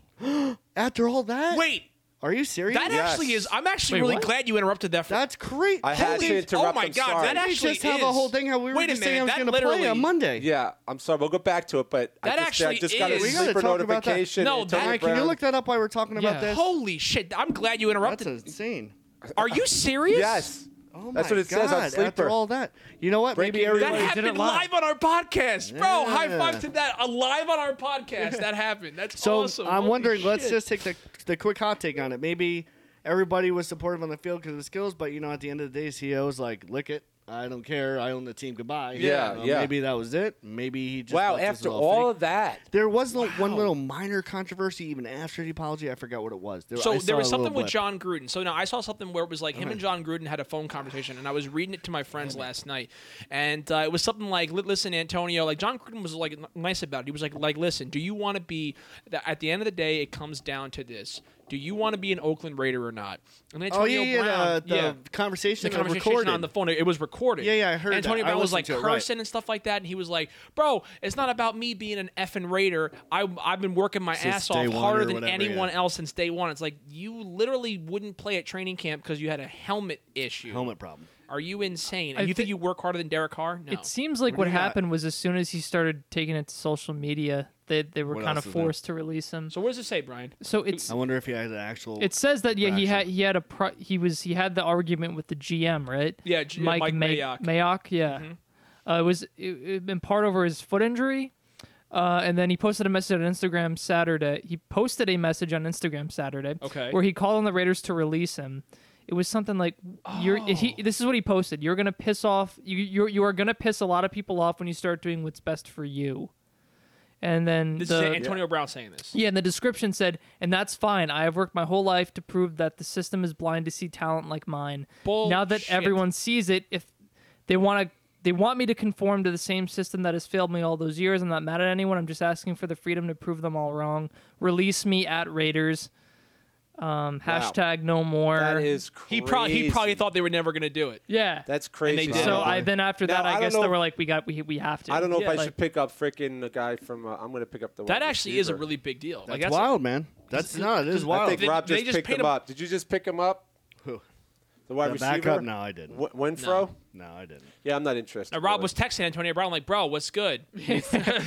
[SPEAKER 2] After all that,
[SPEAKER 4] Wait,
[SPEAKER 2] are you serious?
[SPEAKER 4] that actually is. I'm actually
[SPEAKER 5] Wait,
[SPEAKER 4] really
[SPEAKER 5] what?
[SPEAKER 4] glad you interrupted that. For,
[SPEAKER 2] That's crazy.
[SPEAKER 3] I had to interrupt.
[SPEAKER 4] oh my
[SPEAKER 3] I'm
[SPEAKER 4] god,
[SPEAKER 3] sorry.
[SPEAKER 4] that
[SPEAKER 2] We
[SPEAKER 4] actually
[SPEAKER 2] just have a
[SPEAKER 4] is-
[SPEAKER 2] whole thing how we were
[SPEAKER 4] Wait a
[SPEAKER 2] just saying I
[SPEAKER 4] minute,
[SPEAKER 2] was going
[SPEAKER 4] that
[SPEAKER 2] to play on
[SPEAKER 4] literally-
[SPEAKER 2] Monday.
[SPEAKER 3] Yeah, I'm sorry. We'll go back to it, but
[SPEAKER 4] That
[SPEAKER 3] I just, I
[SPEAKER 4] actually
[SPEAKER 3] just got a
[SPEAKER 4] is- We gotta
[SPEAKER 3] sleeper
[SPEAKER 2] talk about that.
[SPEAKER 3] notification.
[SPEAKER 4] No,
[SPEAKER 3] Antonio
[SPEAKER 4] that-
[SPEAKER 2] Brian, can you
[SPEAKER 3] Brown-
[SPEAKER 2] look that up while we're talking about
[SPEAKER 5] Yeah.
[SPEAKER 2] this?
[SPEAKER 4] Holy shit! I'm glad you
[SPEAKER 2] That's
[SPEAKER 4] interrupted.
[SPEAKER 2] insane.
[SPEAKER 4] Are you serious?
[SPEAKER 3] Yes.
[SPEAKER 2] Oh
[SPEAKER 3] That's
[SPEAKER 2] my
[SPEAKER 3] what it
[SPEAKER 2] God,
[SPEAKER 3] says on
[SPEAKER 2] After
[SPEAKER 3] Sleeper.
[SPEAKER 2] all that, you know what?
[SPEAKER 3] Breaking
[SPEAKER 2] Maybe
[SPEAKER 3] news.
[SPEAKER 4] That
[SPEAKER 2] everybody.
[SPEAKER 5] Wait, did
[SPEAKER 4] happened
[SPEAKER 5] it live?
[SPEAKER 4] live on our podcast, bro.
[SPEAKER 2] Yeah.
[SPEAKER 4] High five to that! Uh, Live on our podcast, that happened. That's
[SPEAKER 2] so
[SPEAKER 4] awesome.
[SPEAKER 2] I'm
[SPEAKER 4] Holy
[SPEAKER 2] wondering. Let's
[SPEAKER 4] shit.
[SPEAKER 2] just take the the quick hot take on it. Maybe everybody E was supportive on the field because of the skills, but you know, at the end of the day, CEO's like, lick it. I don't care. I own the team. Goodbye.
[SPEAKER 3] Yeah,
[SPEAKER 2] You know,
[SPEAKER 3] yeah.
[SPEAKER 2] Maybe that was it. Maybe he just.
[SPEAKER 3] wow,
[SPEAKER 2] thought this
[SPEAKER 3] after
[SPEAKER 2] was
[SPEAKER 3] all
[SPEAKER 2] fake.
[SPEAKER 3] of that,
[SPEAKER 2] There was li- one little minor controversy even after the apology. I forgot what it was. There, I
[SPEAKER 4] So
[SPEAKER 2] saw
[SPEAKER 4] there was
[SPEAKER 2] a little
[SPEAKER 4] something with
[SPEAKER 2] blip. Uh-huh.
[SPEAKER 4] John Gruden. So now I saw something where it was like him and John Gruden had a phone conversation, and I was reading it to my friends last night, and uh, it was something like, "Li- "Listen, Antonio, like John Gruden was like n- nice about it. He was like, like, listen, do you want to be? That at the end of the day, it comes down to this: do you want to be an Oakland Raider or not?" And
[SPEAKER 2] Oh
[SPEAKER 4] Antonio
[SPEAKER 2] yeah, yeah,
[SPEAKER 4] Brown,
[SPEAKER 2] the, the
[SPEAKER 4] yeah.
[SPEAKER 2] conversation,
[SPEAKER 4] the conversation
[SPEAKER 2] recorded.
[SPEAKER 4] on the phone. It was recorded.
[SPEAKER 2] Yeah, yeah, I heard that.
[SPEAKER 4] Antonio
[SPEAKER 2] I
[SPEAKER 4] Brown was like
[SPEAKER 2] listened to it, right.
[SPEAKER 4] cursing and stuff like that, and he was like, "Bro, it's not about me being an effing Raider. I, I've been working my
[SPEAKER 2] Since
[SPEAKER 4] ass
[SPEAKER 2] day
[SPEAKER 4] off
[SPEAKER 2] one
[SPEAKER 4] harder
[SPEAKER 2] or
[SPEAKER 4] than
[SPEAKER 2] whatever,
[SPEAKER 4] anyone
[SPEAKER 2] yeah.
[SPEAKER 4] else since day one." It's like you literally wouldn't play at training camp because you had a helmet issue.
[SPEAKER 2] helmet problem.
[SPEAKER 4] Are you insane? And
[SPEAKER 5] I
[SPEAKER 4] you think
[SPEAKER 5] thi-
[SPEAKER 4] you work harder than Derek Carr? No.
[SPEAKER 5] It seems like
[SPEAKER 2] What
[SPEAKER 5] what,
[SPEAKER 2] do you got?
[SPEAKER 5] happened was as soon as he started taking it to social media, they they were
[SPEAKER 2] What
[SPEAKER 5] kind
[SPEAKER 2] else
[SPEAKER 5] of
[SPEAKER 2] is there?
[SPEAKER 5] forced to release him. So,
[SPEAKER 4] so what does it say, Brian?
[SPEAKER 5] it's
[SPEAKER 2] I wonder if he had an actual.
[SPEAKER 5] it says that yeah he had
[SPEAKER 2] Fraction.
[SPEAKER 5] he had a pro- he was he had the argument with the GM right
[SPEAKER 4] Yeah, G- Mike
[SPEAKER 5] May-
[SPEAKER 4] Mayock. Mm-hmm.
[SPEAKER 5] yeah uh, it was it, it in part over his foot injury uh, and then he posted a message on Instagram Saturday he posted a message on Instagram Saturday
[SPEAKER 4] Okay.
[SPEAKER 5] where he called on the Raiders to release him it was something like you're if
[SPEAKER 4] Oh.
[SPEAKER 5] he, this is what he posted you're gonna piss off you you're, you are gonna piss a lot of people off when you start doing what's best for you and then
[SPEAKER 4] This
[SPEAKER 5] the,
[SPEAKER 4] is Antonio Brown saying this.
[SPEAKER 5] yeah, and the description said, and that's fine. I have worked my whole life to prove that the system is blind to see talent like mine. Now that
[SPEAKER 4] Bullshit.
[SPEAKER 5] everyone sees it, if they want to, they want me to conform to the same system that has failed me all those years. I'm not mad at anyone. I'm just asking for the freedom to prove them all wrong. Release me at Raiders. Um, hashtag no more.
[SPEAKER 3] that is crazy.
[SPEAKER 4] He probably he probably thought they were never going to do it.
[SPEAKER 5] yeah.
[SPEAKER 3] that's crazy.
[SPEAKER 4] did.
[SPEAKER 5] so.
[SPEAKER 3] probably.
[SPEAKER 5] I then after
[SPEAKER 3] Now,
[SPEAKER 5] that, I,
[SPEAKER 3] don't
[SPEAKER 5] guess
[SPEAKER 3] know
[SPEAKER 5] they
[SPEAKER 3] if-
[SPEAKER 5] were like, we got, we, we have to.
[SPEAKER 3] I don't know
[SPEAKER 5] Yeah,
[SPEAKER 3] if I
[SPEAKER 5] like-
[SPEAKER 3] should pick up freaking the guy from. Uh, I'm going to pick up the.
[SPEAKER 4] That
[SPEAKER 3] wide
[SPEAKER 4] actually is a
[SPEAKER 3] receiver.
[SPEAKER 4] really big deal.
[SPEAKER 2] That's,
[SPEAKER 4] like that's
[SPEAKER 2] wild, man. That's not. It is
[SPEAKER 3] I
[SPEAKER 2] wild.
[SPEAKER 3] think
[SPEAKER 4] They-
[SPEAKER 3] Rob
[SPEAKER 4] they
[SPEAKER 3] just,
[SPEAKER 4] just
[SPEAKER 3] picked
[SPEAKER 4] paid
[SPEAKER 3] him
[SPEAKER 4] him-
[SPEAKER 3] up. Did you just pick him up?
[SPEAKER 2] Who?
[SPEAKER 3] The wide
[SPEAKER 2] The
[SPEAKER 3] receiver.
[SPEAKER 2] backup? No, I didn't.
[SPEAKER 3] Wi- Winfro.
[SPEAKER 2] No, I didn't.
[SPEAKER 3] Yeah, I'm not interested.
[SPEAKER 4] Now, Rob
[SPEAKER 3] really.
[SPEAKER 4] was texting Antonio Brown like, "Bro, what's good?"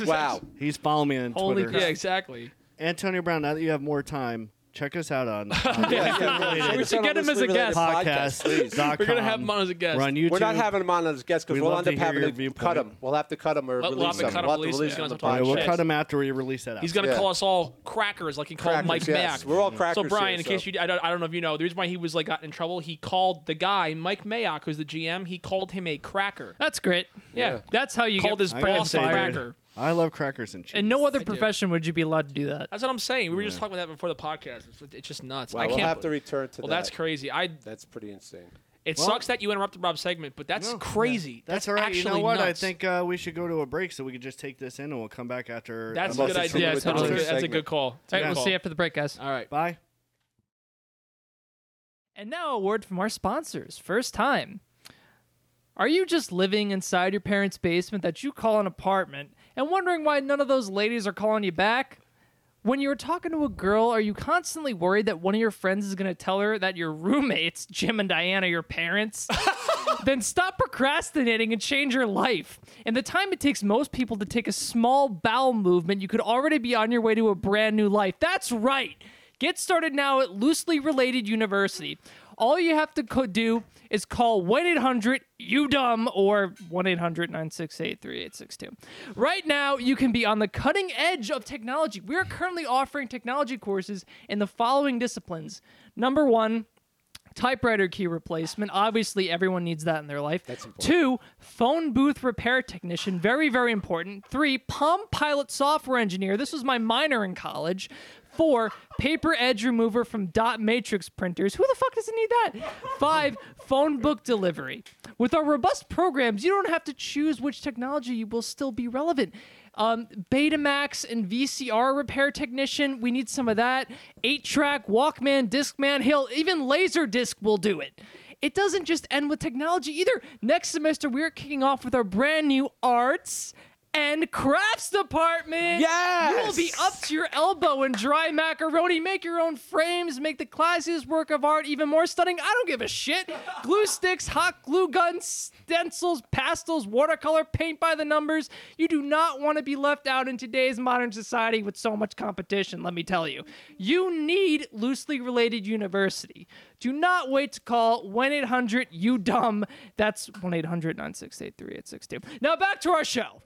[SPEAKER 3] Wow.
[SPEAKER 2] He's following me on
[SPEAKER 5] Holy
[SPEAKER 2] Twitter.
[SPEAKER 5] crap.
[SPEAKER 4] yeah, exactly.
[SPEAKER 2] Antonio Brown. Now that you have more time, check us out on, on
[SPEAKER 5] We should get him as a guest.
[SPEAKER 2] podcast. dot
[SPEAKER 4] We're gonna
[SPEAKER 2] com.
[SPEAKER 4] have him on as a guest.
[SPEAKER 2] We're on YouTube.
[SPEAKER 3] We're not having him on as a guest
[SPEAKER 2] We'd
[SPEAKER 3] because we'll
[SPEAKER 2] love
[SPEAKER 3] end
[SPEAKER 2] to
[SPEAKER 3] up
[SPEAKER 2] hear your
[SPEAKER 3] having to
[SPEAKER 2] viewpoint.
[SPEAKER 3] cut him. We'll have to cut him or
[SPEAKER 4] We'll- we'll
[SPEAKER 3] release
[SPEAKER 4] have to
[SPEAKER 3] him.
[SPEAKER 4] cut him,
[SPEAKER 3] We'll have to
[SPEAKER 4] release
[SPEAKER 3] release
[SPEAKER 4] him
[SPEAKER 3] him.
[SPEAKER 4] on
[SPEAKER 3] on
[SPEAKER 4] the
[SPEAKER 3] the
[SPEAKER 2] All right, we'll
[SPEAKER 3] podcast.
[SPEAKER 2] cut him after we release that.
[SPEAKER 4] He's gonna
[SPEAKER 3] Yeah.
[SPEAKER 4] call us all crackers, like he called
[SPEAKER 3] Crackers,
[SPEAKER 4] Mike
[SPEAKER 3] yes.
[SPEAKER 4] Mayock.
[SPEAKER 3] We're all crackers
[SPEAKER 4] So
[SPEAKER 3] here,
[SPEAKER 4] Brian, in
[SPEAKER 3] so-
[SPEAKER 4] case you, I don't, I don't know if you know, the reason why he was like got in trouble, he called the guy Mike Mayock, who's the GM. He called him a cracker.
[SPEAKER 5] That's great.
[SPEAKER 4] Yeah.
[SPEAKER 5] That's how you
[SPEAKER 4] Called
[SPEAKER 5] get
[SPEAKER 4] his
[SPEAKER 2] I
[SPEAKER 5] friends
[SPEAKER 2] gotta
[SPEAKER 4] boss a
[SPEAKER 2] say, dude,
[SPEAKER 5] fired.
[SPEAKER 4] cracker.
[SPEAKER 2] I love crackers and cheese.
[SPEAKER 5] In no other profession would you be allowed to do that.
[SPEAKER 4] That's what I'm saying. We were just talking about that before the podcast. It's, it's just nuts. I
[SPEAKER 3] Wow,
[SPEAKER 4] can't.
[SPEAKER 3] we'll have to return to
[SPEAKER 4] well,
[SPEAKER 3] that.
[SPEAKER 4] that's crazy. I.
[SPEAKER 3] That's pretty insane.
[SPEAKER 4] It sucks that you interrupted Rob's segment, but that's
[SPEAKER 2] No,
[SPEAKER 4] crazy.
[SPEAKER 2] That's all right. You
[SPEAKER 4] Actually
[SPEAKER 2] know what?
[SPEAKER 4] nuts.
[SPEAKER 2] I think uh, we should go to a break so we can just take this in and we'll come back after.
[SPEAKER 4] that's a
[SPEAKER 3] Unless
[SPEAKER 4] good
[SPEAKER 3] it's
[SPEAKER 4] idea.
[SPEAKER 5] Yeah,
[SPEAKER 4] That's,
[SPEAKER 5] totally.
[SPEAKER 4] a good, that's a
[SPEAKER 3] segment.
[SPEAKER 4] good call. It's a
[SPEAKER 5] All right,
[SPEAKER 4] good
[SPEAKER 5] we'll
[SPEAKER 4] call.
[SPEAKER 5] see you after the break, guys.
[SPEAKER 4] All right.
[SPEAKER 2] Bye.
[SPEAKER 5] And now a word from our sponsors. First time. Are you just living inside your parents' basement that you call an apartment and wondering why none of those ladies are calling you back? When you're talking to a girl, are you constantly worried that one of your friends is going to tell her that your roommates, Jim and Diana, are your parents? then stop procrastinating and change your life. In the time it takes most people to take a small bowel movement, you could already be on your way to a brand new life. That's right. Get started now at Loosely Related University. All you have to co- do is call 1 800 You Dumb or 1 800 968 3862. Right now, you can be on the cutting edge of technology. We are currently offering technology courses in the following disciplines. Number one, typewriter key replacement. Obviously, everyone needs that in their life. That's important. Two, phone booth repair technician. Very, very important. Three, Palm Pilot software engineer. This was my minor in college. Four, paper edge remover from dot matrix printers. Who the fuck doesn't need that? Five, phone book delivery. With our robust programs, you don't have to choose which technology you will still be relevant um, Betamax and VCR repair technician. We need some of that. Eight track, Walkman, Discman, Hill, even Laserdisc will do it. It doesn't just end with technology either. Next semester, we're kicking off with our brand new arts and crafts department. You will be up to your elbow in dry macaroni. Make your own frames. Make the classiest work of art even more stunning. I don't give a shit. Glue sticks, hot glue guns, stencils, pastels, watercolor, paint by the numbers. You do not want to be left out in today's modern society with so much competition, let me tell you. You need loosely related university. Do not wait to call 1 800 You Dumb. That's 1 800 968 3862. Now back to our show.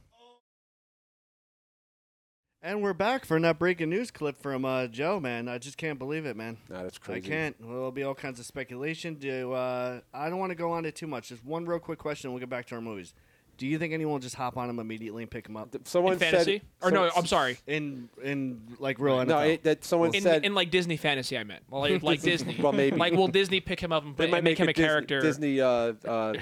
[SPEAKER 2] And we're back for that breaking news clip from uh, Joe, man. I just can't believe it, man.
[SPEAKER 3] Nah, that's crazy.
[SPEAKER 2] I can't. Well, There'll be all kinds of speculation. Do uh, I don't want to go on it too much. Just one real quick question. and We'll get back to our movies. Do you think anyone will just hop on him immediately and pick him up
[SPEAKER 3] Someone
[SPEAKER 4] in fantasy
[SPEAKER 3] said,
[SPEAKER 4] or no?
[SPEAKER 3] so-
[SPEAKER 4] I'm sorry.
[SPEAKER 2] in in like real NFL?
[SPEAKER 3] No, it, that someone
[SPEAKER 4] In,
[SPEAKER 3] said
[SPEAKER 4] in like Disney fantasy, I meant well, like, like Disney.
[SPEAKER 3] Well, maybe.
[SPEAKER 4] like will Disney pick him up and
[SPEAKER 3] they
[SPEAKER 4] play,
[SPEAKER 3] might
[SPEAKER 4] make, him a
[SPEAKER 3] Disney-
[SPEAKER 4] character?
[SPEAKER 3] Disney uh, uh,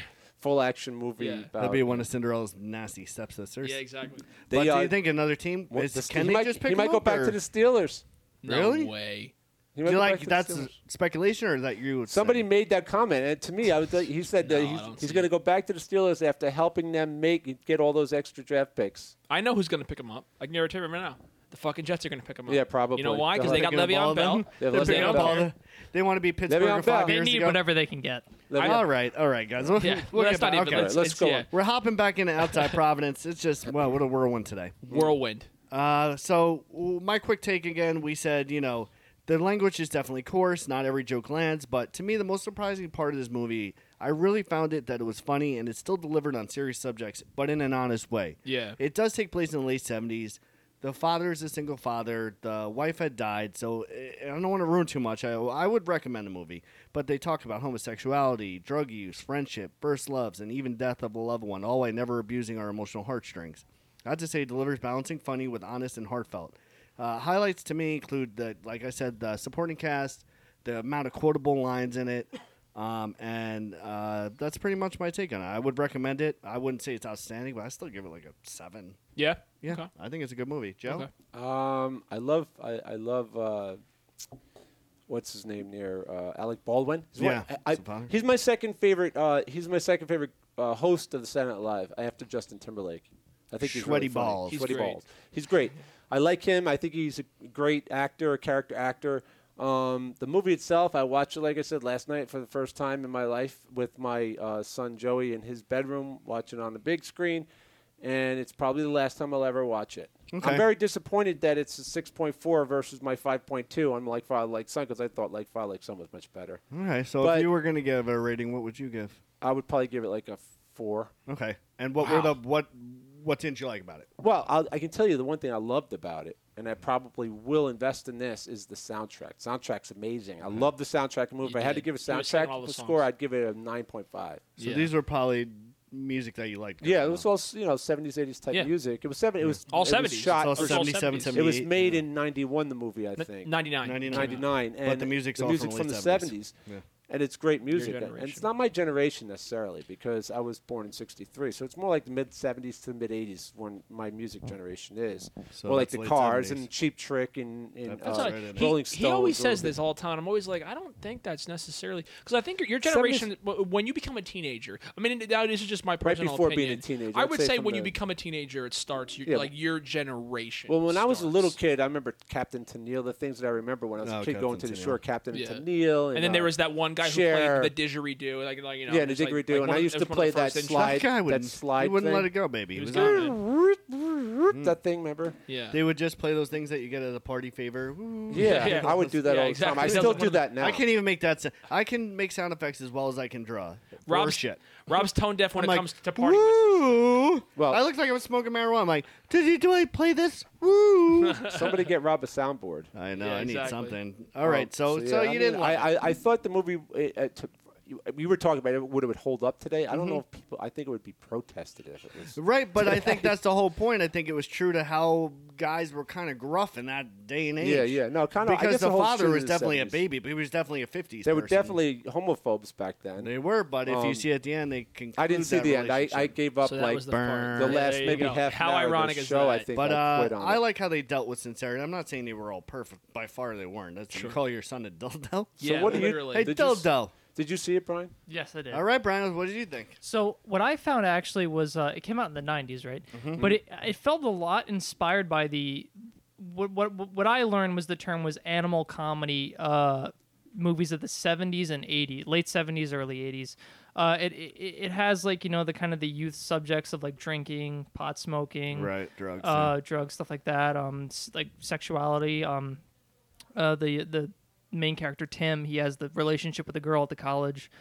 [SPEAKER 3] full action movie.
[SPEAKER 4] Yeah.
[SPEAKER 3] About,
[SPEAKER 2] That'd be one of Cinderella's nasty stepsisters.
[SPEAKER 4] Yeah, exactly.
[SPEAKER 3] They,
[SPEAKER 2] but
[SPEAKER 3] uh,
[SPEAKER 2] do you think another team
[SPEAKER 3] what-
[SPEAKER 2] is,
[SPEAKER 3] the-
[SPEAKER 2] can
[SPEAKER 3] he
[SPEAKER 2] they
[SPEAKER 3] might,
[SPEAKER 2] just pick
[SPEAKER 3] He
[SPEAKER 2] him
[SPEAKER 3] might go
[SPEAKER 2] up,
[SPEAKER 3] back
[SPEAKER 2] or
[SPEAKER 3] to the Steelers.
[SPEAKER 4] No
[SPEAKER 2] Really?
[SPEAKER 4] way.
[SPEAKER 3] He
[SPEAKER 2] Do
[SPEAKER 3] might
[SPEAKER 2] you
[SPEAKER 3] go back
[SPEAKER 2] like
[SPEAKER 3] to the
[SPEAKER 2] that's
[SPEAKER 3] Steelers.
[SPEAKER 2] speculation or that you would say?
[SPEAKER 3] Somebody made that comment, and to me, I was, he said
[SPEAKER 4] No,
[SPEAKER 3] that
[SPEAKER 4] I
[SPEAKER 3] he's,
[SPEAKER 4] don't
[SPEAKER 3] he's
[SPEAKER 4] see
[SPEAKER 3] going
[SPEAKER 4] it.
[SPEAKER 3] to go back to the Steelers after helping them make get all those extra draft picks.
[SPEAKER 4] I know who's going to pick him up. I can guarantee him right now. The fucking Jets are going to pick him up.
[SPEAKER 3] Yeah, probably.
[SPEAKER 4] You know why? Because
[SPEAKER 3] They're
[SPEAKER 4] they got
[SPEAKER 2] picking up all
[SPEAKER 4] Le'Veon
[SPEAKER 2] of
[SPEAKER 4] Bell.
[SPEAKER 2] them?
[SPEAKER 3] They're
[SPEAKER 4] They
[SPEAKER 2] They're
[SPEAKER 3] Le'Veon
[SPEAKER 4] don't
[SPEAKER 2] picking up all
[SPEAKER 4] care.
[SPEAKER 2] the, they want to be
[SPEAKER 3] Le'Veon
[SPEAKER 2] Pittsburgh
[SPEAKER 3] Bell.
[SPEAKER 2] five
[SPEAKER 3] They
[SPEAKER 5] They
[SPEAKER 2] years
[SPEAKER 5] need
[SPEAKER 2] ago.
[SPEAKER 5] whatever they can get.
[SPEAKER 3] Le'Veon-
[SPEAKER 2] All right, all right, guys. We'll,
[SPEAKER 4] Yeah,
[SPEAKER 2] we'll
[SPEAKER 4] well,
[SPEAKER 2] get
[SPEAKER 4] that's
[SPEAKER 2] back.
[SPEAKER 4] not even.
[SPEAKER 2] okay.
[SPEAKER 4] Let's,
[SPEAKER 3] let's
[SPEAKER 4] it's-
[SPEAKER 3] go
[SPEAKER 4] yeah,
[SPEAKER 3] on.
[SPEAKER 2] We're hopping back into outside Providence. It's just wow, what a whirlwind today.
[SPEAKER 4] Whirlwind.
[SPEAKER 2] Uh, so w- my quick take again. We said you know the language is definitely coarse. Not every joke lands, but to me the most surprising part of this movie, I really found it that it was funny and it still delivered on serious subjects, but in an honest way.
[SPEAKER 4] Yeah.
[SPEAKER 2] It does take place in the late 70s. The father is a single father. The wife had died, so eh, I don't want to ruin too much. I, I would recommend the movie, but they talk about homosexuality, drug use, friendship, first loves, and even death of a loved one, all while never abusing our emotional heartstrings. Not to say it delivers balancing funny with honest and heartfelt. Uh, highlights to me include the, like I said, the supporting cast, the amount of quotable lines in it, um, and uh, that's pretty much my take on it. I would recommend it. I wouldn't say it's outstanding, but I still give it like a seven.
[SPEAKER 4] Yeah.
[SPEAKER 2] Yeah,
[SPEAKER 4] Okay.
[SPEAKER 2] I think it's a good movie. Joe,
[SPEAKER 4] Okay.
[SPEAKER 3] Um, I love, I, I love, uh, what's his name there? Uh, Alec Baldwin. He's one-
[SPEAKER 2] Yeah,
[SPEAKER 3] I-
[SPEAKER 2] it's a
[SPEAKER 3] I,
[SPEAKER 2] bother.
[SPEAKER 3] he's my second favorite. Uh, he's my second favorite uh, host of the Senate Live after Justin Timberlake. I think he's
[SPEAKER 2] Sweaty
[SPEAKER 3] really funny.
[SPEAKER 2] balls.
[SPEAKER 4] He's
[SPEAKER 3] Sweaty
[SPEAKER 4] great.
[SPEAKER 3] balls. He's great. I like him. I think he's a great actor, a character actor. Um, the movie itself, I watched it like I said last night for the first time in my life with my uh, son Joey in his bedroom, watching it on the big screen, and it's probably the last time I'll ever watch it.
[SPEAKER 2] Okay.
[SPEAKER 3] I'm very disappointed that it's a 6.4 versus my 5.2 on like Fire Like Sun because I thought like Fire Like Sun was much better.
[SPEAKER 2] all right. So if
[SPEAKER 3] But-
[SPEAKER 2] you were gonna give it a rating, what would you give?
[SPEAKER 3] I would probably give it like a four.
[SPEAKER 2] Okay, and what were the what what didn't you like about it?
[SPEAKER 3] Well, I'll, I can tell you the one thing I loved about it, and I probably will invest in this, is the soundtrack. Soundtrack's amazing. I love the soundtrack move. If I had to
[SPEAKER 4] did.
[SPEAKER 3] give a
[SPEAKER 4] Mm-hmm. You were singing
[SPEAKER 3] soundtrack
[SPEAKER 4] all the
[SPEAKER 3] a score,
[SPEAKER 4] songs.
[SPEAKER 3] I'd give it a 9.5.
[SPEAKER 2] So
[SPEAKER 4] Yeah.
[SPEAKER 2] these were probably music that you liked.
[SPEAKER 3] Yeah, it was all s- you know 70s, 80s type
[SPEAKER 4] Yeah.
[SPEAKER 3] music. It was seven. It was
[SPEAKER 4] All
[SPEAKER 3] it was
[SPEAKER 4] 70s.
[SPEAKER 3] shot-
[SPEAKER 2] It's all
[SPEAKER 4] It's all
[SPEAKER 2] 77,
[SPEAKER 4] 70s.
[SPEAKER 3] it was
[SPEAKER 2] 78,
[SPEAKER 3] made
[SPEAKER 2] yeah.
[SPEAKER 3] in 91. The movie, I think.
[SPEAKER 4] 99.
[SPEAKER 2] 99.
[SPEAKER 3] 99. And
[SPEAKER 2] But the music's all
[SPEAKER 3] music
[SPEAKER 2] from the
[SPEAKER 3] from the
[SPEAKER 2] late
[SPEAKER 3] 70s.
[SPEAKER 2] 70s. Yeah.
[SPEAKER 3] And it's great music. And
[SPEAKER 4] generation.
[SPEAKER 3] it's not my generation necessarily because I was born in 63. So it's more like the mid 70s to mid 80s when my music generation is.
[SPEAKER 2] So
[SPEAKER 3] more like
[SPEAKER 2] that's
[SPEAKER 3] the
[SPEAKER 2] late
[SPEAKER 3] Cars
[SPEAKER 2] 70s.
[SPEAKER 3] and Cheap Trick and, and
[SPEAKER 2] That's
[SPEAKER 3] uh,
[SPEAKER 4] That's
[SPEAKER 2] right in
[SPEAKER 4] all-
[SPEAKER 2] it.
[SPEAKER 4] he-
[SPEAKER 3] Rolling
[SPEAKER 4] he,
[SPEAKER 3] Stones.
[SPEAKER 4] always
[SPEAKER 3] a little
[SPEAKER 4] says
[SPEAKER 3] bit.
[SPEAKER 4] this all the time. I'm always like, I don't think that's necessarily because I think your, your
[SPEAKER 3] Seventies-
[SPEAKER 4] generation, w- when you become a teenager, I mean, now this is just my personal
[SPEAKER 3] before being
[SPEAKER 4] opinion.
[SPEAKER 3] a teenager,
[SPEAKER 4] I
[SPEAKER 3] I'd
[SPEAKER 4] would
[SPEAKER 3] say
[SPEAKER 4] say
[SPEAKER 3] from
[SPEAKER 4] when you
[SPEAKER 3] the-
[SPEAKER 4] become a teenager, it starts your,
[SPEAKER 3] Yeah.
[SPEAKER 4] like your generation.
[SPEAKER 3] Well, when I was a little
[SPEAKER 4] starts.
[SPEAKER 3] kid, I remember Captain Tennille. The things that I remember when I was
[SPEAKER 2] Oh,
[SPEAKER 3] a kid going to
[SPEAKER 2] Captain
[SPEAKER 3] the
[SPEAKER 2] Tennille.
[SPEAKER 3] shore, Captain
[SPEAKER 4] Yeah.
[SPEAKER 3] Tennille. And,
[SPEAKER 4] and then there
[SPEAKER 3] uh,
[SPEAKER 4] was that one guy
[SPEAKER 3] Cher.
[SPEAKER 4] who played the didgeridoo, like, like you know,
[SPEAKER 3] Yeah, the
[SPEAKER 4] just like-
[SPEAKER 3] didgeridoo,
[SPEAKER 4] like
[SPEAKER 3] and
[SPEAKER 4] one
[SPEAKER 3] I
[SPEAKER 4] of-
[SPEAKER 3] used
[SPEAKER 4] that
[SPEAKER 3] to
[SPEAKER 4] was one of
[SPEAKER 3] play
[SPEAKER 4] the first
[SPEAKER 3] that
[SPEAKER 4] things-
[SPEAKER 3] slide-
[SPEAKER 2] That guy
[SPEAKER 3] that
[SPEAKER 2] wouldn't. he
[SPEAKER 3] slide
[SPEAKER 2] wouldn't let
[SPEAKER 3] thing.
[SPEAKER 2] it go, baby. He
[SPEAKER 4] was
[SPEAKER 2] was on
[SPEAKER 4] gone.
[SPEAKER 2] it. Hmm.
[SPEAKER 3] that thing. Remember?
[SPEAKER 4] Yeah,
[SPEAKER 2] They would just play those things that you get as a party favor. Woo.
[SPEAKER 3] Yeah,
[SPEAKER 4] Yeah.
[SPEAKER 3] I would do that
[SPEAKER 4] Yeah,
[SPEAKER 3] all the
[SPEAKER 4] exactly.
[SPEAKER 3] time. I
[SPEAKER 4] That
[SPEAKER 3] still
[SPEAKER 4] was one
[SPEAKER 3] do
[SPEAKER 4] of the-
[SPEAKER 3] that now.
[SPEAKER 2] I can't even make that. Sa- I can make sound effects as well as I can draw.
[SPEAKER 4] Rob's
[SPEAKER 2] or shit.
[SPEAKER 4] Rob's tone deaf when
[SPEAKER 2] I'm
[SPEAKER 4] it
[SPEAKER 2] like,
[SPEAKER 4] comes to party. whistles.
[SPEAKER 2] Woo!
[SPEAKER 3] Well-
[SPEAKER 2] I looked like I was smoking marijuana. I'm like, did you do I play this? Woo!
[SPEAKER 3] Somebody get Rob a soundboard.
[SPEAKER 2] I know.
[SPEAKER 4] Yeah,
[SPEAKER 2] I need
[SPEAKER 4] exactly.
[SPEAKER 2] something. All right. So, so,
[SPEAKER 3] Um, yeah,
[SPEAKER 2] you
[SPEAKER 3] I mean,
[SPEAKER 2] didn't. like
[SPEAKER 3] I, I I thought the movie. It, it took, you, we were talking about it, would it would hold up today. I don't
[SPEAKER 2] Mm-hmm.
[SPEAKER 3] know if people. I think it would be protested if it was.
[SPEAKER 2] Right, but I think that's the whole point. I think it was true to how guys were kind of gruff in that day and age.
[SPEAKER 3] Yeah, yeah. No, kind of. I
[SPEAKER 2] Because
[SPEAKER 3] guess
[SPEAKER 2] the
[SPEAKER 3] it holds true
[SPEAKER 2] father
[SPEAKER 3] to
[SPEAKER 2] was
[SPEAKER 3] the
[SPEAKER 2] definitely a
[SPEAKER 3] 70s.
[SPEAKER 2] baby, but he was definitely a 50s.
[SPEAKER 3] They were
[SPEAKER 2] person.
[SPEAKER 3] definitely homophobes back then.
[SPEAKER 2] They were, but if you
[SPEAKER 3] Um,
[SPEAKER 2] see at the end, they can.
[SPEAKER 3] I didn't see the end. I, I gave up
[SPEAKER 4] So that
[SPEAKER 3] like
[SPEAKER 4] was the,
[SPEAKER 2] burn.
[SPEAKER 4] part.
[SPEAKER 3] the
[SPEAKER 4] Yeah,
[SPEAKER 3] last
[SPEAKER 4] there you
[SPEAKER 3] maybe
[SPEAKER 4] go.
[SPEAKER 3] half
[SPEAKER 4] How
[SPEAKER 3] an hour of
[SPEAKER 4] ironic
[SPEAKER 3] the
[SPEAKER 4] is
[SPEAKER 3] show. I
[SPEAKER 4] that?
[SPEAKER 3] think
[SPEAKER 2] But
[SPEAKER 3] I
[SPEAKER 2] uh,
[SPEAKER 3] quit on
[SPEAKER 2] I
[SPEAKER 3] it.
[SPEAKER 2] like how they dealt with sincerity. I'm not saying they were all perfect. By far, they weren't. That's you call your son a dildo.
[SPEAKER 4] Yeah,
[SPEAKER 3] what do you-
[SPEAKER 4] literally.
[SPEAKER 2] Hey,
[SPEAKER 4] Um,
[SPEAKER 3] Did you s-
[SPEAKER 2] dildo.
[SPEAKER 3] Did you see it, Brian?
[SPEAKER 5] Yes, I did.
[SPEAKER 2] All right, Brian. What did you think?
[SPEAKER 5] So what I found actually was uh, it came out in the '90s, right? But it it felt a lot inspired by the what what what I learned was the term was animal comedy uh, movies of the '70s and '80s, late '70s, early '80s. Uh, it, it it has like you know the kind of the youth subjects of like drinking, pot smoking,
[SPEAKER 2] drugs.
[SPEAKER 5] uh, drugs, stuff like that. Um, s- like sexuality. Um, uh, the the main character Tim,
[SPEAKER 2] Mm-hmm.
[SPEAKER 5] he has the relationship with a girl at the college,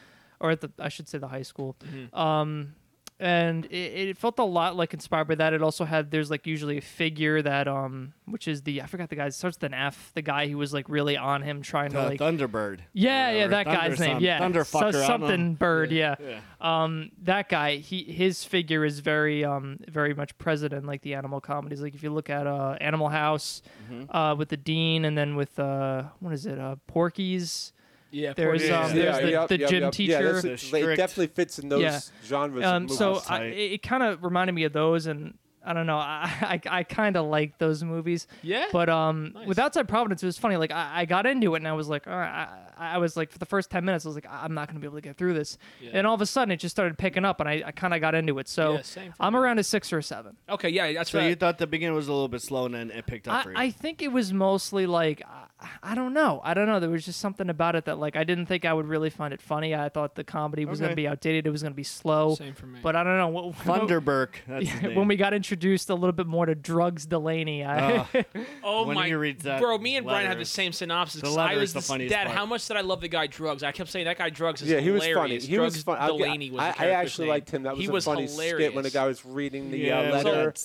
[SPEAKER 5] or at the I should say the high school. Um, and it, it felt a lot like inspired by that. It also had there's like usually a figure that um which is the I forgot the guy it starts with an F. The guy who was like really on him trying to
[SPEAKER 2] Uh,
[SPEAKER 5] like
[SPEAKER 2] Thunderbird.
[SPEAKER 5] yeah yeah
[SPEAKER 2] Or
[SPEAKER 5] that
[SPEAKER 2] Thunder
[SPEAKER 5] guy's name
[SPEAKER 2] some-
[SPEAKER 5] yeah
[SPEAKER 2] Thunder
[SPEAKER 5] So-
[SPEAKER 2] fucker, I don't
[SPEAKER 5] something
[SPEAKER 2] know.
[SPEAKER 5] bird yeah. um that guy he his figure is very um very much present in like the animal comedies like if you look at uh Animal House
[SPEAKER 2] Mm-hmm.
[SPEAKER 5] uh with the dean and then with uh what is it uh Porky's
[SPEAKER 4] Yeah,
[SPEAKER 5] There's,
[SPEAKER 4] Porky's.
[SPEAKER 5] um, there's the- the gym
[SPEAKER 3] Yeah,
[SPEAKER 5] teacher.
[SPEAKER 3] that's-
[SPEAKER 2] The
[SPEAKER 3] it
[SPEAKER 2] strict-
[SPEAKER 3] definitely fits in those
[SPEAKER 5] Yeah.
[SPEAKER 3] genres. of
[SPEAKER 5] Um,
[SPEAKER 3] movies.
[SPEAKER 5] so
[SPEAKER 2] That's
[SPEAKER 5] I,
[SPEAKER 2] tight.
[SPEAKER 5] it kind of reminded me of those, and I don't know. I I, I kind of like those movies.
[SPEAKER 4] Yeah?
[SPEAKER 5] But um, with Outside Providence, it was funny. Like I, I got into it, and I was like, all right, I, I was like, for the first ten minutes, I was like, I- I'm not gonna be able to get through this. And all of a sudden, it just started picking up, and I, I kind of got into it. So
[SPEAKER 4] Yeah, same for
[SPEAKER 5] I'm around a six or a seven.
[SPEAKER 4] okay, yeah, that's
[SPEAKER 2] So
[SPEAKER 4] right.
[SPEAKER 2] you thought the beginning was a little bit slow and then it picked up
[SPEAKER 5] I,
[SPEAKER 2] for you.
[SPEAKER 5] I think it was mostly like I, I don't know. I don't know. There was just something about it that like I didn't think I would really find it funny. I thought the comedy was gonna
[SPEAKER 2] Okay.
[SPEAKER 5] be outdated. It was gonna be slow.
[SPEAKER 4] Same for me.
[SPEAKER 5] But I don't know what
[SPEAKER 2] Thunderberg. That's his name.
[SPEAKER 5] when we got introduced a little bit more to drugs Delaney. I,
[SPEAKER 4] Oh
[SPEAKER 2] When
[SPEAKER 4] my,
[SPEAKER 2] you read that
[SPEAKER 4] bro! Me and Brian have the
[SPEAKER 2] letters-
[SPEAKER 4] same synopsis.
[SPEAKER 2] the
[SPEAKER 4] 'cause
[SPEAKER 2] letter
[SPEAKER 4] I
[SPEAKER 2] is
[SPEAKER 4] was
[SPEAKER 2] the
[SPEAKER 4] this-
[SPEAKER 2] funniest
[SPEAKER 4] Dad,
[SPEAKER 2] part.
[SPEAKER 4] how much did I love the guy Drugs? I kept saying that guy Drugs is
[SPEAKER 3] yeah, he was funny.
[SPEAKER 4] hilarious.
[SPEAKER 3] He
[SPEAKER 4] drugs
[SPEAKER 3] was funny. I,
[SPEAKER 4] Delaney was.
[SPEAKER 3] I,
[SPEAKER 4] the
[SPEAKER 3] I
[SPEAKER 4] character's
[SPEAKER 3] actually
[SPEAKER 4] name.
[SPEAKER 3] liked him. That was
[SPEAKER 4] he
[SPEAKER 3] a
[SPEAKER 4] was
[SPEAKER 3] funny
[SPEAKER 4] hilarious.
[SPEAKER 3] skit when the guy was reading the
[SPEAKER 2] Yeah,
[SPEAKER 3] uh,
[SPEAKER 2] it was
[SPEAKER 3] letter.
[SPEAKER 2] all-
[SPEAKER 4] you guys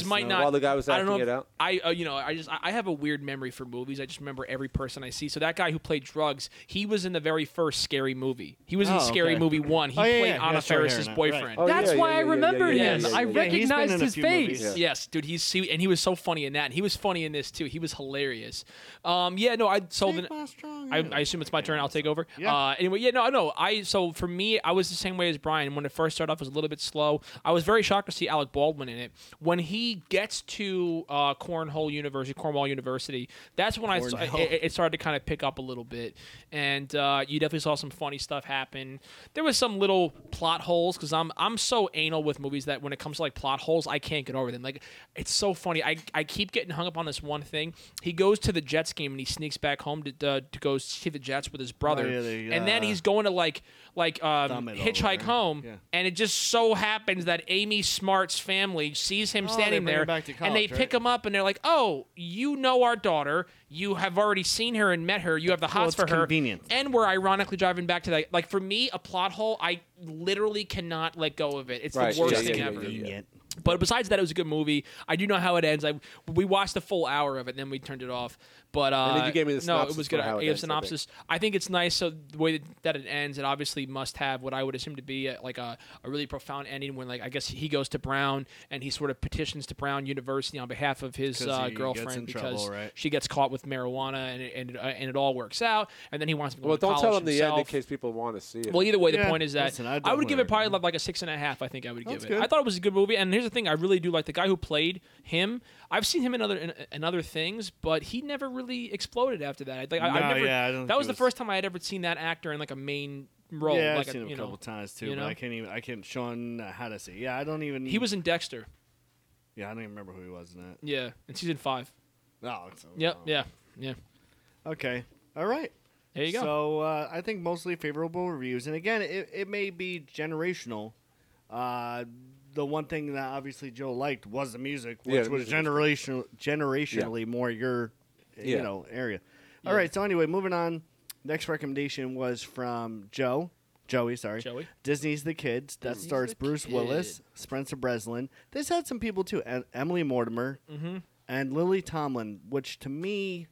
[SPEAKER 2] serious
[SPEAKER 4] might
[SPEAKER 2] note.
[SPEAKER 4] not.
[SPEAKER 3] While the guy was
[SPEAKER 4] I don't know.
[SPEAKER 3] acting
[SPEAKER 4] if-
[SPEAKER 3] it out.
[SPEAKER 4] I, uh, you know, I just I I have a weird memory for movies. I just remember every person I see. So that guy who played drugs, he was in the very first Scary Movie. He was in
[SPEAKER 2] Oh,
[SPEAKER 4] Scary
[SPEAKER 2] okay.
[SPEAKER 4] Movie One. He
[SPEAKER 2] Oh, yeah,
[SPEAKER 4] played
[SPEAKER 2] yeah, yeah,
[SPEAKER 4] Anna
[SPEAKER 2] that's right, Aaron,
[SPEAKER 4] Faris's
[SPEAKER 2] right.
[SPEAKER 4] boyfriend.
[SPEAKER 3] Oh,
[SPEAKER 5] that's
[SPEAKER 3] yeah,
[SPEAKER 5] why
[SPEAKER 3] yeah,
[SPEAKER 5] I
[SPEAKER 3] yeah, yeah,
[SPEAKER 5] remembered
[SPEAKER 3] yeah,
[SPEAKER 5] him.
[SPEAKER 3] yeah, yeah,
[SPEAKER 5] I
[SPEAKER 2] Yeah,
[SPEAKER 3] yeah.
[SPEAKER 2] he's been in
[SPEAKER 5] recognized
[SPEAKER 2] a
[SPEAKER 5] his
[SPEAKER 2] few movies.
[SPEAKER 5] face.
[SPEAKER 3] Yeah.
[SPEAKER 4] Yes, dude, he's he, and he was so funny in that, and he was funny in this too. He was hilarious. Um, yeah, no, I so then I, I assume it's my turn. I'll take over.
[SPEAKER 2] Yeah.
[SPEAKER 4] Uh, anyway, yeah, no, no, I so for me, I was the same way as Brian. When it first started off, it was a little bit slow. I was very shocked to see Alec Baldwin in it. When he gets to uh, Cornhole University, Cornwall University, that's when I
[SPEAKER 2] Cornell.
[SPEAKER 4] it, it started to kind of pick up a little bit, and uh, you definitely saw some funny stuff happen. There was some little plot holes because I'm I'm so anal with movies that when it comes to like plot holes, I can't get over them. Like it's so funny. I, I keep getting hung up on this one thing. He goes to the Jets game and he sneaks back home to uh, to go see the Jets with his brother,
[SPEAKER 2] yeah, they,
[SPEAKER 4] and then
[SPEAKER 2] uh,
[SPEAKER 4] he's going to like like um,
[SPEAKER 2] Thumb it
[SPEAKER 4] hitchhike
[SPEAKER 2] over.
[SPEAKER 4] home,
[SPEAKER 2] Yeah.
[SPEAKER 4] and it just so happens that Amy Smart's family sees him
[SPEAKER 2] Oh, they
[SPEAKER 4] standing
[SPEAKER 2] bring him
[SPEAKER 4] there,
[SPEAKER 2] back to
[SPEAKER 4] and they
[SPEAKER 2] college,
[SPEAKER 4] pick
[SPEAKER 2] right?
[SPEAKER 4] him them up and they're like, "Oh, you know our daughter. You have already seen her and met her. You have the hots
[SPEAKER 2] it's
[SPEAKER 4] for her."
[SPEAKER 2] convenient.
[SPEAKER 4] And we're ironically driving back to that. Like for me, a plot hole. I literally cannot let go of it. It's
[SPEAKER 3] Right,
[SPEAKER 4] the worst
[SPEAKER 3] yeah,
[SPEAKER 4] thing
[SPEAKER 3] yeah, yeah,
[SPEAKER 4] ever.
[SPEAKER 3] yeah, yeah.
[SPEAKER 4] But besides that, it was a good movie. I do know how it ends. I we watched the full hour of it, and then we turned it off. But uh,
[SPEAKER 3] And then you gave me the
[SPEAKER 4] no, it
[SPEAKER 3] synopsis
[SPEAKER 4] was good.
[SPEAKER 3] for how
[SPEAKER 4] I
[SPEAKER 3] it
[SPEAKER 4] gave
[SPEAKER 3] ends, I
[SPEAKER 4] synopsis. I think it's nice. So the way that it ends, it obviously must have what I would assume to be a, like a, a really profound ending. When like I guess he goes to Brown and he sort of petitions to Brown University on behalf of his
[SPEAKER 2] 'Cause
[SPEAKER 4] uh,
[SPEAKER 2] he gets in
[SPEAKER 4] girlfriend
[SPEAKER 2] trouble,
[SPEAKER 4] because
[SPEAKER 2] right?
[SPEAKER 4] she gets caught with marijuana and it, and, it, uh, and it all works out. And then he wants to go
[SPEAKER 3] Well,
[SPEAKER 4] to
[SPEAKER 3] don't
[SPEAKER 4] college
[SPEAKER 3] tell him the end in
[SPEAKER 4] himself.
[SPEAKER 3] case people want to see it.
[SPEAKER 4] Well, either way, the
[SPEAKER 2] Yeah,
[SPEAKER 4] point is that
[SPEAKER 2] listen, I
[SPEAKER 4] I, would
[SPEAKER 2] definitely
[SPEAKER 4] give it probably
[SPEAKER 2] agree.
[SPEAKER 4] like a six and a half. I think I would give
[SPEAKER 2] That's
[SPEAKER 4] it.
[SPEAKER 2] good.
[SPEAKER 4] I thought it was a good movie, and here's the thing: I really do like the guy who played him. I've seen him in other in, in other things, but he never really exploded after that. Like I, I
[SPEAKER 2] No,
[SPEAKER 4] never.
[SPEAKER 2] yeah, I don't
[SPEAKER 4] that
[SPEAKER 2] think
[SPEAKER 4] was
[SPEAKER 2] it
[SPEAKER 4] the
[SPEAKER 2] was-
[SPEAKER 4] first time I had ever seen that actor in like a main role.
[SPEAKER 2] Yeah,
[SPEAKER 4] like
[SPEAKER 2] I've seen
[SPEAKER 4] a,
[SPEAKER 2] him
[SPEAKER 4] you
[SPEAKER 2] a
[SPEAKER 4] know,
[SPEAKER 2] couple times too,
[SPEAKER 4] you know?
[SPEAKER 2] but I can't even. I can't. Sean, uh, how to say? Yeah, I don't even.
[SPEAKER 4] He was in Dexter.
[SPEAKER 2] Yeah, I don't even remember who he was in that.
[SPEAKER 4] Yeah, in season five.
[SPEAKER 2] No. It's,
[SPEAKER 4] Yep.
[SPEAKER 2] oh.
[SPEAKER 4] Yeah. Yeah.
[SPEAKER 2] Okay. All right.
[SPEAKER 4] There you go.
[SPEAKER 2] So uh, I think mostly favorable reviews, and again, it, it may be generational. Uh, the one thing that obviously Joe liked was the music, which
[SPEAKER 3] Yeah, the
[SPEAKER 2] was
[SPEAKER 3] music was
[SPEAKER 2] generational, generationally more your,
[SPEAKER 3] Yeah.
[SPEAKER 2] you know, area. All right. So anyway, moving on. Next recommendation was from Joe, Joey. Sorry,
[SPEAKER 4] Joey.
[SPEAKER 2] Disney's The Kids. That stars
[SPEAKER 4] the
[SPEAKER 2] Bruce Willis, Spencer Breslin. This had some people too, and Emily Mortimer
[SPEAKER 4] Mm-hmm.
[SPEAKER 2] and Lily Tomlin, which to me,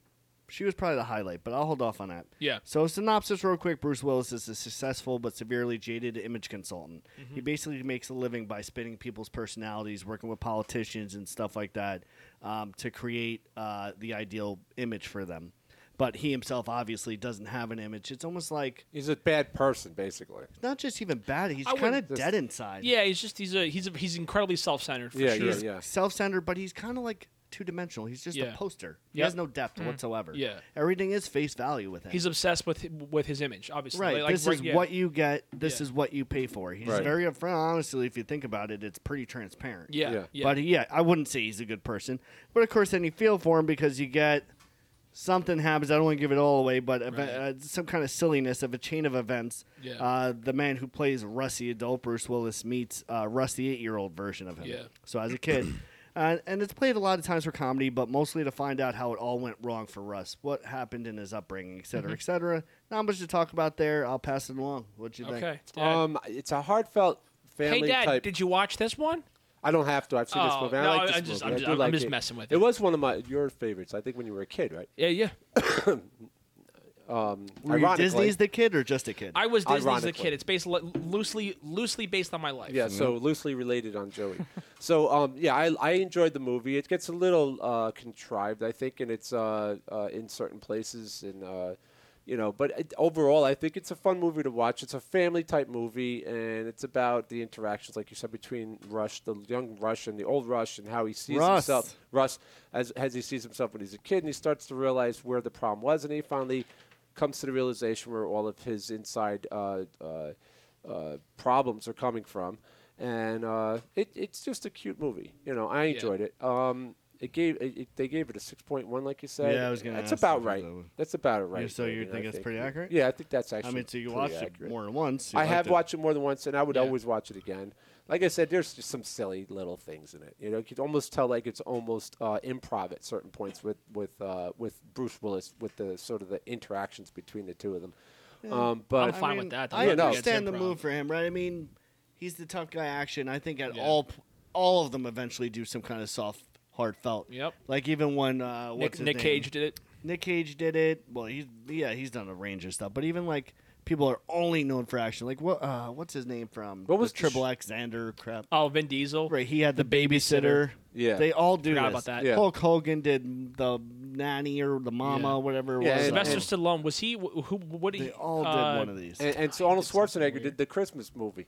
[SPEAKER 2] she was probably the highlight, but I'll hold off on that.
[SPEAKER 4] Yeah.
[SPEAKER 2] So synopsis, real quick: Bruce Willis is a successful but severely jaded image consultant.
[SPEAKER 4] Mm-hmm.
[SPEAKER 2] He basically makes a living by spinning people's personalities, working with politicians and stuff like that, um, to create uh, the ideal image for them. But he himself obviously doesn't have an image. It's almost like
[SPEAKER 3] he's a bad person, basically.
[SPEAKER 2] not just even bad. He's
[SPEAKER 4] I
[SPEAKER 2] kind
[SPEAKER 4] wouldn't
[SPEAKER 2] of dead inside.
[SPEAKER 4] Yeah. He's just he's a he's a, he's incredibly self centered.
[SPEAKER 3] Yeah,
[SPEAKER 4] sure.
[SPEAKER 3] yeah,
[SPEAKER 2] He's self-centered, but he's kind of like two-dimensional. He's just
[SPEAKER 4] Yeah.
[SPEAKER 2] a poster. He
[SPEAKER 4] Yep. Mm.
[SPEAKER 2] has no depth whatsoever.
[SPEAKER 4] Yeah.
[SPEAKER 2] Everything is face value with him.
[SPEAKER 4] He's obsessed with with his image, obviously.
[SPEAKER 2] Right.
[SPEAKER 4] Like,
[SPEAKER 2] this
[SPEAKER 4] right,
[SPEAKER 2] is
[SPEAKER 4] yeah.
[SPEAKER 2] what you get. This
[SPEAKER 4] Yeah.
[SPEAKER 2] is what you pay for. He's
[SPEAKER 3] Right.
[SPEAKER 2] very upfront. Honestly, if you think about it, it's pretty transparent.
[SPEAKER 4] Yeah.
[SPEAKER 3] Yeah.
[SPEAKER 4] yeah.
[SPEAKER 2] But yeah, I wouldn't say he's a good person. But of course, then you feel for him because you get something happens. I don't want to give it all away, but eve-
[SPEAKER 4] Right.
[SPEAKER 2] uh, some kind of silliness of a chain of events.
[SPEAKER 4] Yeah.
[SPEAKER 2] Uh, the man who plays Rusty adult Bruce Willis meets uh, Rusty eight year old version of him.
[SPEAKER 4] Yeah.
[SPEAKER 2] So as a kid. Uh, and it's played a lot of times for comedy, but mostly to find out how it all went wrong for Russ, what happened in his upbringing, et cetera,
[SPEAKER 4] Mm-hmm.
[SPEAKER 2] et cetera. Not much to talk about there. I'll pass it along. What you think?
[SPEAKER 4] okay. Dad.
[SPEAKER 3] Um, it's a heartfelt
[SPEAKER 4] Hey,
[SPEAKER 3] family
[SPEAKER 4] Dad,
[SPEAKER 3] type.
[SPEAKER 4] did you watch this one?
[SPEAKER 3] I don't have to. I've seen this
[SPEAKER 4] Oh,
[SPEAKER 3] movie. I
[SPEAKER 4] no,
[SPEAKER 3] like
[SPEAKER 4] I-
[SPEAKER 3] this
[SPEAKER 4] I just-
[SPEAKER 3] movie.
[SPEAKER 4] I'm
[SPEAKER 3] I
[SPEAKER 4] just-
[SPEAKER 3] do
[SPEAKER 4] I'm
[SPEAKER 3] like
[SPEAKER 4] just
[SPEAKER 3] it.
[SPEAKER 4] messing with
[SPEAKER 3] It
[SPEAKER 4] you.
[SPEAKER 3] was one of my your favorites. I think when you were a kid, right?
[SPEAKER 4] Yeah, yeah.
[SPEAKER 2] Were you
[SPEAKER 3] Ironically-
[SPEAKER 2] Disney's the kid or just a kid?
[SPEAKER 4] I was Disney's
[SPEAKER 3] Ironically.
[SPEAKER 4] the kid. It's based lo- loosely, loosely based on my life.
[SPEAKER 3] Yeah, so loosely related on Joey. so um, yeah, I, I enjoyed the movie. It gets a little uh, contrived, I think, and it's uh, uh, in certain places, and uh, you know, but it, overall, I think it's a fun movie to watch. It's a family type movie, and it's about the interactions, like you said, between Rush, the young Rush, and the old Rush, and how he sees
[SPEAKER 2] Russ.
[SPEAKER 3] himself. Russ, as as he sees himself when he's a kid, and he starts to realize where the problem was, and he finally comes to the realization where all of his inside uh, uh, uh, problems are coming from, and uh, it, it's just a cute movie. You know, I enjoyed it. Um, it gave it, it- they gave it a six point one, like you said.
[SPEAKER 2] Yeah, I was gonna
[SPEAKER 3] That's
[SPEAKER 2] ask
[SPEAKER 3] about
[SPEAKER 2] if I
[SPEAKER 3] right.
[SPEAKER 2] thought that-
[SPEAKER 3] That's about it, right?
[SPEAKER 2] so you
[SPEAKER 3] rating,
[SPEAKER 2] think
[SPEAKER 3] I
[SPEAKER 2] it's pretty accurate?
[SPEAKER 3] Yeah, I think that's actually.
[SPEAKER 2] I mean, so you
[SPEAKER 3] pretty
[SPEAKER 2] watched it
[SPEAKER 3] accurate.
[SPEAKER 2] more than once. you
[SPEAKER 3] I
[SPEAKER 2] liked
[SPEAKER 3] have
[SPEAKER 2] it.
[SPEAKER 3] watched it more than once, and I would
[SPEAKER 4] Yeah.
[SPEAKER 3] always watch it again. Like I said, there's just some silly little things in it. You know, you could almost tell like it's almost uh, improv at certain points with with uh, with Bruce Willis with the sort of the interactions between the two of them. Um,
[SPEAKER 4] I'm
[SPEAKER 3] but
[SPEAKER 4] fine with that.
[SPEAKER 2] I
[SPEAKER 3] Yeah, no.
[SPEAKER 2] understand
[SPEAKER 4] It's
[SPEAKER 2] the
[SPEAKER 4] improv.
[SPEAKER 2] move for him, right? I mean, he's the tough guy action. I think at
[SPEAKER 4] Yeah.
[SPEAKER 2] all p- all of them eventually do some kind of soft, heartfelt.
[SPEAKER 4] Yep.
[SPEAKER 2] Like even when uh, what's
[SPEAKER 4] Nick,
[SPEAKER 2] his
[SPEAKER 4] Nick
[SPEAKER 2] name?
[SPEAKER 4] Cage did it.
[SPEAKER 2] Nick Cage did it. Well, he's yeah, he's done a range of stuff. But even like people are only known for action. Like what? Uh, what's his name from?
[SPEAKER 3] What
[SPEAKER 2] the
[SPEAKER 3] was the sh-
[SPEAKER 2] Triple X Xander crap?
[SPEAKER 4] Oh, Vin Diesel.
[SPEAKER 2] Right, he had the, babysitter.
[SPEAKER 3] Yeah.
[SPEAKER 2] they all do
[SPEAKER 4] Forgot
[SPEAKER 2] this.
[SPEAKER 4] about that.
[SPEAKER 3] Yeah.
[SPEAKER 2] Hulk Hogan did the nanny or the mama,
[SPEAKER 4] Yeah.
[SPEAKER 2] whatever. It
[SPEAKER 3] Yeah,
[SPEAKER 2] was.
[SPEAKER 3] and-
[SPEAKER 4] Sylvester
[SPEAKER 3] and-
[SPEAKER 4] Stallone was he? wh- Who? What did he?
[SPEAKER 2] they all did
[SPEAKER 4] uh,
[SPEAKER 2] one of these.
[SPEAKER 3] and, and so Arnold
[SPEAKER 4] did something
[SPEAKER 3] Schwarzenegger
[SPEAKER 4] weird.
[SPEAKER 3] did the Christmas movie,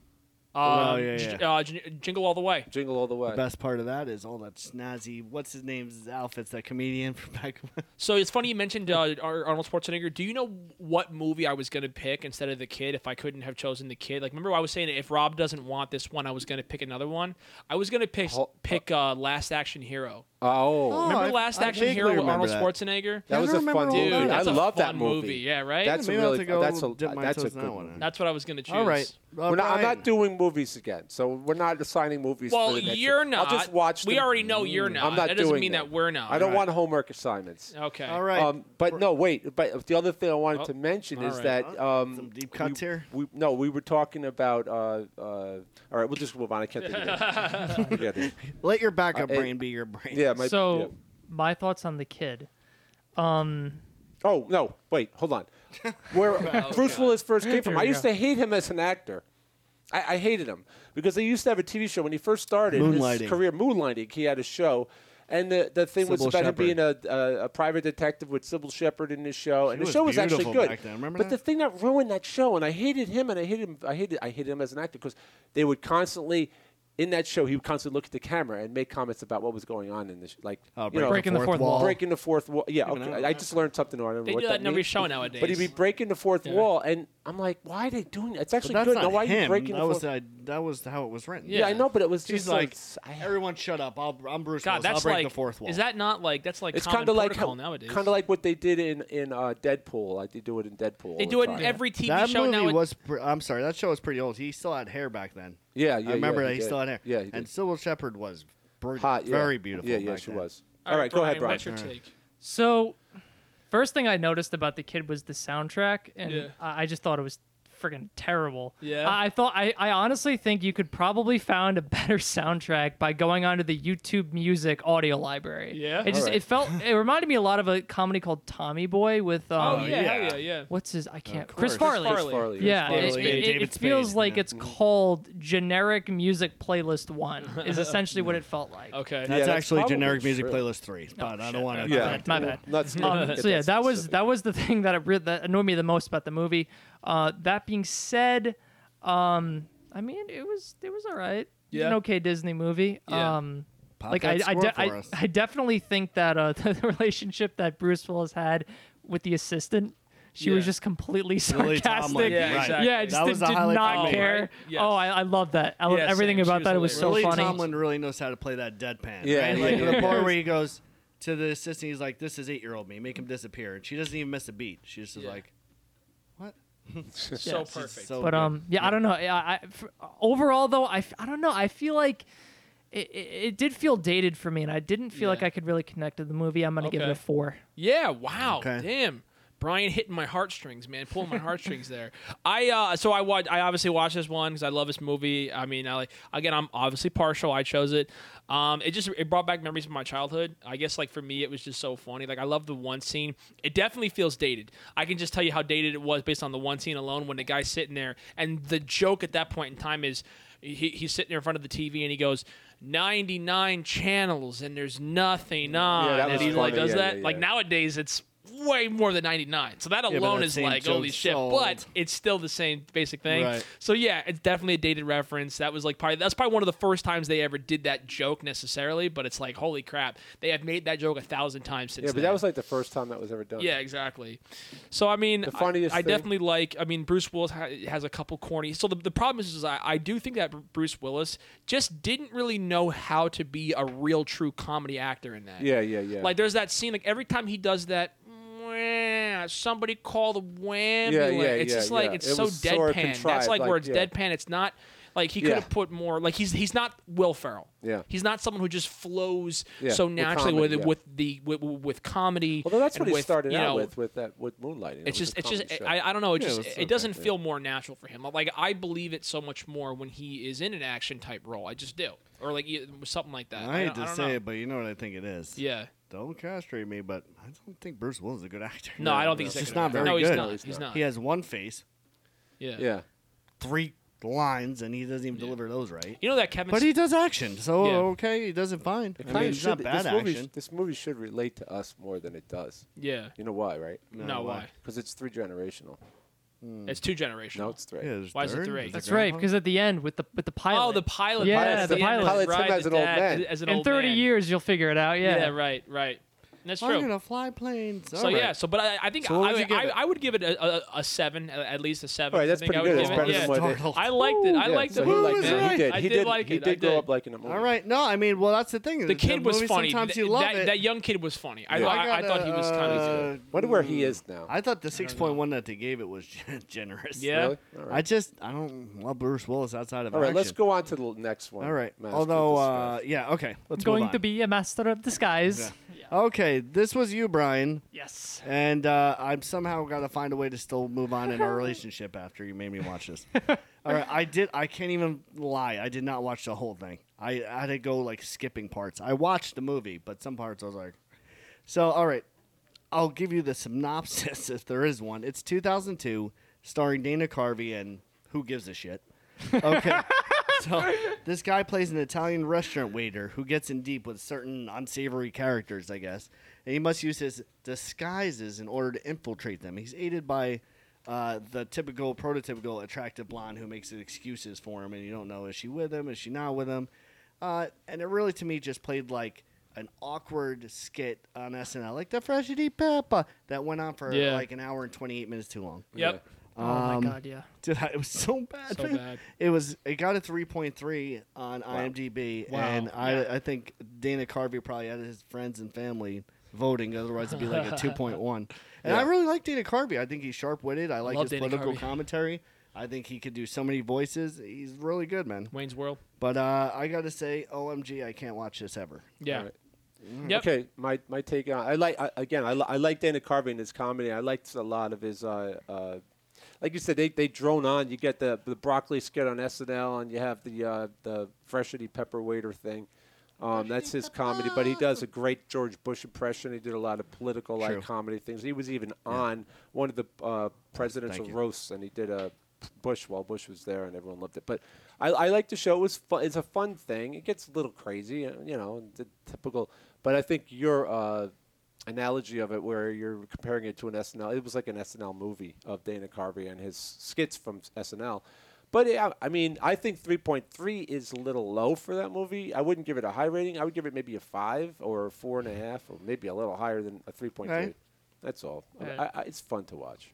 [SPEAKER 4] Uh,
[SPEAKER 2] Oh, yeah,
[SPEAKER 4] J-
[SPEAKER 2] yeah.
[SPEAKER 4] uh, J- Jingle all the way.
[SPEAKER 3] Jingle All the Way.
[SPEAKER 2] The best part of that is all that snazzy. What's his name's outfits? That comedian from back. when-
[SPEAKER 4] So it's funny you mentioned uh, Ar- Arnold Schwarzenegger. Do you know what movie I was gonna pick instead of the kid if I couldn't have chosen the kid? Like remember I was saying if Rob doesn't want this one, I was gonna pick another one. I was gonna pick
[SPEAKER 3] Hol-
[SPEAKER 4] pick uh, Last Action Hero.
[SPEAKER 3] Oh,
[SPEAKER 4] Remember
[SPEAKER 2] I-
[SPEAKER 4] Last
[SPEAKER 2] I
[SPEAKER 4] Action
[SPEAKER 2] vaguely
[SPEAKER 4] Hero with
[SPEAKER 2] remember
[SPEAKER 4] Arnold
[SPEAKER 2] that.
[SPEAKER 4] Schwarzenegger?
[SPEAKER 3] that
[SPEAKER 2] I
[SPEAKER 3] was
[SPEAKER 2] don't
[SPEAKER 3] a
[SPEAKER 2] remember
[SPEAKER 3] fun
[SPEAKER 2] all
[SPEAKER 3] movie.
[SPEAKER 2] that.
[SPEAKER 3] I
[SPEAKER 4] That's a
[SPEAKER 3] love that
[SPEAKER 4] fun
[SPEAKER 3] movie.
[SPEAKER 4] movie. Yeah, right?
[SPEAKER 3] That's
[SPEAKER 2] Maybe
[SPEAKER 3] a
[SPEAKER 2] I'll
[SPEAKER 3] really
[SPEAKER 2] have to go
[SPEAKER 3] that's a
[SPEAKER 2] dip my
[SPEAKER 3] that's a
[SPEAKER 2] toes in
[SPEAKER 3] good
[SPEAKER 2] that one.
[SPEAKER 3] movie.
[SPEAKER 4] That's what I was gonna choose.
[SPEAKER 2] All right, uh,
[SPEAKER 3] We're not, I'm
[SPEAKER 2] Brian.
[SPEAKER 3] not doing movies again, so we're not assigning movies. for
[SPEAKER 4] Well,
[SPEAKER 3] the next
[SPEAKER 4] you're
[SPEAKER 3] one.
[SPEAKER 4] not.
[SPEAKER 3] I'll just watch.
[SPEAKER 4] We
[SPEAKER 3] them.
[SPEAKER 4] already know you're not.
[SPEAKER 3] I'm not
[SPEAKER 4] That
[SPEAKER 3] doing
[SPEAKER 4] doesn't mean that we're not.
[SPEAKER 3] I don't
[SPEAKER 4] Right.
[SPEAKER 3] want homework assignments.
[SPEAKER 4] Okay.
[SPEAKER 2] All right.
[SPEAKER 3] Um, but no, wait. But the other thing I wanted
[SPEAKER 4] Oh,
[SPEAKER 3] to mention
[SPEAKER 4] all
[SPEAKER 3] is
[SPEAKER 4] right.
[SPEAKER 3] that um,
[SPEAKER 2] Some deep cuts
[SPEAKER 3] we,
[SPEAKER 2] here?
[SPEAKER 3] We, no, we were talking about. Uh, uh, all right, we'll just move on. I can't think of it. Forget it.
[SPEAKER 2] Let your backup
[SPEAKER 3] Uh, it-
[SPEAKER 2] brain be your brain.
[SPEAKER 3] Yeah, my,
[SPEAKER 5] so
[SPEAKER 3] yeah.
[SPEAKER 5] my thoughts on the kid.
[SPEAKER 3] Oh no! Wait, hold on. Where Bruce Willis first came from, I used to hate him as an actor. I, I hated him because they used to have a TV show when he first started
[SPEAKER 2] Moonlighting.
[SPEAKER 3] his career. Moonlighting. He had a show, and the, the thing was
[SPEAKER 2] Sybil
[SPEAKER 3] about
[SPEAKER 2] Shepherd.
[SPEAKER 3] him being a, a, a private detective with Sybil Shepherd in his show, and the
[SPEAKER 2] was
[SPEAKER 3] show was actually
[SPEAKER 2] beautiful
[SPEAKER 3] good.
[SPEAKER 2] back then, remember
[SPEAKER 3] but
[SPEAKER 2] that?
[SPEAKER 3] the thing that ruined that show, and I hated him, and I hated him, I hated, I hated him as an actor because they would constantly. In that show, he would constantly look at the camera and make comments about what was going on in the sh- like
[SPEAKER 2] Oh,
[SPEAKER 3] you know,
[SPEAKER 5] Breaking the fourth wall.
[SPEAKER 3] breaking the fourth wall. Yeah,
[SPEAKER 2] Even
[SPEAKER 3] okay.
[SPEAKER 2] I don't
[SPEAKER 3] I, I just learned something. new. I don't
[SPEAKER 4] They
[SPEAKER 3] know what
[SPEAKER 4] do that in every
[SPEAKER 3] means.
[SPEAKER 4] show
[SPEAKER 3] But he'd be
[SPEAKER 4] nowadays.
[SPEAKER 3] breaking the fourth
[SPEAKER 4] Yeah.
[SPEAKER 3] wall, and I'm like, why are they doing that? It's
[SPEAKER 2] But
[SPEAKER 3] actually
[SPEAKER 2] that's
[SPEAKER 3] good.
[SPEAKER 2] not
[SPEAKER 3] now, why are you
[SPEAKER 2] him.
[SPEAKER 3] breaking
[SPEAKER 2] that
[SPEAKER 3] the
[SPEAKER 2] was
[SPEAKER 3] fourth?
[SPEAKER 2] that- that was how it was written.
[SPEAKER 3] yeah. I know, but it was
[SPEAKER 2] She's
[SPEAKER 3] just
[SPEAKER 2] like,
[SPEAKER 3] so- I-
[SPEAKER 2] everyone shut up. I'll, I'm Bruce.
[SPEAKER 4] God,
[SPEAKER 2] Willis. I'll
[SPEAKER 4] that's
[SPEAKER 2] break
[SPEAKER 4] like
[SPEAKER 2] the fourth wall.
[SPEAKER 4] Is that not like that's like
[SPEAKER 3] it's
[SPEAKER 4] common
[SPEAKER 3] kind of like
[SPEAKER 4] protocol
[SPEAKER 3] how,
[SPEAKER 4] nowadays?
[SPEAKER 3] kind of like what they did in in uh, Deadpool. Like they do it in Deadpool.
[SPEAKER 4] they
[SPEAKER 3] all
[SPEAKER 4] do
[SPEAKER 3] the
[SPEAKER 4] it in
[SPEAKER 3] time.
[SPEAKER 4] every TV
[SPEAKER 2] that
[SPEAKER 4] show
[SPEAKER 2] movie
[SPEAKER 4] now.
[SPEAKER 2] was. Pre- I'm sorry, that show was pretty old. He still had hair back then.
[SPEAKER 3] Yeah, yeah.
[SPEAKER 2] I remember
[SPEAKER 3] yeah,
[SPEAKER 2] that he
[SPEAKER 3] did.
[SPEAKER 2] still had hair.
[SPEAKER 3] Yeah, he
[SPEAKER 2] and
[SPEAKER 3] did.
[SPEAKER 2] Sybil Shepherd was br-
[SPEAKER 3] hot. Yeah.
[SPEAKER 2] very beautiful.
[SPEAKER 3] Yeah, yeah,
[SPEAKER 2] back
[SPEAKER 3] she
[SPEAKER 2] then.
[SPEAKER 3] was. All right, go ahead, Brian.
[SPEAKER 4] What's your take?
[SPEAKER 5] So, first thing I noticed about the kid was the soundtrack, and
[SPEAKER 4] Yeah.
[SPEAKER 5] I, I just thought it was friggin' terrible.
[SPEAKER 4] Yeah.
[SPEAKER 5] I, I thought I, I honestly think you could probably found a better soundtrack by going onto the YouTube Music audio library.
[SPEAKER 4] Yeah?
[SPEAKER 5] It just
[SPEAKER 3] Alright.
[SPEAKER 5] it felt it reminded me a lot of a comedy called Tommy Boy with um,
[SPEAKER 4] Oh yeah, hell yeah, yeah.
[SPEAKER 5] what's his I can't
[SPEAKER 2] course.
[SPEAKER 5] Chris
[SPEAKER 2] Chris
[SPEAKER 5] Farley.
[SPEAKER 4] Farley. Mm-hmm.
[SPEAKER 3] Farley,
[SPEAKER 5] Yeah,
[SPEAKER 4] David
[SPEAKER 5] it,
[SPEAKER 4] Spade.
[SPEAKER 5] it- it-
[SPEAKER 2] David
[SPEAKER 5] it feels
[SPEAKER 2] Spade,
[SPEAKER 5] like
[SPEAKER 2] yeah.
[SPEAKER 5] it's called generic music playlist one. Is essentially what it felt like.
[SPEAKER 4] Okay.
[SPEAKER 2] That's
[SPEAKER 3] that's
[SPEAKER 2] actually
[SPEAKER 3] probably
[SPEAKER 2] generic music
[SPEAKER 3] true.
[SPEAKER 2] playlist three. But I don't want to.
[SPEAKER 3] Yeah.
[SPEAKER 5] My bad.
[SPEAKER 3] Let's not
[SPEAKER 5] Um,
[SPEAKER 3] get
[SPEAKER 5] so yeah, that was
[SPEAKER 3] specific.
[SPEAKER 5] that was the thing that it re- that annoyed me the most about the movie. Uh, that being said, um, I mean it was it was all right. It was
[SPEAKER 4] Yeah.
[SPEAKER 5] an okay Disney movie.
[SPEAKER 4] Yeah.
[SPEAKER 5] Um,
[SPEAKER 2] Pop
[SPEAKER 5] like
[SPEAKER 2] that
[SPEAKER 5] I I,
[SPEAKER 2] score
[SPEAKER 5] de-
[SPEAKER 2] for
[SPEAKER 5] I,
[SPEAKER 2] us.
[SPEAKER 5] I definitely think that uh, the relationship that Bruce Willis had with the assistant, she was
[SPEAKER 4] Yeah.
[SPEAKER 5] just completely
[SPEAKER 2] Lily
[SPEAKER 5] sarcastic.
[SPEAKER 2] Tomlin,
[SPEAKER 4] Yeah,
[SPEAKER 2] right.
[SPEAKER 4] exactly.
[SPEAKER 5] Yeah, I just
[SPEAKER 2] that
[SPEAKER 5] did,
[SPEAKER 2] was the
[SPEAKER 5] did
[SPEAKER 2] highlight for
[SPEAKER 5] not
[SPEAKER 2] me.
[SPEAKER 5] care.
[SPEAKER 4] Right? Yes.
[SPEAKER 5] Oh, I, I love that. I love
[SPEAKER 4] Yeah,
[SPEAKER 5] everything
[SPEAKER 4] same. She
[SPEAKER 5] about
[SPEAKER 4] was
[SPEAKER 5] that. It was so
[SPEAKER 2] Lily
[SPEAKER 4] hilarious.
[SPEAKER 5] funny.
[SPEAKER 2] Tomlin really knows how to play that deadpan.
[SPEAKER 3] Yeah,
[SPEAKER 2] right?
[SPEAKER 3] yeah,
[SPEAKER 2] like
[SPEAKER 3] yeah,
[SPEAKER 2] the
[SPEAKER 3] yeah.
[SPEAKER 2] part where he goes to the assistant, he's like, "This is eight year old me. Make him disappear." And she doesn't even miss a beat. She's just
[SPEAKER 4] Yeah.
[SPEAKER 2] like, "What?"
[SPEAKER 5] Yeah.
[SPEAKER 4] so perfect.
[SPEAKER 2] So
[SPEAKER 5] but
[SPEAKER 2] good.
[SPEAKER 5] um, yeah, I don't know. I, I f- overall though, I, f- I don't know. I feel like it, it, it did feel dated for me, and I didn't feel like
[SPEAKER 4] Yeah.
[SPEAKER 5] I could really connect to the movie. I'm gonna give it
[SPEAKER 4] Okay.
[SPEAKER 5] a four.
[SPEAKER 4] yeah. Wow.
[SPEAKER 2] Okay.
[SPEAKER 4] Damn. Brian hitting my heartstrings, man, pulling my heartstrings there. I uh, so I watch. I obviously watched this one because I love this movie. I mean, I like again. I'm obviously partial. I chose it. Um, it just it brought back memories of my childhood. I guess like for me, it was just so funny. Like I love the one scene. It definitely feels dated. I can just tell you how dated it was based on the one scene alone when the guy's sitting there and the joke at that point in time is he, he's sitting there in front of the TV and he goes. 99 channels and there's nothing on
[SPEAKER 3] that
[SPEAKER 4] and
[SPEAKER 3] was
[SPEAKER 4] he like
[SPEAKER 3] funny.
[SPEAKER 4] does
[SPEAKER 3] Yeah,
[SPEAKER 4] that
[SPEAKER 3] yeah,
[SPEAKER 4] like
[SPEAKER 3] yeah.
[SPEAKER 4] nowadays it's way more than 99 so that
[SPEAKER 2] but
[SPEAKER 4] alone
[SPEAKER 2] that
[SPEAKER 4] is
[SPEAKER 2] same
[SPEAKER 4] like holy
[SPEAKER 2] joke's
[SPEAKER 4] shit
[SPEAKER 2] so
[SPEAKER 4] but
[SPEAKER 2] old.
[SPEAKER 4] it's still the same basic thing
[SPEAKER 2] Right.
[SPEAKER 4] so yeah it's definitely a dated reference that was like probably that's probably one of the first times they ever did that joke necessarily but it's like holy crap they have made that joke a thousand times since
[SPEAKER 3] Yeah, but
[SPEAKER 4] then.
[SPEAKER 3] that was like the first time that was ever done.
[SPEAKER 4] Yeah, exactly. So I mean,
[SPEAKER 3] The funniest
[SPEAKER 4] I, I
[SPEAKER 3] thing-
[SPEAKER 4] definitely like. I mean, Bruce Willis ha- has a couple corny. So the, the problem is, is I, I do think that Br- Bruce Willis just didn't really know how to be a real, true comedy actor in that.
[SPEAKER 3] Yeah, yeah, yeah.
[SPEAKER 4] Like there's that scene. Like every time he does that. "Wah," Somebody call the wham.
[SPEAKER 3] Yeah, yeah,
[SPEAKER 4] it's
[SPEAKER 3] yeah,
[SPEAKER 4] just like
[SPEAKER 3] yeah.
[SPEAKER 4] it's
[SPEAKER 3] It
[SPEAKER 4] so
[SPEAKER 3] was sort of
[SPEAKER 4] deadpan. That's
[SPEAKER 3] contrived,
[SPEAKER 4] like, where
[SPEAKER 3] like,
[SPEAKER 4] it's
[SPEAKER 3] yeah.
[SPEAKER 4] deadpan. It's not like he
[SPEAKER 3] Yeah.
[SPEAKER 4] could have put more. Like he's he's not Will Ferrell.
[SPEAKER 3] Yeah.
[SPEAKER 4] he's not someone who just flows
[SPEAKER 3] Yeah,
[SPEAKER 4] so
[SPEAKER 3] with
[SPEAKER 4] naturally with
[SPEAKER 3] comedy, yeah.
[SPEAKER 4] with the with, with comedy.
[SPEAKER 3] Although that's
[SPEAKER 4] and
[SPEAKER 3] what he
[SPEAKER 4] with,
[SPEAKER 3] started
[SPEAKER 4] you
[SPEAKER 3] out
[SPEAKER 4] know,
[SPEAKER 3] with, with that with moonlighting. It was
[SPEAKER 4] It's just,
[SPEAKER 3] a
[SPEAKER 4] it's just,
[SPEAKER 3] comedy show.
[SPEAKER 4] I, I don't know. It
[SPEAKER 3] Yeah, it
[SPEAKER 4] just,
[SPEAKER 3] was
[SPEAKER 4] it,
[SPEAKER 3] so
[SPEAKER 4] doesn't
[SPEAKER 3] bad, yeah.
[SPEAKER 4] feel more natural for him. Like I believe it so much more when he is in an action type role. I just do, or like e- something like that.
[SPEAKER 2] I hate
[SPEAKER 4] don't-
[SPEAKER 2] to
[SPEAKER 4] don't
[SPEAKER 2] say
[SPEAKER 4] know.
[SPEAKER 2] it, but you know what I think it is.
[SPEAKER 4] Yeah.
[SPEAKER 2] Don't castrate me, but I don't think Bruce Willis is a good actor.
[SPEAKER 4] No, I don't think
[SPEAKER 2] He's
[SPEAKER 4] he's
[SPEAKER 2] just
[SPEAKER 4] that
[SPEAKER 2] not very
[SPEAKER 4] good. No,
[SPEAKER 2] good.
[SPEAKER 4] he's not. He's not.
[SPEAKER 2] He has one face,
[SPEAKER 4] Yeah.
[SPEAKER 3] yeah.
[SPEAKER 2] three lines, and he doesn't even deliver those right.
[SPEAKER 4] You know that Kevin.
[SPEAKER 2] But he does action, so
[SPEAKER 4] Yeah.
[SPEAKER 2] okay, he doesn't fine. I
[SPEAKER 3] Kinda
[SPEAKER 2] mean, he's
[SPEAKER 3] should
[SPEAKER 2] not
[SPEAKER 3] be-
[SPEAKER 2] bad
[SPEAKER 3] this movie,
[SPEAKER 2] action.
[SPEAKER 3] This movie should relate to us more than it does.
[SPEAKER 4] yeah.
[SPEAKER 3] You know why, right?
[SPEAKER 4] No,
[SPEAKER 2] No,
[SPEAKER 4] why?
[SPEAKER 2] why?
[SPEAKER 3] Because it's three generational.
[SPEAKER 4] It's two generations.
[SPEAKER 3] No, it's three.
[SPEAKER 2] Yeah, there's
[SPEAKER 4] Why is it
[SPEAKER 2] third,
[SPEAKER 4] three?
[SPEAKER 2] there's a
[SPEAKER 5] That's right,
[SPEAKER 2] grandpa.
[SPEAKER 5] because at the end with the with the pilot.
[SPEAKER 4] Oh, the pilot.
[SPEAKER 5] Yeah,
[SPEAKER 4] That's
[SPEAKER 5] the
[SPEAKER 4] end,
[SPEAKER 5] pilot.
[SPEAKER 4] that's
[SPEAKER 3] Pilot Tim
[SPEAKER 4] right,
[SPEAKER 3] as
[SPEAKER 4] the
[SPEAKER 3] an old
[SPEAKER 4] dad-
[SPEAKER 3] man.
[SPEAKER 4] As an
[SPEAKER 5] in
[SPEAKER 4] old
[SPEAKER 5] 30
[SPEAKER 4] man.
[SPEAKER 5] years you'll figure it out.
[SPEAKER 4] Yeah.
[SPEAKER 5] Yeah.
[SPEAKER 4] Right. Right. That's
[SPEAKER 2] I'm
[SPEAKER 4] true.
[SPEAKER 2] gonna fly planes.
[SPEAKER 4] So yeah, so but I, I think
[SPEAKER 2] So what
[SPEAKER 4] I,
[SPEAKER 2] would you
[SPEAKER 4] would-
[SPEAKER 2] give
[SPEAKER 4] I,
[SPEAKER 2] it?
[SPEAKER 4] I would give it a, a, a seven, a- at least a seven.
[SPEAKER 3] All right,
[SPEAKER 4] I
[SPEAKER 3] that's
[SPEAKER 4] think
[SPEAKER 3] pretty
[SPEAKER 4] I
[SPEAKER 3] good.
[SPEAKER 4] would
[SPEAKER 3] It's
[SPEAKER 4] give
[SPEAKER 3] better
[SPEAKER 4] it,
[SPEAKER 3] than
[SPEAKER 4] yeah.
[SPEAKER 3] what they-
[SPEAKER 4] I liked it. I liked
[SPEAKER 3] so
[SPEAKER 4] it.
[SPEAKER 3] he
[SPEAKER 2] Woo,
[SPEAKER 3] liked
[SPEAKER 2] is
[SPEAKER 3] it.
[SPEAKER 2] right.
[SPEAKER 3] He did.
[SPEAKER 4] I
[SPEAKER 3] he
[SPEAKER 4] did
[SPEAKER 3] did.
[SPEAKER 4] like
[SPEAKER 3] he
[SPEAKER 4] it. I
[SPEAKER 3] did grow
[SPEAKER 4] did.
[SPEAKER 3] up like in a movie.
[SPEAKER 2] All right, no, I mean, well, that's the thing.
[SPEAKER 4] The kid was funny.
[SPEAKER 2] Sometimes
[SPEAKER 4] Th-
[SPEAKER 2] you love
[SPEAKER 4] that,
[SPEAKER 2] it.
[SPEAKER 4] that young kid was funny. I,
[SPEAKER 3] Yeah.
[SPEAKER 4] I, I
[SPEAKER 2] got
[SPEAKER 4] thought
[SPEAKER 2] a,
[SPEAKER 4] he was kind of.
[SPEAKER 2] uh,
[SPEAKER 3] Wonder where he is now.
[SPEAKER 2] I thought the six point one that they gave it was generous.
[SPEAKER 4] Yeah.
[SPEAKER 3] Really? All right.
[SPEAKER 2] I just I don't love Bruce Willis outside of
[SPEAKER 3] All right.
[SPEAKER 2] action.
[SPEAKER 3] Let's go on to the next one.
[SPEAKER 2] All right.
[SPEAKER 3] Master
[SPEAKER 2] Although, uh,
[SPEAKER 3] Disguise.
[SPEAKER 2] yeah, okay. Let's
[SPEAKER 5] going
[SPEAKER 2] move on.
[SPEAKER 5] to be a master of disguise.
[SPEAKER 2] Okay, this was you, Brian,
[SPEAKER 5] Yes.
[SPEAKER 2] and uh, I'm somehow got to find a way to still move on in our relationship after you made me watch this. All right, I did. I can't even lie. I did not watch the whole thing. I, I had to go like skipping parts. I watched the movie, but some parts I was like, so all right. I'll give you the synopsis if there is one. It's 2002, starring Dana Carvey and who gives a shit. Okay. so this guy plays an Italian restaurant waiter who gets in deep with certain unsavory characters, I guess. And he must use his disguises in order to infiltrate them. He's aided by uh, the typical, prototypical attractive blonde who makes excuses for him, and you don't know is she with him, is she not with him. Uh, and it really, to me, just played like an awkward skit on SNL, like the Fresh D Peppa, that went on for
[SPEAKER 4] Yeah.
[SPEAKER 2] like an hour and 28 minutes too long.
[SPEAKER 4] Yep.
[SPEAKER 5] Oh
[SPEAKER 2] Um,
[SPEAKER 5] my god, yeah.
[SPEAKER 2] Dude, I- it was so bad.
[SPEAKER 4] So
[SPEAKER 2] man.
[SPEAKER 4] bad.
[SPEAKER 2] It was. It got a three point three on IMDb, and I, I think Dana Carvey probably had his friends and family voting. Otherwise, it'd be like a two point one. And I really like Dana Carvey. I think he's sharp witted. I like
[SPEAKER 4] Love
[SPEAKER 2] his
[SPEAKER 4] Dana
[SPEAKER 2] political
[SPEAKER 4] Carvey.
[SPEAKER 2] commentary. I think he could do so many voices. He's really good, man.
[SPEAKER 4] Wayne's World.
[SPEAKER 2] But uh, I gotta say, OMG, I can't watch this ever.
[SPEAKER 4] Yeah.
[SPEAKER 3] All right.
[SPEAKER 4] Yep.
[SPEAKER 3] Mm-hmm. Okay, my, my take on I like I, again I, li- I like Dana Carvey and his comedy. I liked a lot of his uh, uh, like you said they, they drone on. You get the the broccoli skit on SNL and you have the uh, the freshity pepper waiter thing. Um, that's his comedy, but he does a great George Bush impression. He did a lot of political like
[SPEAKER 2] True.
[SPEAKER 3] comedy things. He was even on one of the uh, presidential
[SPEAKER 2] Thank you.
[SPEAKER 3] roasts, and he did a Bush while Bush was there, and everyone loved it. But I, I like the show. It was fun. It's a fun thing. It gets a little crazy, uh, you know, the typical. But I think your uh, analogy of it, where you're comparing it to an SNL, it was like an SNL movie of Dana Carvey and his skits from SNL. But yeah, I mean, I think 3.3 is a little low for that movie. I wouldn't give it a high rating. I would give it maybe a five or a four and a half, or maybe a little higher than a 3.3.
[SPEAKER 2] Alright.
[SPEAKER 3] That's all. I-
[SPEAKER 5] Alright.
[SPEAKER 3] I, I, it's fun to watch.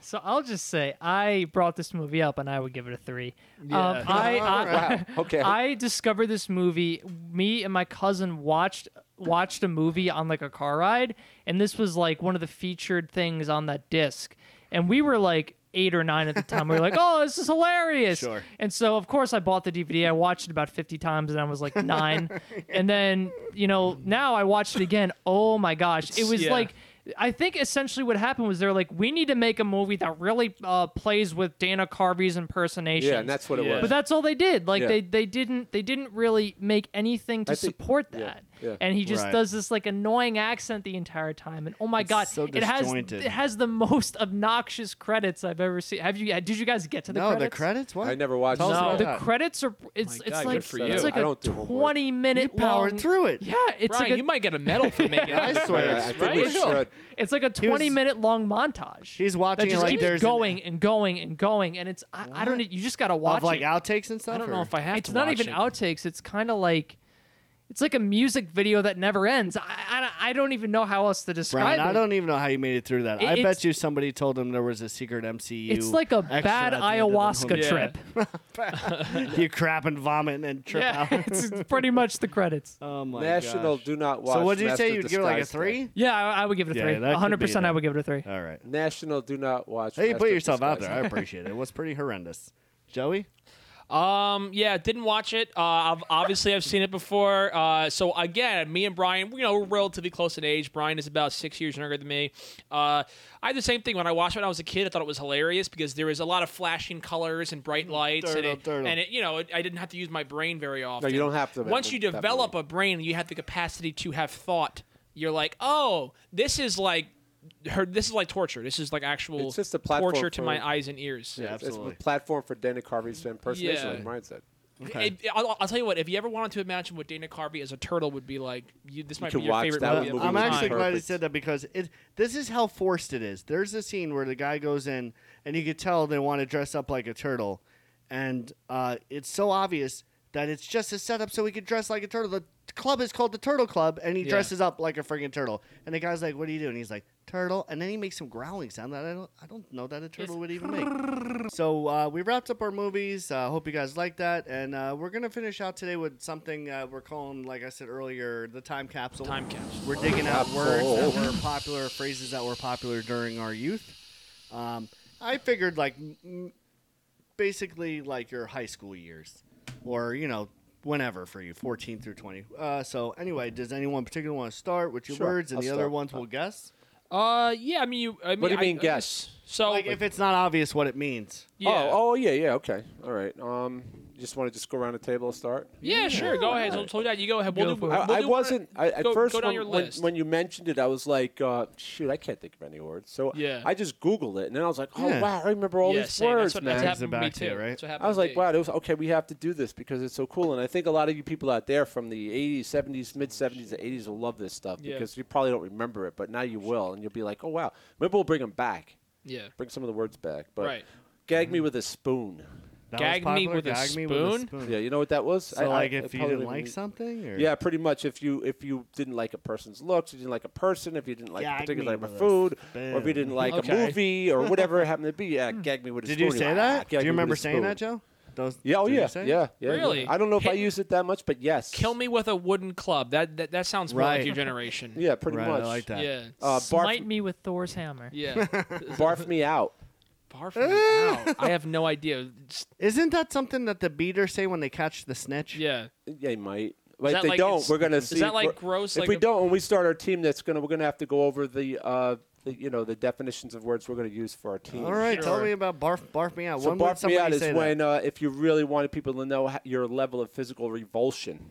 [SPEAKER 5] So I'll just say I brought this movie up and I would give it a three. Um, I, I,
[SPEAKER 3] Wow. Okay.
[SPEAKER 5] I discovered this movie. Me and my cousin watched watched a movie on like a car ride, and this was like one of the featured things on that disc. And we were like eight or nine at the time. We were like, "Oh, this is hilarious!"
[SPEAKER 2] Sure.
[SPEAKER 5] And so, of course, I bought the DVD. I watched it about fifty times, and I was like nine. and then, you know, now I watched it again. Oh my gosh, it was
[SPEAKER 4] Yeah.
[SPEAKER 5] like I think essentially what happened was they're like, we need to make a movie that really uh, plays with Dana Carvey's impersonation.
[SPEAKER 3] Yeah, and that's what it
[SPEAKER 4] Yeah.
[SPEAKER 3] was.
[SPEAKER 5] But that's all they did. Like
[SPEAKER 3] Yeah.
[SPEAKER 5] they, they didn't they didn't really make anything to
[SPEAKER 3] I think-
[SPEAKER 5] support
[SPEAKER 3] yeah,
[SPEAKER 5] that.
[SPEAKER 3] yeah.
[SPEAKER 5] And he just
[SPEAKER 2] Right.
[SPEAKER 5] does this like annoying accent the entire time. And oh my god,
[SPEAKER 2] so
[SPEAKER 5] it has
[SPEAKER 2] disjointed.
[SPEAKER 5] it has the most obnoxious credits I've ever seen. Have you did you guys get to the
[SPEAKER 2] no,
[SPEAKER 5] credits?
[SPEAKER 2] the credits. What?
[SPEAKER 3] I never watched
[SPEAKER 2] Tell us
[SPEAKER 3] that.
[SPEAKER 2] about
[SPEAKER 5] the
[SPEAKER 2] that.
[SPEAKER 5] credits are it's
[SPEAKER 4] My
[SPEAKER 5] it's
[SPEAKER 4] God,
[SPEAKER 5] like
[SPEAKER 4] good for
[SPEAKER 5] it's
[SPEAKER 4] you.
[SPEAKER 5] like
[SPEAKER 3] I
[SPEAKER 5] a
[SPEAKER 3] don't do homework.
[SPEAKER 5] twenty minute
[SPEAKER 2] You powered
[SPEAKER 5] long-
[SPEAKER 2] through it.
[SPEAKER 5] Yeah, it's
[SPEAKER 4] Brian,
[SPEAKER 5] like a,
[SPEAKER 4] you might get a medal for making
[SPEAKER 2] I
[SPEAKER 4] it.
[SPEAKER 2] swear.
[SPEAKER 3] I think we
[SPEAKER 4] Right?
[SPEAKER 3] should.
[SPEAKER 5] It's like a
[SPEAKER 2] was-
[SPEAKER 5] 20 minute long montage.
[SPEAKER 2] He's watching
[SPEAKER 5] that
[SPEAKER 2] it
[SPEAKER 5] just
[SPEAKER 2] like
[SPEAKER 5] keeps
[SPEAKER 2] there's an-
[SPEAKER 5] going and going and going, and it's I, I don't. e, You just gotta watch
[SPEAKER 2] Of like
[SPEAKER 5] it.
[SPEAKER 2] outtakes and stuff.
[SPEAKER 4] I don't know
[SPEAKER 2] or-
[SPEAKER 4] if I have
[SPEAKER 5] it's
[SPEAKER 4] to.
[SPEAKER 5] not
[SPEAKER 4] watch
[SPEAKER 5] even
[SPEAKER 4] it.
[SPEAKER 5] outtakes. It's kind of like it's like a music video that never ends. I, I, I don't even know how else to describe
[SPEAKER 2] Brian, I
[SPEAKER 5] it.
[SPEAKER 2] don't even know how you made it through that.
[SPEAKER 5] It-
[SPEAKER 2] I
[SPEAKER 5] it's-
[SPEAKER 2] bet you somebody told him there was a secret MCU.
[SPEAKER 5] it's like a
[SPEAKER 2] extra
[SPEAKER 5] bad
[SPEAKER 2] at the end of the
[SPEAKER 5] ayahuasca
[SPEAKER 4] Yeah.
[SPEAKER 5] trip.
[SPEAKER 2] movie. you crap and vomit and trip
[SPEAKER 5] Yeah,
[SPEAKER 2] out.
[SPEAKER 5] it's pretty much the credits.
[SPEAKER 2] Oh my
[SPEAKER 3] National
[SPEAKER 2] gosh.
[SPEAKER 3] Do Not Watch.
[SPEAKER 2] So what did you
[SPEAKER 3] Master
[SPEAKER 2] say? You'd give it like a
[SPEAKER 3] Disguise
[SPEAKER 2] three?
[SPEAKER 5] Yeah, I, I would give it a
[SPEAKER 2] Yeah,
[SPEAKER 5] three.
[SPEAKER 2] that could be
[SPEAKER 5] 100%. I
[SPEAKER 2] that. Uh,
[SPEAKER 5] would give it a three.
[SPEAKER 2] All right.
[SPEAKER 3] Day. National Do Not Watch.
[SPEAKER 2] Hey, you put
[SPEAKER 3] Master
[SPEAKER 2] yourself out
[SPEAKER 3] Disguise
[SPEAKER 2] there. I appreciate it. It was pretty horrendous. Joey,
[SPEAKER 4] Um, yeah, didn't watch it. Uh, I've, obviously, I've seen it before. Uh, so again, me and Brian, you know, we're relatively close in age. Brian is about six years younger than me. Uh, I had the same thing when I watched it when I was a kid. I thought it was hilarious because there was a lot of flashing colors and bright lights, and
[SPEAKER 2] Turtle,
[SPEAKER 4] it,
[SPEAKER 2] turtle.
[SPEAKER 4] and it, you know, it, I didn't have to use my brain very often.
[SPEAKER 3] you don't have to, man,
[SPEAKER 4] Once you
[SPEAKER 3] definitely.
[SPEAKER 4] develop a brain, and you have the capacity to have thought. You're like, oh, this is like. Her, this is like torture. This is like actual
[SPEAKER 3] It's just a platform
[SPEAKER 4] torture to
[SPEAKER 3] for-
[SPEAKER 4] my eyes and ears.
[SPEAKER 3] Yeah, it's-
[SPEAKER 2] Absolutely.
[SPEAKER 3] It's a platform for Dana Carvey's impersonation,
[SPEAKER 4] Yeah.
[SPEAKER 3] like Brian said.
[SPEAKER 2] Okay.
[SPEAKER 4] It- I'll, I'll tell you what. If you ever wanted to imagine what Dana Carvey as a turtle would be like, you, this might
[SPEAKER 3] could
[SPEAKER 4] be your
[SPEAKER 3] watch
[SPEAKER 4] favorite
[SPEAKER 3] that
[SPEAKER 4] movie.
[SPEAKER 3] movie
[SPEAKER 4] of
[SPEAKER 2] I'm
[SPEAKER 4] all
[SPEAKER 3] was
[SPEAKER 2] actually
[SPEAKER 4] time.
[SPEAKER 2] glad he
[SPEAKER 3] perfect.
[SPEAKER 2] said that because it this is how forced it is. There's a scene where the guy goes in and you could tell they want to dress up like a turtle, and uh, it's so obvious that it's just a setup so he could dress like a turtle. The club is called the Turtle Club, and he
[SPEAKER 4] Yeah.
[SPEAKER 2] dresses up like a freaking turtle. And the guy's like, "What are you doing?" He's like, "Turtle," and then he makes some growling sound that I don't I don't know that a turtle would even make. So uh, we wrapped up our movies. Uh, hope you guys like that, and uh, we're gonna finish out today with something uh, we're calling, like I said earlier, the time capsule.
[SPEAKER 4] Time capsule.
[SPEAKER 2] We're digging out words that were popular, phrases that were popular during our youth. Um, I figured like m- m- basically like your high school years, or you know whenever for you, 14 through 20. Uh, so anyway, does anyone particularly want to start with your
[SPEAKER 3] Sure,
[SPEAKER 2] words, and
[SPEAKER 3] I'll
[SPEAKER 2] the other
[SPEAKER 3] start.
[SPEAKER 2] ones we'll guess?
[SPEAKER 4] Uh, yeah. I mean, you. I mean,
[SPEAKER 3] What do you
[SPEAKER 4] I-
[SPEAKER 3] mean
[SPEAKER 4] I
[SPEAKER 3] guess?
[SPEAKER 4] guess- So,
[SPEAKER 2] Like if it's not obvious what it means.
[SPEAKER 4] yeah.
[SPEAKER 3] Oh, oh, yeah, yeah. Okay, all right. Um, you just want to just go around the table and start.
[SPEAKER 4] yeah, Sure. Go ahead. So, so yeah, you go ahead. We'll do,
[SPEAKER 5] for it.
[SPEAKER 4] we'll
[SPEAKER 3] I,
[SPEAKER 4] do
[SPEAKER 3] I
[SPEAKER 4] one-
[SPEAKER 3] wasn't. I, at
[SPEAKER 4] go-
[SPEAKER 3] first,
[SPEAKER 4] go down
[SPEAKER 3] when,
[SPEAKER 4] your
[SPEAKER 3] when,
[SPEAKER 4] list.
[SPEAKER 3] when you mentioned it, I was like, uh, "Shoot, I can't think of any words." So
[SPEAKER 4] Yeah.
[SPEAKER 3] I just Googled it, and then I was like, "Oh
[SPEAKER 2] Yeah.
[SPEAKER 3] wow, I remember all
[SPEAKER 4] yeah,
[SPEAKER 3] these
[SPEAKER 4] same.
[SPEAKER 3] words,
[SPEAKER 4] that's what,
[SPEAKER 3] man."
[SPEAKER 4] That's happened to me
[SPEAKER 2] Back to
[SPEAKER 4] too.
[SPEAKER 2] it, right?
[SPEAKER 4] That's what happened
[SPEAKER 3] I was
[SPEAKER 4] to
[SPEAKER 3] like,
[SPEAKER 4] me.
[SPEAKER 3] wow, it was, okay, we have to do this because it's so cool. And I think a lot of you people out there from the 80s, 70s, mid 70s, to 80s will love this stuff
[SPEAKER 4] Yeah.
[SPEAKER 3] because you probably don't remember it, but now you will. And you'll be like, oh, wow. Maybe we'll bring them back.
[SPEAKER 4] Yeah.
[SPEAKER 3] Bring some of the words back. But
[SPEAKER 4] Right.
[SPEAKER 3] gag
[SPEAKER 2] Mm-hmm.
[SPEAKER 3] me with a spoon.
[SPEAKER 2] That was
[SPEAKER 4] Gag me
[SPEAKER 2] popular,
[SPEAKER 4] with a
[SPEAKER 2] gag me
[SPEAKER 4] spoon?
[SPEAKER 3] Yeah, you know what that was?
[SPEAKER 2] So like if you
[SPEAKER 3] probably
[SPEAKER 2] didn't like something, or
[SPEAKER 3] Yeah, pretty much. If you if you didn't like a person's looks, you didn't like a person, if you didn't like
[SPEAKER 2] Gag
[SPEAKER 3] a particular
[SPEAKER 2] me
[SPEAKER 3] type of
[SPEAKER 2] with a
[SPEAKER 3] food, or if you
[SPEAKER 2] spoon.
[SPEAKER 3] didn't like
[SPEAKER 4] Okay.
[SPEAKER 3] a movie or whatever it happened to be, yeah, gag me with a
[SPEAKER 2] Did
[SPEAKER 3] spoon.
[SPEAKER 2] you
[SPEAKER 3] You're
[SPEAKER 2] say
[SPEAKER 3] like, "Ah,
[SPEAKER 2] that? Do you
[SPEAKER 3] gag me with a
[SPEAKER 2] remember saying that,
[SPEAKER 3] spoon."
[SPEAKER 2] Joe? Those,
[SPEAKER 3] Yeah, oh
[SPEAKER 2] did you
[SPEAKER 3] yeah,
[SPEAKER 2] say it?
[SPEAKER 3] yeah, yeah.
[SPEAKER 4] Really?
[SPEAKER 3] I don't know if I
[SPEAKER 4] Hit-
[SPEAKER 3] use it that much, but yes.
[SPEAKER 4] Kill me with a wooden club. That that, that sounds more
[SPEAKER 2] Right.
[SPEAKER 4] like your generation.
[SPEAKER 3] Yeah, pretty
[SPEAKER 2] Right,
[SPEAKER 3] much.
[SPEAKER 2] I like that.
[SPEAKER 4] Yeah.
[SPEAKER 3] Uh,
[SPEAKER 5] Smite
[SPEAKER 3] barf,
[SPEAKER 5] me with Thor's hammer.
[SPEAKER 4] Yeah.
[SPEAKER 3] barf me out.
[SPEAKER 4] Barf me out. I have no idea. It's-
[SPEAKER 2] Isn't that something that the beaters say when they catch the snitch?
[SPEAKER 4] Yeah.
[SPEAKER 3] They might. Like,
[SPEAKER 4] that
[SPEAKER 3] they
[SPEAKER 4] like
[SPEAKER 3] don't.
[SPEAKER 4] it's-
[SPEAKER 3] We're gonna
[SPEAKER 4] is
[SPEAKER 3] see.
[SPEAKER 4] that
[SPEAKER 3] if
[SPEAKER 4] like
[SPEAKER 3] we're-
[SPEAKER 4] gross,
[SPEAKER 3] If
[SPEAKER 4] like
[SPEAKER 3] we
[SPEAKER 4] a-
[SPEAKER 3] don't, when we start our team, that's gonna we're gonna have to go over the, uh, the you know the definitions of words we're gonna use for our team.
[SPEAKER 2] All right, tell
[SPEAKER 4] Sure.
[SPEAKER 2] me about barf barf me out.
[SPEAKER 3] So
[SPEAKER 2] when would
[SPEAKER 3] barf me
[SPEAKER 2] somebody
[SPEAKER 3] out is
[SPEAKER 2] say that?
[SPEAKER 3] when uh, if you really wanted people to know ho- your level of physical revulsion,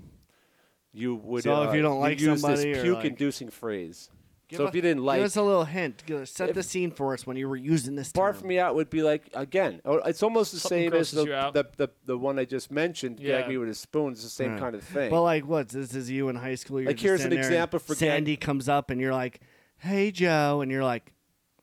[SPEAKER 3] you would.
[SPEAKER 2] So if
[SPEAKER 3] uh,
[SPEAKER 2] you don't like
[SPEAKER 3] use
[SPEAKER 2] somebody
[SPEAKER 3] this
[SPEAKER 2] or, like-
[SPEAKER 3] puke-inducing phrase.
[SPEAKER 2] Give
[SPEAKER 3] so
[SPEAKER 2] us-
[SPEAKER 3] if you didn't
[SPEAKER 2] give
[SPEAKER 3] like,
[SPEAKER 2] us a little hint. Go- Set
[SPEAKER 3] If-
[SPEAKER 2] the scene for us when you were using this.
[SPEAKER 3] barf
[SPEAKER 2] term.
[SPEAKER 3] me out would be like again. oh, It's almost the
[SPEAKER 4] Something
[SPEAKER 3] same as
[SPEAKER 4] grosses
[SPEAKER 3] the,
[SPEAKER 4] you out.
[SPEAKER 3] the, the the one I just mentioned.
[SPEAKER 4] Yeah.
[SPEAKER 3] Gag me with a spoon. It's the same
[SPEAKER 2] Right.
[SPEAKER 3] kind of thing.
[SPEAKER 2] But like, what? This is you in high school. You're
[SPEAKER 3] Like,
[SPEAKER 2] just
[SPEAKER 3] here's
[SPEAKER 2] sitting
[SPEAKER 3] an
[SPEAKER 2] there and
[SPEAKER 3] example for gag-
[SPEAKER 2] Sandy comes up and you're like, "Hey Joe," and you're like,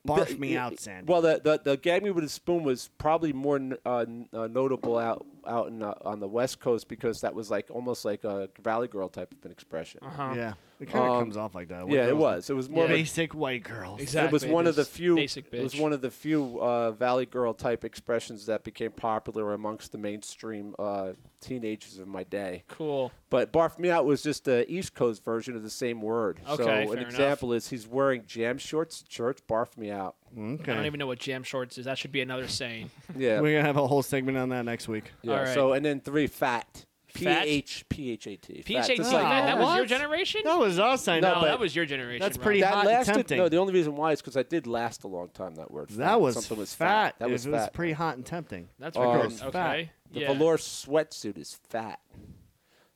[SPEAKER 2] "Barf
[SPEAKER 3] The-
[SPEAKER 2] me
[SPEAKER 3] y-
[SPEAKER 2] out, Sandy."
[SPEAKER 3] Well, the, the the gag me with a spoon was probably more n- uh, n- uh, notable out out in, uh, on the West Coast because that was like almost like a Valley Girl type of an expression.
[SPEAKER 4] Uh-huh.
[SPEAKER 2] yeah, it kind of
[SPEAKER 3] um,
[SPEAKER 2] comes off like that. White
[SPEAKER 3] Yeah, it
[SPEAKER 2] girls-
[SPEAKER 3] was. It was more. Of a,
[SPEAKER 2] Basic white girls.
[SPEAKER 4] Exactly.
[SPEAKER 3] It was one of the
[SPEAKER 4] Just
[SPEAKER 3] few.
[SPEAKER 4] Basic bitch.
[SPEAKER 3] It was one of the few uh, Valley Girl type expressions that became popular amongst the mainstream uh, teenagers of my day.
[SPEAKER 4] Cool.
[SPEAKER 3] But barf me out was just the East Coast version of the same word. so
[SPEAKER 4] Okay,
[SPEAKER 3] an
[SPEAKER 4] fair enough.
[SPEAKER 3] example is he's wearing jam shorts to church. Barf me out.
[SPEAKER 2] Okay.
[SPEAKER 4] I don't even know what jam shorts is. That should be another saying.
[SPEAKER 3] Yeah.
[SPEAKER 2] We're gonna have a whole segment on that next week.
[SPEAKER 3] Yeah.
[SPEAKER 4] All right.
[SPEAKER 3] So and then three fat. P
[SPEAKER 6] Fat?
[SPEAKER 3] H P H A T.
[SPEAKER 4] PHAT.
[SPEAKER 3] It's
[SPEAKER 4] that,
[SPEAKER 3] like-
[SPEAKER 4] that was your
[SPEAKER 2] What?
[SPEAKER 4] generation?
[SPEAKER 2] That was us, I
[SPEAKER 3] No,
[SPEAKER 2] know.
[SPEAKER 4] No,
[SPEAKER 3] but-
[SPEAKER 4] that was your generation.
[SPEAKER 2] That's
[SPEAKER 4] Rob.
[SPEAKER 2] pretty
[SPEAKER 3] that
[SPEAKER 2] hot and
[SPEAKER 3] lasted.
[SPEAKER 2] tempting.
[SPEAKER 3] No, the only reason why is because I did last a long time. That word.
[SPEAKER 2] that was
[SPEAKER 3] something was
[SPEAKER 2] fat.
[SPEAKER 3] That was
[SPEAKER 2] it was
[SPEAKER 3] fat.
[SPEAKER 2] pretty hot and tempting.
[SPEAKER 4] That's
[SPEAKER 3] Um,
[SPEAKER 4] ridiculous.
[SPEAKER 2] fat.
[SPEAKER 4] okay.
[SPEAKER 3] The
[SPEAKER 4] yeah.
[SPEAKER 3] velour sweatsuit is fat.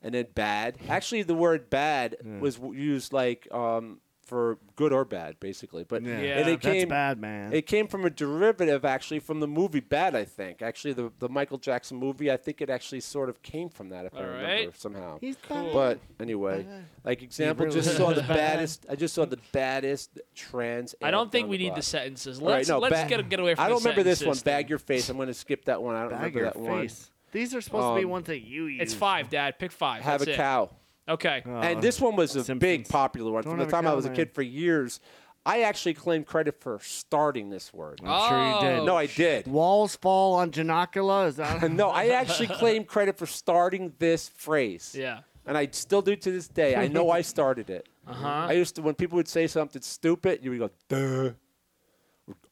[SPEAKER 3] And then bad. Actually, the word bad was w- used like um, for good or bad, basically. But
[SPEAKER 2] Yeah.
[SPEAKER 4] Yeah.
[SPEAKER 3] and it
[SPEAKER 2] That's
[SPEAKER 3] came,
[SPEAKER 2] bad, man.
[SPEAKER 3] It came from a derivative, actually, from the movie Bad. I think actually the the Michael Jackson movie. I think it actually sort of came from that, if I
[SPEAKER 4] All
[SPEAKER 3] remember
[SPEAKER 4] right.
[SPEAKER 3] somehow.
[SPEAKER 2] He's Cool.
[SPEAKER 3] But anyway, like example,
[SPEAKER 2] really
[SPEAKER 3] just saw
[SPEAKER 2] is
[SPEAKER 3] the
[SPEAKER 2] bad.
[SPEAKER 3] baddest. I just saw the baddest trans.
[SPEAKER 4] I don't
[SPEAKER 3] ad
[SPEAKER 4] think
[SPEAKER 3] down
[SPEAKER 4] we
[SPEAKER 3] the
[SPEAKER 4] need
[SPEAKER 3] block.
[SPEAKER 4] the sentences.
[SPEAKER 3] All right,
[SPEAKER 4] Let's,
[SPEAKER 3] no,
[SPEAKER 4] let's
[SPEAKER 3] ba-
[SPEAKER 4] get, get away from
[SPEAKER 3] I don't
[SPEAKER 4] the
[SPEAKER 3] remember this one.
[SPEAKER 4] sentence system.
[SPEAKER 3] Bag your face. I'm going to skip that one. I don't
[SPEAKER 2] Bag
[SPEAKER 3] remember
[SPEAKER 2] your
[SPEAKER 3] that one.
[SPEAKER 2] face. These are supposed to be
[SPEAKER 3] Um,
[SPEAKER 2] ones that you use. Oh.
[SPEAKER 4] It's five, Dad. Pick five.
[SPEAKER 3] Have
[SPEAKER 4] That's
[SPEAKER 3] a
[SPEAKER 4] it.
[SPEAKER 3] cow.
[SPEAKER 4] Okay.
[SPEAKER 3] and this one was a big
[SPEAKER 2] Uh, Simpsons.
[SPEAKER 3] popular one.
[SPEAKER 2] Don't
[SPEAKER 3] From the
[SPEAKER 2] have a
[SPEAKER 3] time I
[SPEAKER 2] cow,
[SPEAKER 3] was a
[SPEAKER 2] man.
[SPEAKER 3] kid for years, I actually claimed credit for starting this word.
[SPEAKER 4] Oh,
[SPEAKER 2] I'm sure you did.
[SPEAKER 3] no, I did.
[SPEAKER 2] Walls fall on Janakula. Is that?
[SPEAKER 3] No, I actually claimed credit for starting this phrase.
[SPEAKER 4] Yeah.
[SPEAKER 3] And I still do to this day. I know I started it. Uh-huh. I used to when people would say something stupid, you would go, duh.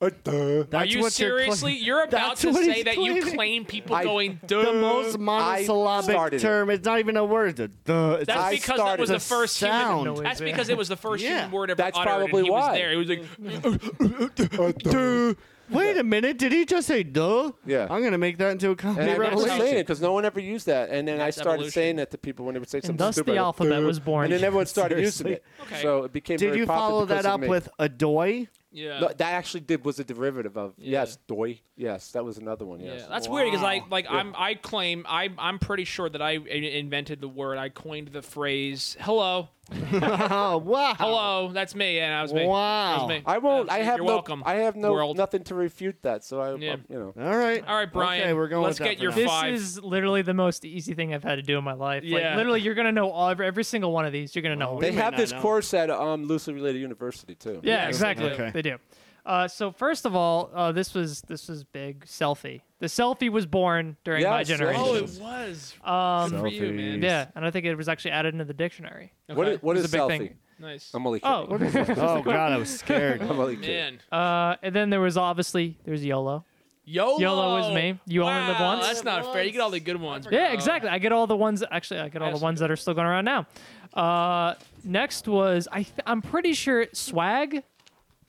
[SPEAKER 3] Uh, duh.
[SPEAKER 4] Are
[SPEAKER 2] That's
[SPEAKER 4] you
[SPEAKER 2] what you're claiming.
[SPEAKER 4] seriously? You're about
[SPEAKER 2] That's
[SPEAKER 4] to
[SPEAKER 2] what
[SPEAKER 4] say
[SPEAKER 2] he's
[SPEAKER 4] that you
[SPEAKER 2] claiming.
[SPEAKER 4] claim people
[SPEAKER 3] I-
[SPEAKER 4] going
[SPEAKER 2] the
[SPEAKER 4] duh.
[SPEAKER 2] most monosyllabic
[SPEAKER 3] started it.
[SPEAKER 2] term. It's not even a word. The duh. It's
[SPEAKER 4] That's
[SPEAKER 3] I
[SPEAKER 4] because that
[SPEAKER 3] started
[SPEAKER 4] was the
[SPEAKER 3] the
[SPEAKER 4] first
[SPEAKER 2] sound.
[SPEAKER 4] human. That's because it was the first
[SPEAKER 2] Yeah.
[SPEAKER 4] human word ever
[SPEAKER 3] That's
[SPEAKER 4] uttered,
[SPEAKER 3] probably
[SPEAKER 4] and he
[SPEAKER 3] why.
[SPEAKER 4] was there. He was like,
[SPEAKER 2] Wait a minute. Did he just say duh?
[SPEAKER 3] Yeah.
[SPEAKER 2] I'm gonna make that into a
[SPEAKER 3] And
[SPEAKER 2] comedy
[SPEAKER 3] I remember
[SPEAKER 2] revelation.
[SPEAKER 3] saying it because no one ever used that. And then I
[SPEAKER 4] That's
[SPEAKER 3] started
[SPEAKER 4] evolution.
[SPEAKER 3] saying that to people when they would say something
[SPEAKER 5] thus the
[SPEAKER 3] stupid. I go,
[SPEAKER 5] alphabet
[SPEAKER 3] "Duh."
[SPEAKER 5] was born.
[SPEAKER 3] And then everyone started using it.
[SPEAKER 2] Seriously.
[SPEAKER 4] Okay.
[SPEAKER 3] So it became
[SPEAKER 2] Did
[SPEAKER 3] very
[SPEAKER 2] you
[SPEAKER 3] popular
[SPEAKER 2] follow
[SPEAKER 3] because
[SPEAKER 2] that
[SPEAKER 3] of
[SPEAKER 2] up
[SPEAKER 3] me.
[SPEAKER 2] with adoy?
[SPEAKER 4] yeah.
[SPEAKER 3] No, that actually did was a derivative of yes, doy. Yes, that was another one.
[SPEAKER 4] Yeah,
[SPEAKER 3] Yes.
[SPEAKER 4] that's weird 'cause weird
[SPEAKER 2] Wow.
[SPEAKER 4] because like I'm I claim I I'm pretty sure that I in- invented the word. I coined the phrase "hello,
[SPEAKER 2] Oh wow.
[SPEAKER 4] hello." That's me, and I was me.
[SPEAKER 2] Wow.
[SPEAKER 4] That was me.
[SPEAKER 3] I won't.
[SPEAKER 4] Yeah,
[SPEAKER 3] I
[SPEAKER 4] you're
[SPEAKER 3] have no.
[SPEAKER 4] welcome.
[SPEAKER 3] I have no
[SPEAKER 4] World.
[SPEAKER 3] nothing to refute that. So I,
[SPEAKER 4] Yeah.
[SPEAKER 3] I- you know.
[SPEAKER 2] All right.
[SPEAKER 4] All right, Brian.
[SPEAKER 2] Okay, we're going.
[SPEAKER 4] Let's
[SPEAKER 2] with
[SPEAKER 4] get
[SPEAKER 2] that for
[SPEAKER 4] your
[SPEAKER 2] now.
[SPEAKER 5] This
[SPEAKER 4] five.
[SPEAKER 5] is literally the most easy thing I've had to do in my life.
[SPEAKER 4] Yeah.
[SPEAKER 5] Like literally, you're gonna know all every, every single one of these. You're gonna know.
[SPEAKER 2] we
[SPEAKER 3] They
[SPEAKER 2] may
[SPEAKER 3] have
[SPEAKER 2] not
[SPEAKER 3] this
[SPEAKER 2] know.
[SPEAKER 3] course at um, loosely related university too.
[SPEAKER 5] Yeah,
[SPEAKER 4] Yeah,
[SPEAKER 5] exactly.
[SPEAKER 2] okay.
[SPEAKER 5] They do. Uh, so first of all, uh, this was this was big selfie. The selfie was born during my
[SPEAKER 3] Yes,
[SPEAKER 5] generation.
[SPEAKER 4] oh,
[SPEAKER 3] yes.
[SPEAKER 4] it was
[SPEAKER 5] Um,
[SPEAKER 4] for you, man.
[SPEAKER 5] yeah, and I think it was actually added into the dictionary.
[SPEAKER 3] What
[SPEAKER 4] Okay.
[SPEAKER 3] is, what
[SPEAKER 5] It
[SPEAKER 3] is
[SPEAKER 5] was a
[SPEAKER 3] selfie?
[SPEAKER 5] big thing.
[SPEAKER 4] nice.
[SPEAKER 3] I'm only kidding.
[SPEAKER 5] Oh,
[SPEAKER 2] Oh god, I was scared.
[SPEAKER 3] I'm only kidding.
[SPEAKER 4] Man,
[SPEAKER 5] uh, and then there was obviously there's YOLO.
[SPEAKER 4] YOLO.
[SPEAKER 5] YOLO is me. You
[SPEAKER 4] wow,
[SPEAKER 5] only live once.
[SPEAKER 4] That's not fair. You get all the good ones.
[SPEAKER 5] Yeah,
[SPEAKER 4] bro.
[SPEAKER 5] exactly. I get all the ones. Actually, I get all the
[SPEAKER 4] That's
[SPEAKER 5] ones that are still going around now. Uh, next was I. Th- I'm pretty sure swag.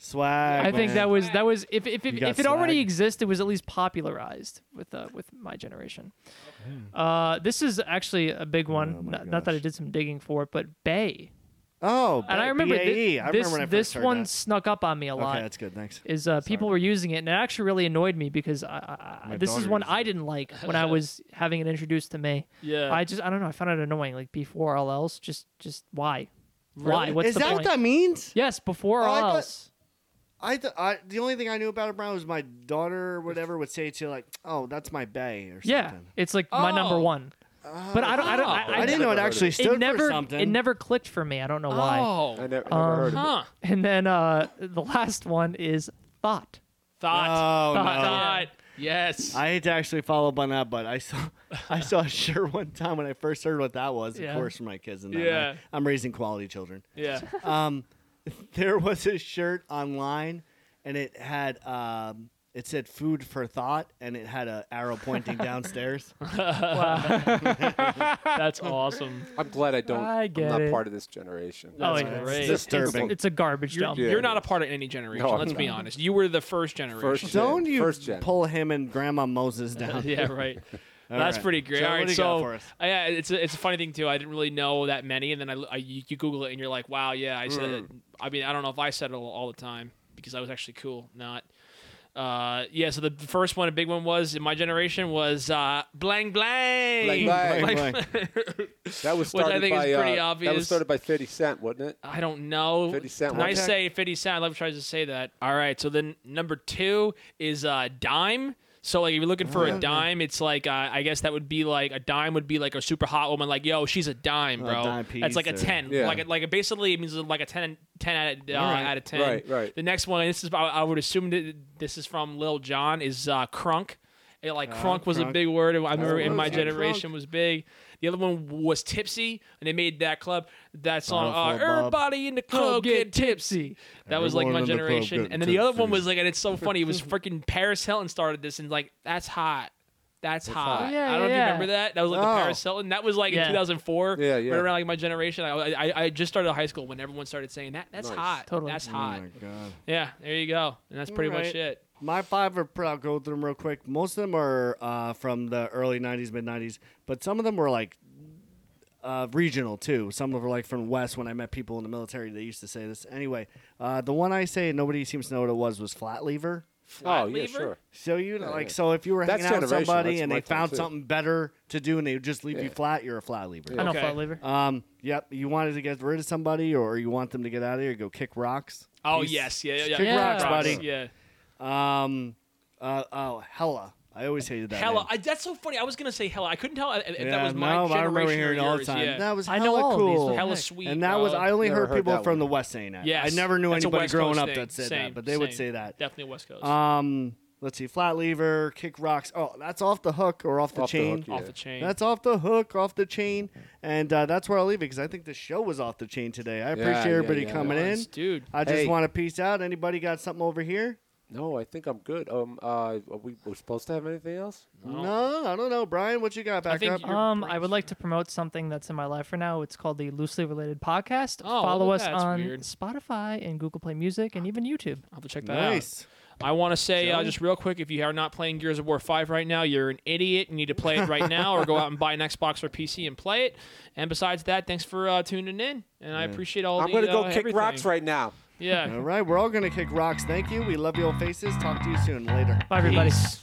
[SPEAKER 2] Swag.
[SPEAKER 5] I think
[SPEAKER 2] man.
[SPEAKER 5] that was that was if if if,
[SPEAKER 2] You got
[SPEAKER 5] if it already
[SPEAKER 2] swag.
[SPEAKER 5] existed, it was at least popularized with uh, with my generation.
[SPEAKER 2] Hmm.
[SPEAKER 5] Uh, this is actually a big one. not, not that I did some digging for it, but Bay.
[SPEAKER 2] Oh,
[SPEAKER 5] And I remember thi-
[SPEAKER 2] BAE. I
[SPEAKER 5] this
[SPEAKER 2] remember when I first
[SPEAKER 5] this
[SPEAKER 2] heard
[SPEAKER 5] one
[SPEAKER 2] that.
[SPEAKER 5] snuck up on me a lot.
[SPEAKER 2] Okay, that's good. Thanks.
[SPEAKER 5] Is uh, people were using it, and it actually really annoyed me because I, I, I,
[SPEAKER 2] My
[SPEAKER 5] this is
[SPEAKER 2] daughter
[SPEAKER 5] one
[SPEAKER 2] uses
[SPEAKER 5] I didn't like when I was having it introduced to me.
[SPEAKER 2] Uh,
[SPEAKER 4] Yeah.
[SPEAKER 5] I just I don't know. I found it annoying. Like before all else, just just why, why?
[SPEAKER 4] Really?
[SPEAKER 5] What's
[SPEAKER 2] Is
[SPEAKER 5] the
[SPEAKER 2] that
[SPEAKER 5] point?
[SPEAKER 2] what that means?
[SPEAKER 5] yes, before
[SPEAKER 2] Oh, I
[SPEAKER 5] all
[SPEAKER 2] thought-
[SPEAKER 5] else.
[SPEAKER 2] I, th- I the only thing I knew about it, Brown, was my daughter or whatever would say to you, like, "Oh, that's my bay" or
[SPEAKER 5] Yeah,
[SPEAKER 2] something.
[SPEAKER 5] it's like my number
[SPEAKER 4] Oh.
[SPEAKER 5] one. But I don't. I don't. I,
[SPEAKER 4] Oh.
[SPEAKER 2] I, didn't know it
[SPEAKER 3] never heard of
[SPEAKER 2] actually
[SPEAKER 3] it.
[SPEAKER 5] It
[SPEAKER 2] stood
[SPEAKER 5] never.
[SPEAKER 2] for something.
[SPEAKER 5] It never clicked for me. I don't know why.
[SPEAKER 4] Oh.
[SPEAKER 3] I never, I never heard of it.
[SPEAKER 4] Huh.
[SPEAKER 5] And then uh, the last one is thought.
[SPEAKER 4] Thought.
[SPEAKER 2] Oh,
[SPEAKER 4] thought.
[SPEAKER 2] no.
[SPEAKER 4] Thought. Yes.
[SPEAKER 2] I hate to actually follow up on that, but I saw I saw a shirt one time when I first heard what that was.
[SPEAKER 5] Yeah.
[SPEAKER 2] Of course, for my kids and that,
[SPEAKER 4] Yeah.
[SPEAKER 2] I, am raising quality children.
[SPEAKER 4] yeah.
[SPEAKER 2] Um, there was a shirt online, and it had um, it said "Food for Thought," and it had a arrow pointing downstairs.
[SPEAKER 4] Oh, That's awesome.
[SPEAKER 3] I'm glad I don't.
[SPEAKER 5] I get
[SPEAKER 3] am not
[SPEAKER 5] it.
[SPEAKER 3] part of this generation.
[SPEAKER 5] oh,
[SPEAKER 4] That's
[SPEAKER 5] yeah.
[SPEAKER 4] great.
[SPEAKER 5] It's, it's-
[SPEAKER 2] Disturbing.
[SPEAKER 5] it's a garbage
[SPEAKER 4] You're,
[SPEAKER 5] dump.
[SPEAKER 4] you're not a part of any generation.
[SPEAKER 3] No, I'm
[SPEAKER 4] let's be
[SPEAKER 3] not.
[SPEAKER 4] honest. You were the first generation.
[SPEAKER 3] First gen.
[SPEAKER 2] Don't you
[SPEAKER 3] First gen.
[SPEAKER 2] pull him and Grandma Moses down?
[SPEAKER 4] yeah, right. That's
[SPEAKER 2] right.
[SPEAKER 4] pretty great.
[SPEAKER 2] So
[SPEAKER 4] All
[SPEAKER 2] what
[SPEAKER 4] right,
[SPEAKER 2] do you
[SPEAKER 4] so
[SPEAKER 2] got for us?
[SPEAKER 4] uh, yeah, it's a, it's a funny thing too. I didn't really know that many, and then I, I- you, you Google it and you're like, wow, yeah, I said.
[SPEAKER 2] Mm.
[SPEAKER 4] It. I mean, I don't know if I said it all, all the time because I was actually cool, not. Uh, yeah, so the first one, a big one was in my generation was uh, blang blang.
[SPEAKER 3] Blang blang.
[SPEAKER 2] Blank, blank.
[SPEAKER 3] That was
[SPEAKER 4] Which I
[SPEAKER 3] started
[SPEAKER 4] think is
[SPEAKER 3] by
[SPEAKER 4] pretty
[SPEAKER 3] uh, That
[SPEAKER 4] obvious.
[SPEAKER 3] was started by 50 Cent, wasn't it?
[SPEAKER 4] I don't know.
[SPEAKER 3] 50 Cent
[SPEAKER 4] When I
[SPEAKER 3] one.
[SPEAKER 4] say 50 Cent, I love tries to say that. All right. So then number two is uh, dime. So like if you're looking for
[SPEAKER 3] Oh,
[SPEAKER 4] a dime, it's like uh, I guess that would be like a dime would be like a super hot woman. Like yo, she's a dime, bro.
[SPEAKER 2] dime
[SPEAKER 4] That's
[SPEAKER 2] piece
[SPEAKER 4] like a
[SPEAKER 2] or-
[SPEAKER 4] ten.
[SPEAKER 3] Yeah.
[SPEAKER 4] Like a, like a, basically it means like a 10, 10 out of uh,
[SPEAKER 2] Alright.
[SPEAKER 4] out of ten.
[SPEAKER 3] Right, right.
[SPEAKER 4] The next one, this is I, I would assume that this is from Lil Jon is uh, crunk. It, like crunk was a
[SPEAKER 2] Uh, crunk.
[SPEAKER 4] big word. I remember in
[SPEAKER 2] was
[SPEAKER 4] my
[SPEAKER 2] it, crunk.
[SPEAKER 4] generation was big. The other one was tipsy, and they made that club that song.
[SPEAKER 2] Bottle
[SPEAKER 4] Uh,
[SPEAKER 2] full of bub.
[SPEAKER 4] everybody in the club get tipsy. That was like
[SPEAKER 2] Everyone
[SPEAKER 4] my
[SPEAKER 2] in the club
[SPEAKER 4] generation.
[SPEAKER 2] get
[SPEAKER 4] And then the other one
[SPEAKER 2] tipsy.
[SPEAKER 4] was like, and it's so funny. It was freaking Paris Hilton started this, and like that's hot. That's
[SPEAKER 3] hot.
[SPEAKER 4] hot.
[SPEAKER 5] Oh, yeah,
[SPEAKER 4] I don't know if
[SPEAKER 5] yeah.
[SPEAKER 4] you remember that. That was like
[SPEAKER 3] Oh.
[SPEAKER 4] the Paris Hilton. That was like
[SPEAKER 5] Yeah.
[SPEAKER 4] in 2004.
[SPEAKER 3] Yeah,
[SPEAKER 4] right
[SPEAKER 3] yeah.
[SPEAKER 4] around like my generation. I, I I just started high school when everyone started saying that. That's
[SPEAKER 3] Nice.
[SPEAKER 4] hot.
[SPEAKER 5] Totally.
[SPEAKER 4] That's
[SPEAKER 2] Oh
[SPEAKER 4] hot.
[SPEAKER 2] my god.
[SPEAKER 4] Yeah. There you go. And that's pretty much
[SPEAKER 2] Alright.
[SPEAKER 4] it.
[SPEAKER 2] My five are. pr- I'll go through them real quick. Most of them are uh, from the early '90s, mid '90s, but some of them were like uh, regional too. Some of them were like from West. When I met people in the military, they used to say this. Anyway, uh, the one I say and nobody seems to know what it was was flat lever.
[SPEAKER 3] Oh yeah,
[SPEAKER 4] lever?
[SPEAKER 3] sure.
[SPEAKER 2] So you know,
[SPEAKER 3] Yeah,
[SPEAKER 2] like
[SPEAKER 3] yeah.
[SPEAKER 2] so if you were
[SPEAKER 3] That's
[SPEAKER 2] hanging out with
[SPEAKER 3] generational.
[SPEAKER 2] somebody
[SPEAKER 3] That's
[SPEAKER 2] and
[SPEAKER 3] my
[SPEAKER 2] they
[SPEAKER 3] thing,
[SPEAKER 2] found
[SPEAKER 3] too.
[SPEAKER 2] something better to do and they would just leave you
[SPEAKER 3] Yeah.
[SPEAKER 2] flat, you're a flat lever.
[SPEAKER 5] I know
[SPEAKER 4] Okay.
[SPEAKER 5] flat lever.
[SPEAKER 2] Um, yep. You wanted to get rid of somebody, or you want them to get out of here, go kick rocks.
[SPEAKER 4] Oh
[SPEAKER 2] Peace.
[SPEAKER 4] yes. Yeah. Yeah. yeah.
[SPEAKER 2] Kick
[SPEAKER 5] Yeah.
[SPEAKER 2] rocks, buddy.
[SPEAKER 4] Yeah.
[SPEAKER 2] Um, uh, oh, hella. I always hated that.
[SPEAKER 4] Hella.
[SPEAKER 2] name.
[SPEAKER 4] I, that's so funny. I was gonna say hella. I couldn't tell if if
[SPEAKER 2] yeah,
[SPEAKER 4] that was my
[SPEAKER 2] no, I
[SPEAKER 4] generation
[SPEAKER 2] remember
[SPEAKER 4] or
[SPEAKER 2] hearing it all the
[SPEAKER 4] yours.
[SPEAKER 2] time.
[SPEAKER 4] Yeah.
[SPEAKER 2] That was
[SPEAKER 5] I
[SPEAKER 2] hella
[SPEAKER 5] know all of these.
[SPEAKER 2] cool.
[SPEAKER 5] What the
[SPEAKER 4] hella
[SPEAKER 5] heck?
[SPEAKER 4] sweet.
[SPEAKER 2] and that
[SPEAKER 4] bro.
[SPEAKER 2] was I only
[SPEAKER 3] Never
[SPEAKER 2] heard
[SPEAKER 3] heard
[SPEAKER 2] people
[SPEAKER 3] that
[SPEAKER 2] from
[SPEAKER 3] one.
[SPEAKER 2] the West saying that.
[SPEAKER 4] Yes.
[SPEAKER 2] I never knew
[SPEAKER 4] That's a
[SPEAKER 2] anybody
[SPEAKER 4] West
[SPEAKER 2] growing
[SPEAKER 4] Coast
[SPEAKER 2] up
[SPEAKER 4] thing.
[SPEAKER 2] that said
[SPEAKER 4] Same,
[SPEAKER 2] that, but they would
[SPEAKER 4] same.
[SPEAKER 2] say that.
[SPEAKER 4] Definitely West Coast.
[SPEAKER 2] Um, let's see, flat lever, kick rocks. Oh, that's off the hook or off the
[SPEAKER 3] Off the
[SPEAKER 2] chain.
[SPEAKER 3] hook, yeah.
[SPEAKER 4] Off the chain.
[SPEAKER 2] That's off the hook, off the chain, and uh, that's where I'll leave it because I think the show was off the chain today. I appreciate
[SPEAKER 3] yeah,
[SPEAKER 2] everybody
[SPEAKER 3] yeah.
[SPEAKER 2] coming in.
[SPEAKER 4] Nice, dude.
[SPEAKER 2] I just
[SPEAKER 3] Hey.
[SPEAKER 2] want to peace out. Anybody got something over here?
[SPEAKER 3] No, I think I'm good. Um, uh, are we we're supposed to have anything else?
[SPEAKER 2] No, I don't know, Brian. What you got back
[SPEAKER 4] think
[SPEAKER 2] up?
[SPEAKER 4] you're-
[SPEAKER 5] Um, I
[SPEAKER 4] brains.
[SPEAKER 5] would like to promote something that's in my life right now. It's called the Loosely Related Podcast.
[SPEAKER 4] Oh,
[SPEAKER 5] Follow
[SPEAKER 4] look
[SPEAKER 5] us
[SPEAKER 4] at that. That's
[SPEAKER 5] on
[SPEAKER 4] weird.
[SPEAKER 5] Spotify and Google Play Music and even YouTube.
[SPEAKER 4] I'll have to check that out.
[SPEAKER 2] nice.
[SPEAKER 4] I want to say uh, just real quick, if you are not playing Gears of War 5 right now, you're an idiot. You need to play it right now or go out and buy an Xbox or PC and play it. And besides that, thanks for uh, tuning in. And I appreciate all
[SPEAKER 3] I'm
[SPEAKER 4] the
[SPEAKER 3] gonna go
[SPEAKER 4] uh,
[SPEAKER 3] kick
[SPEAKER 4] everything.
[SPEAKER 3] rocks right now.
[SPEAKER 4] Yeah.
[SPEAKER 2] All right, we're all gonna kick rocks. Thank you. We love your faces. Talk to you soon. Later.
[SPEAKER 5] Bye, everybody.
[SPEAKER 4] Peace.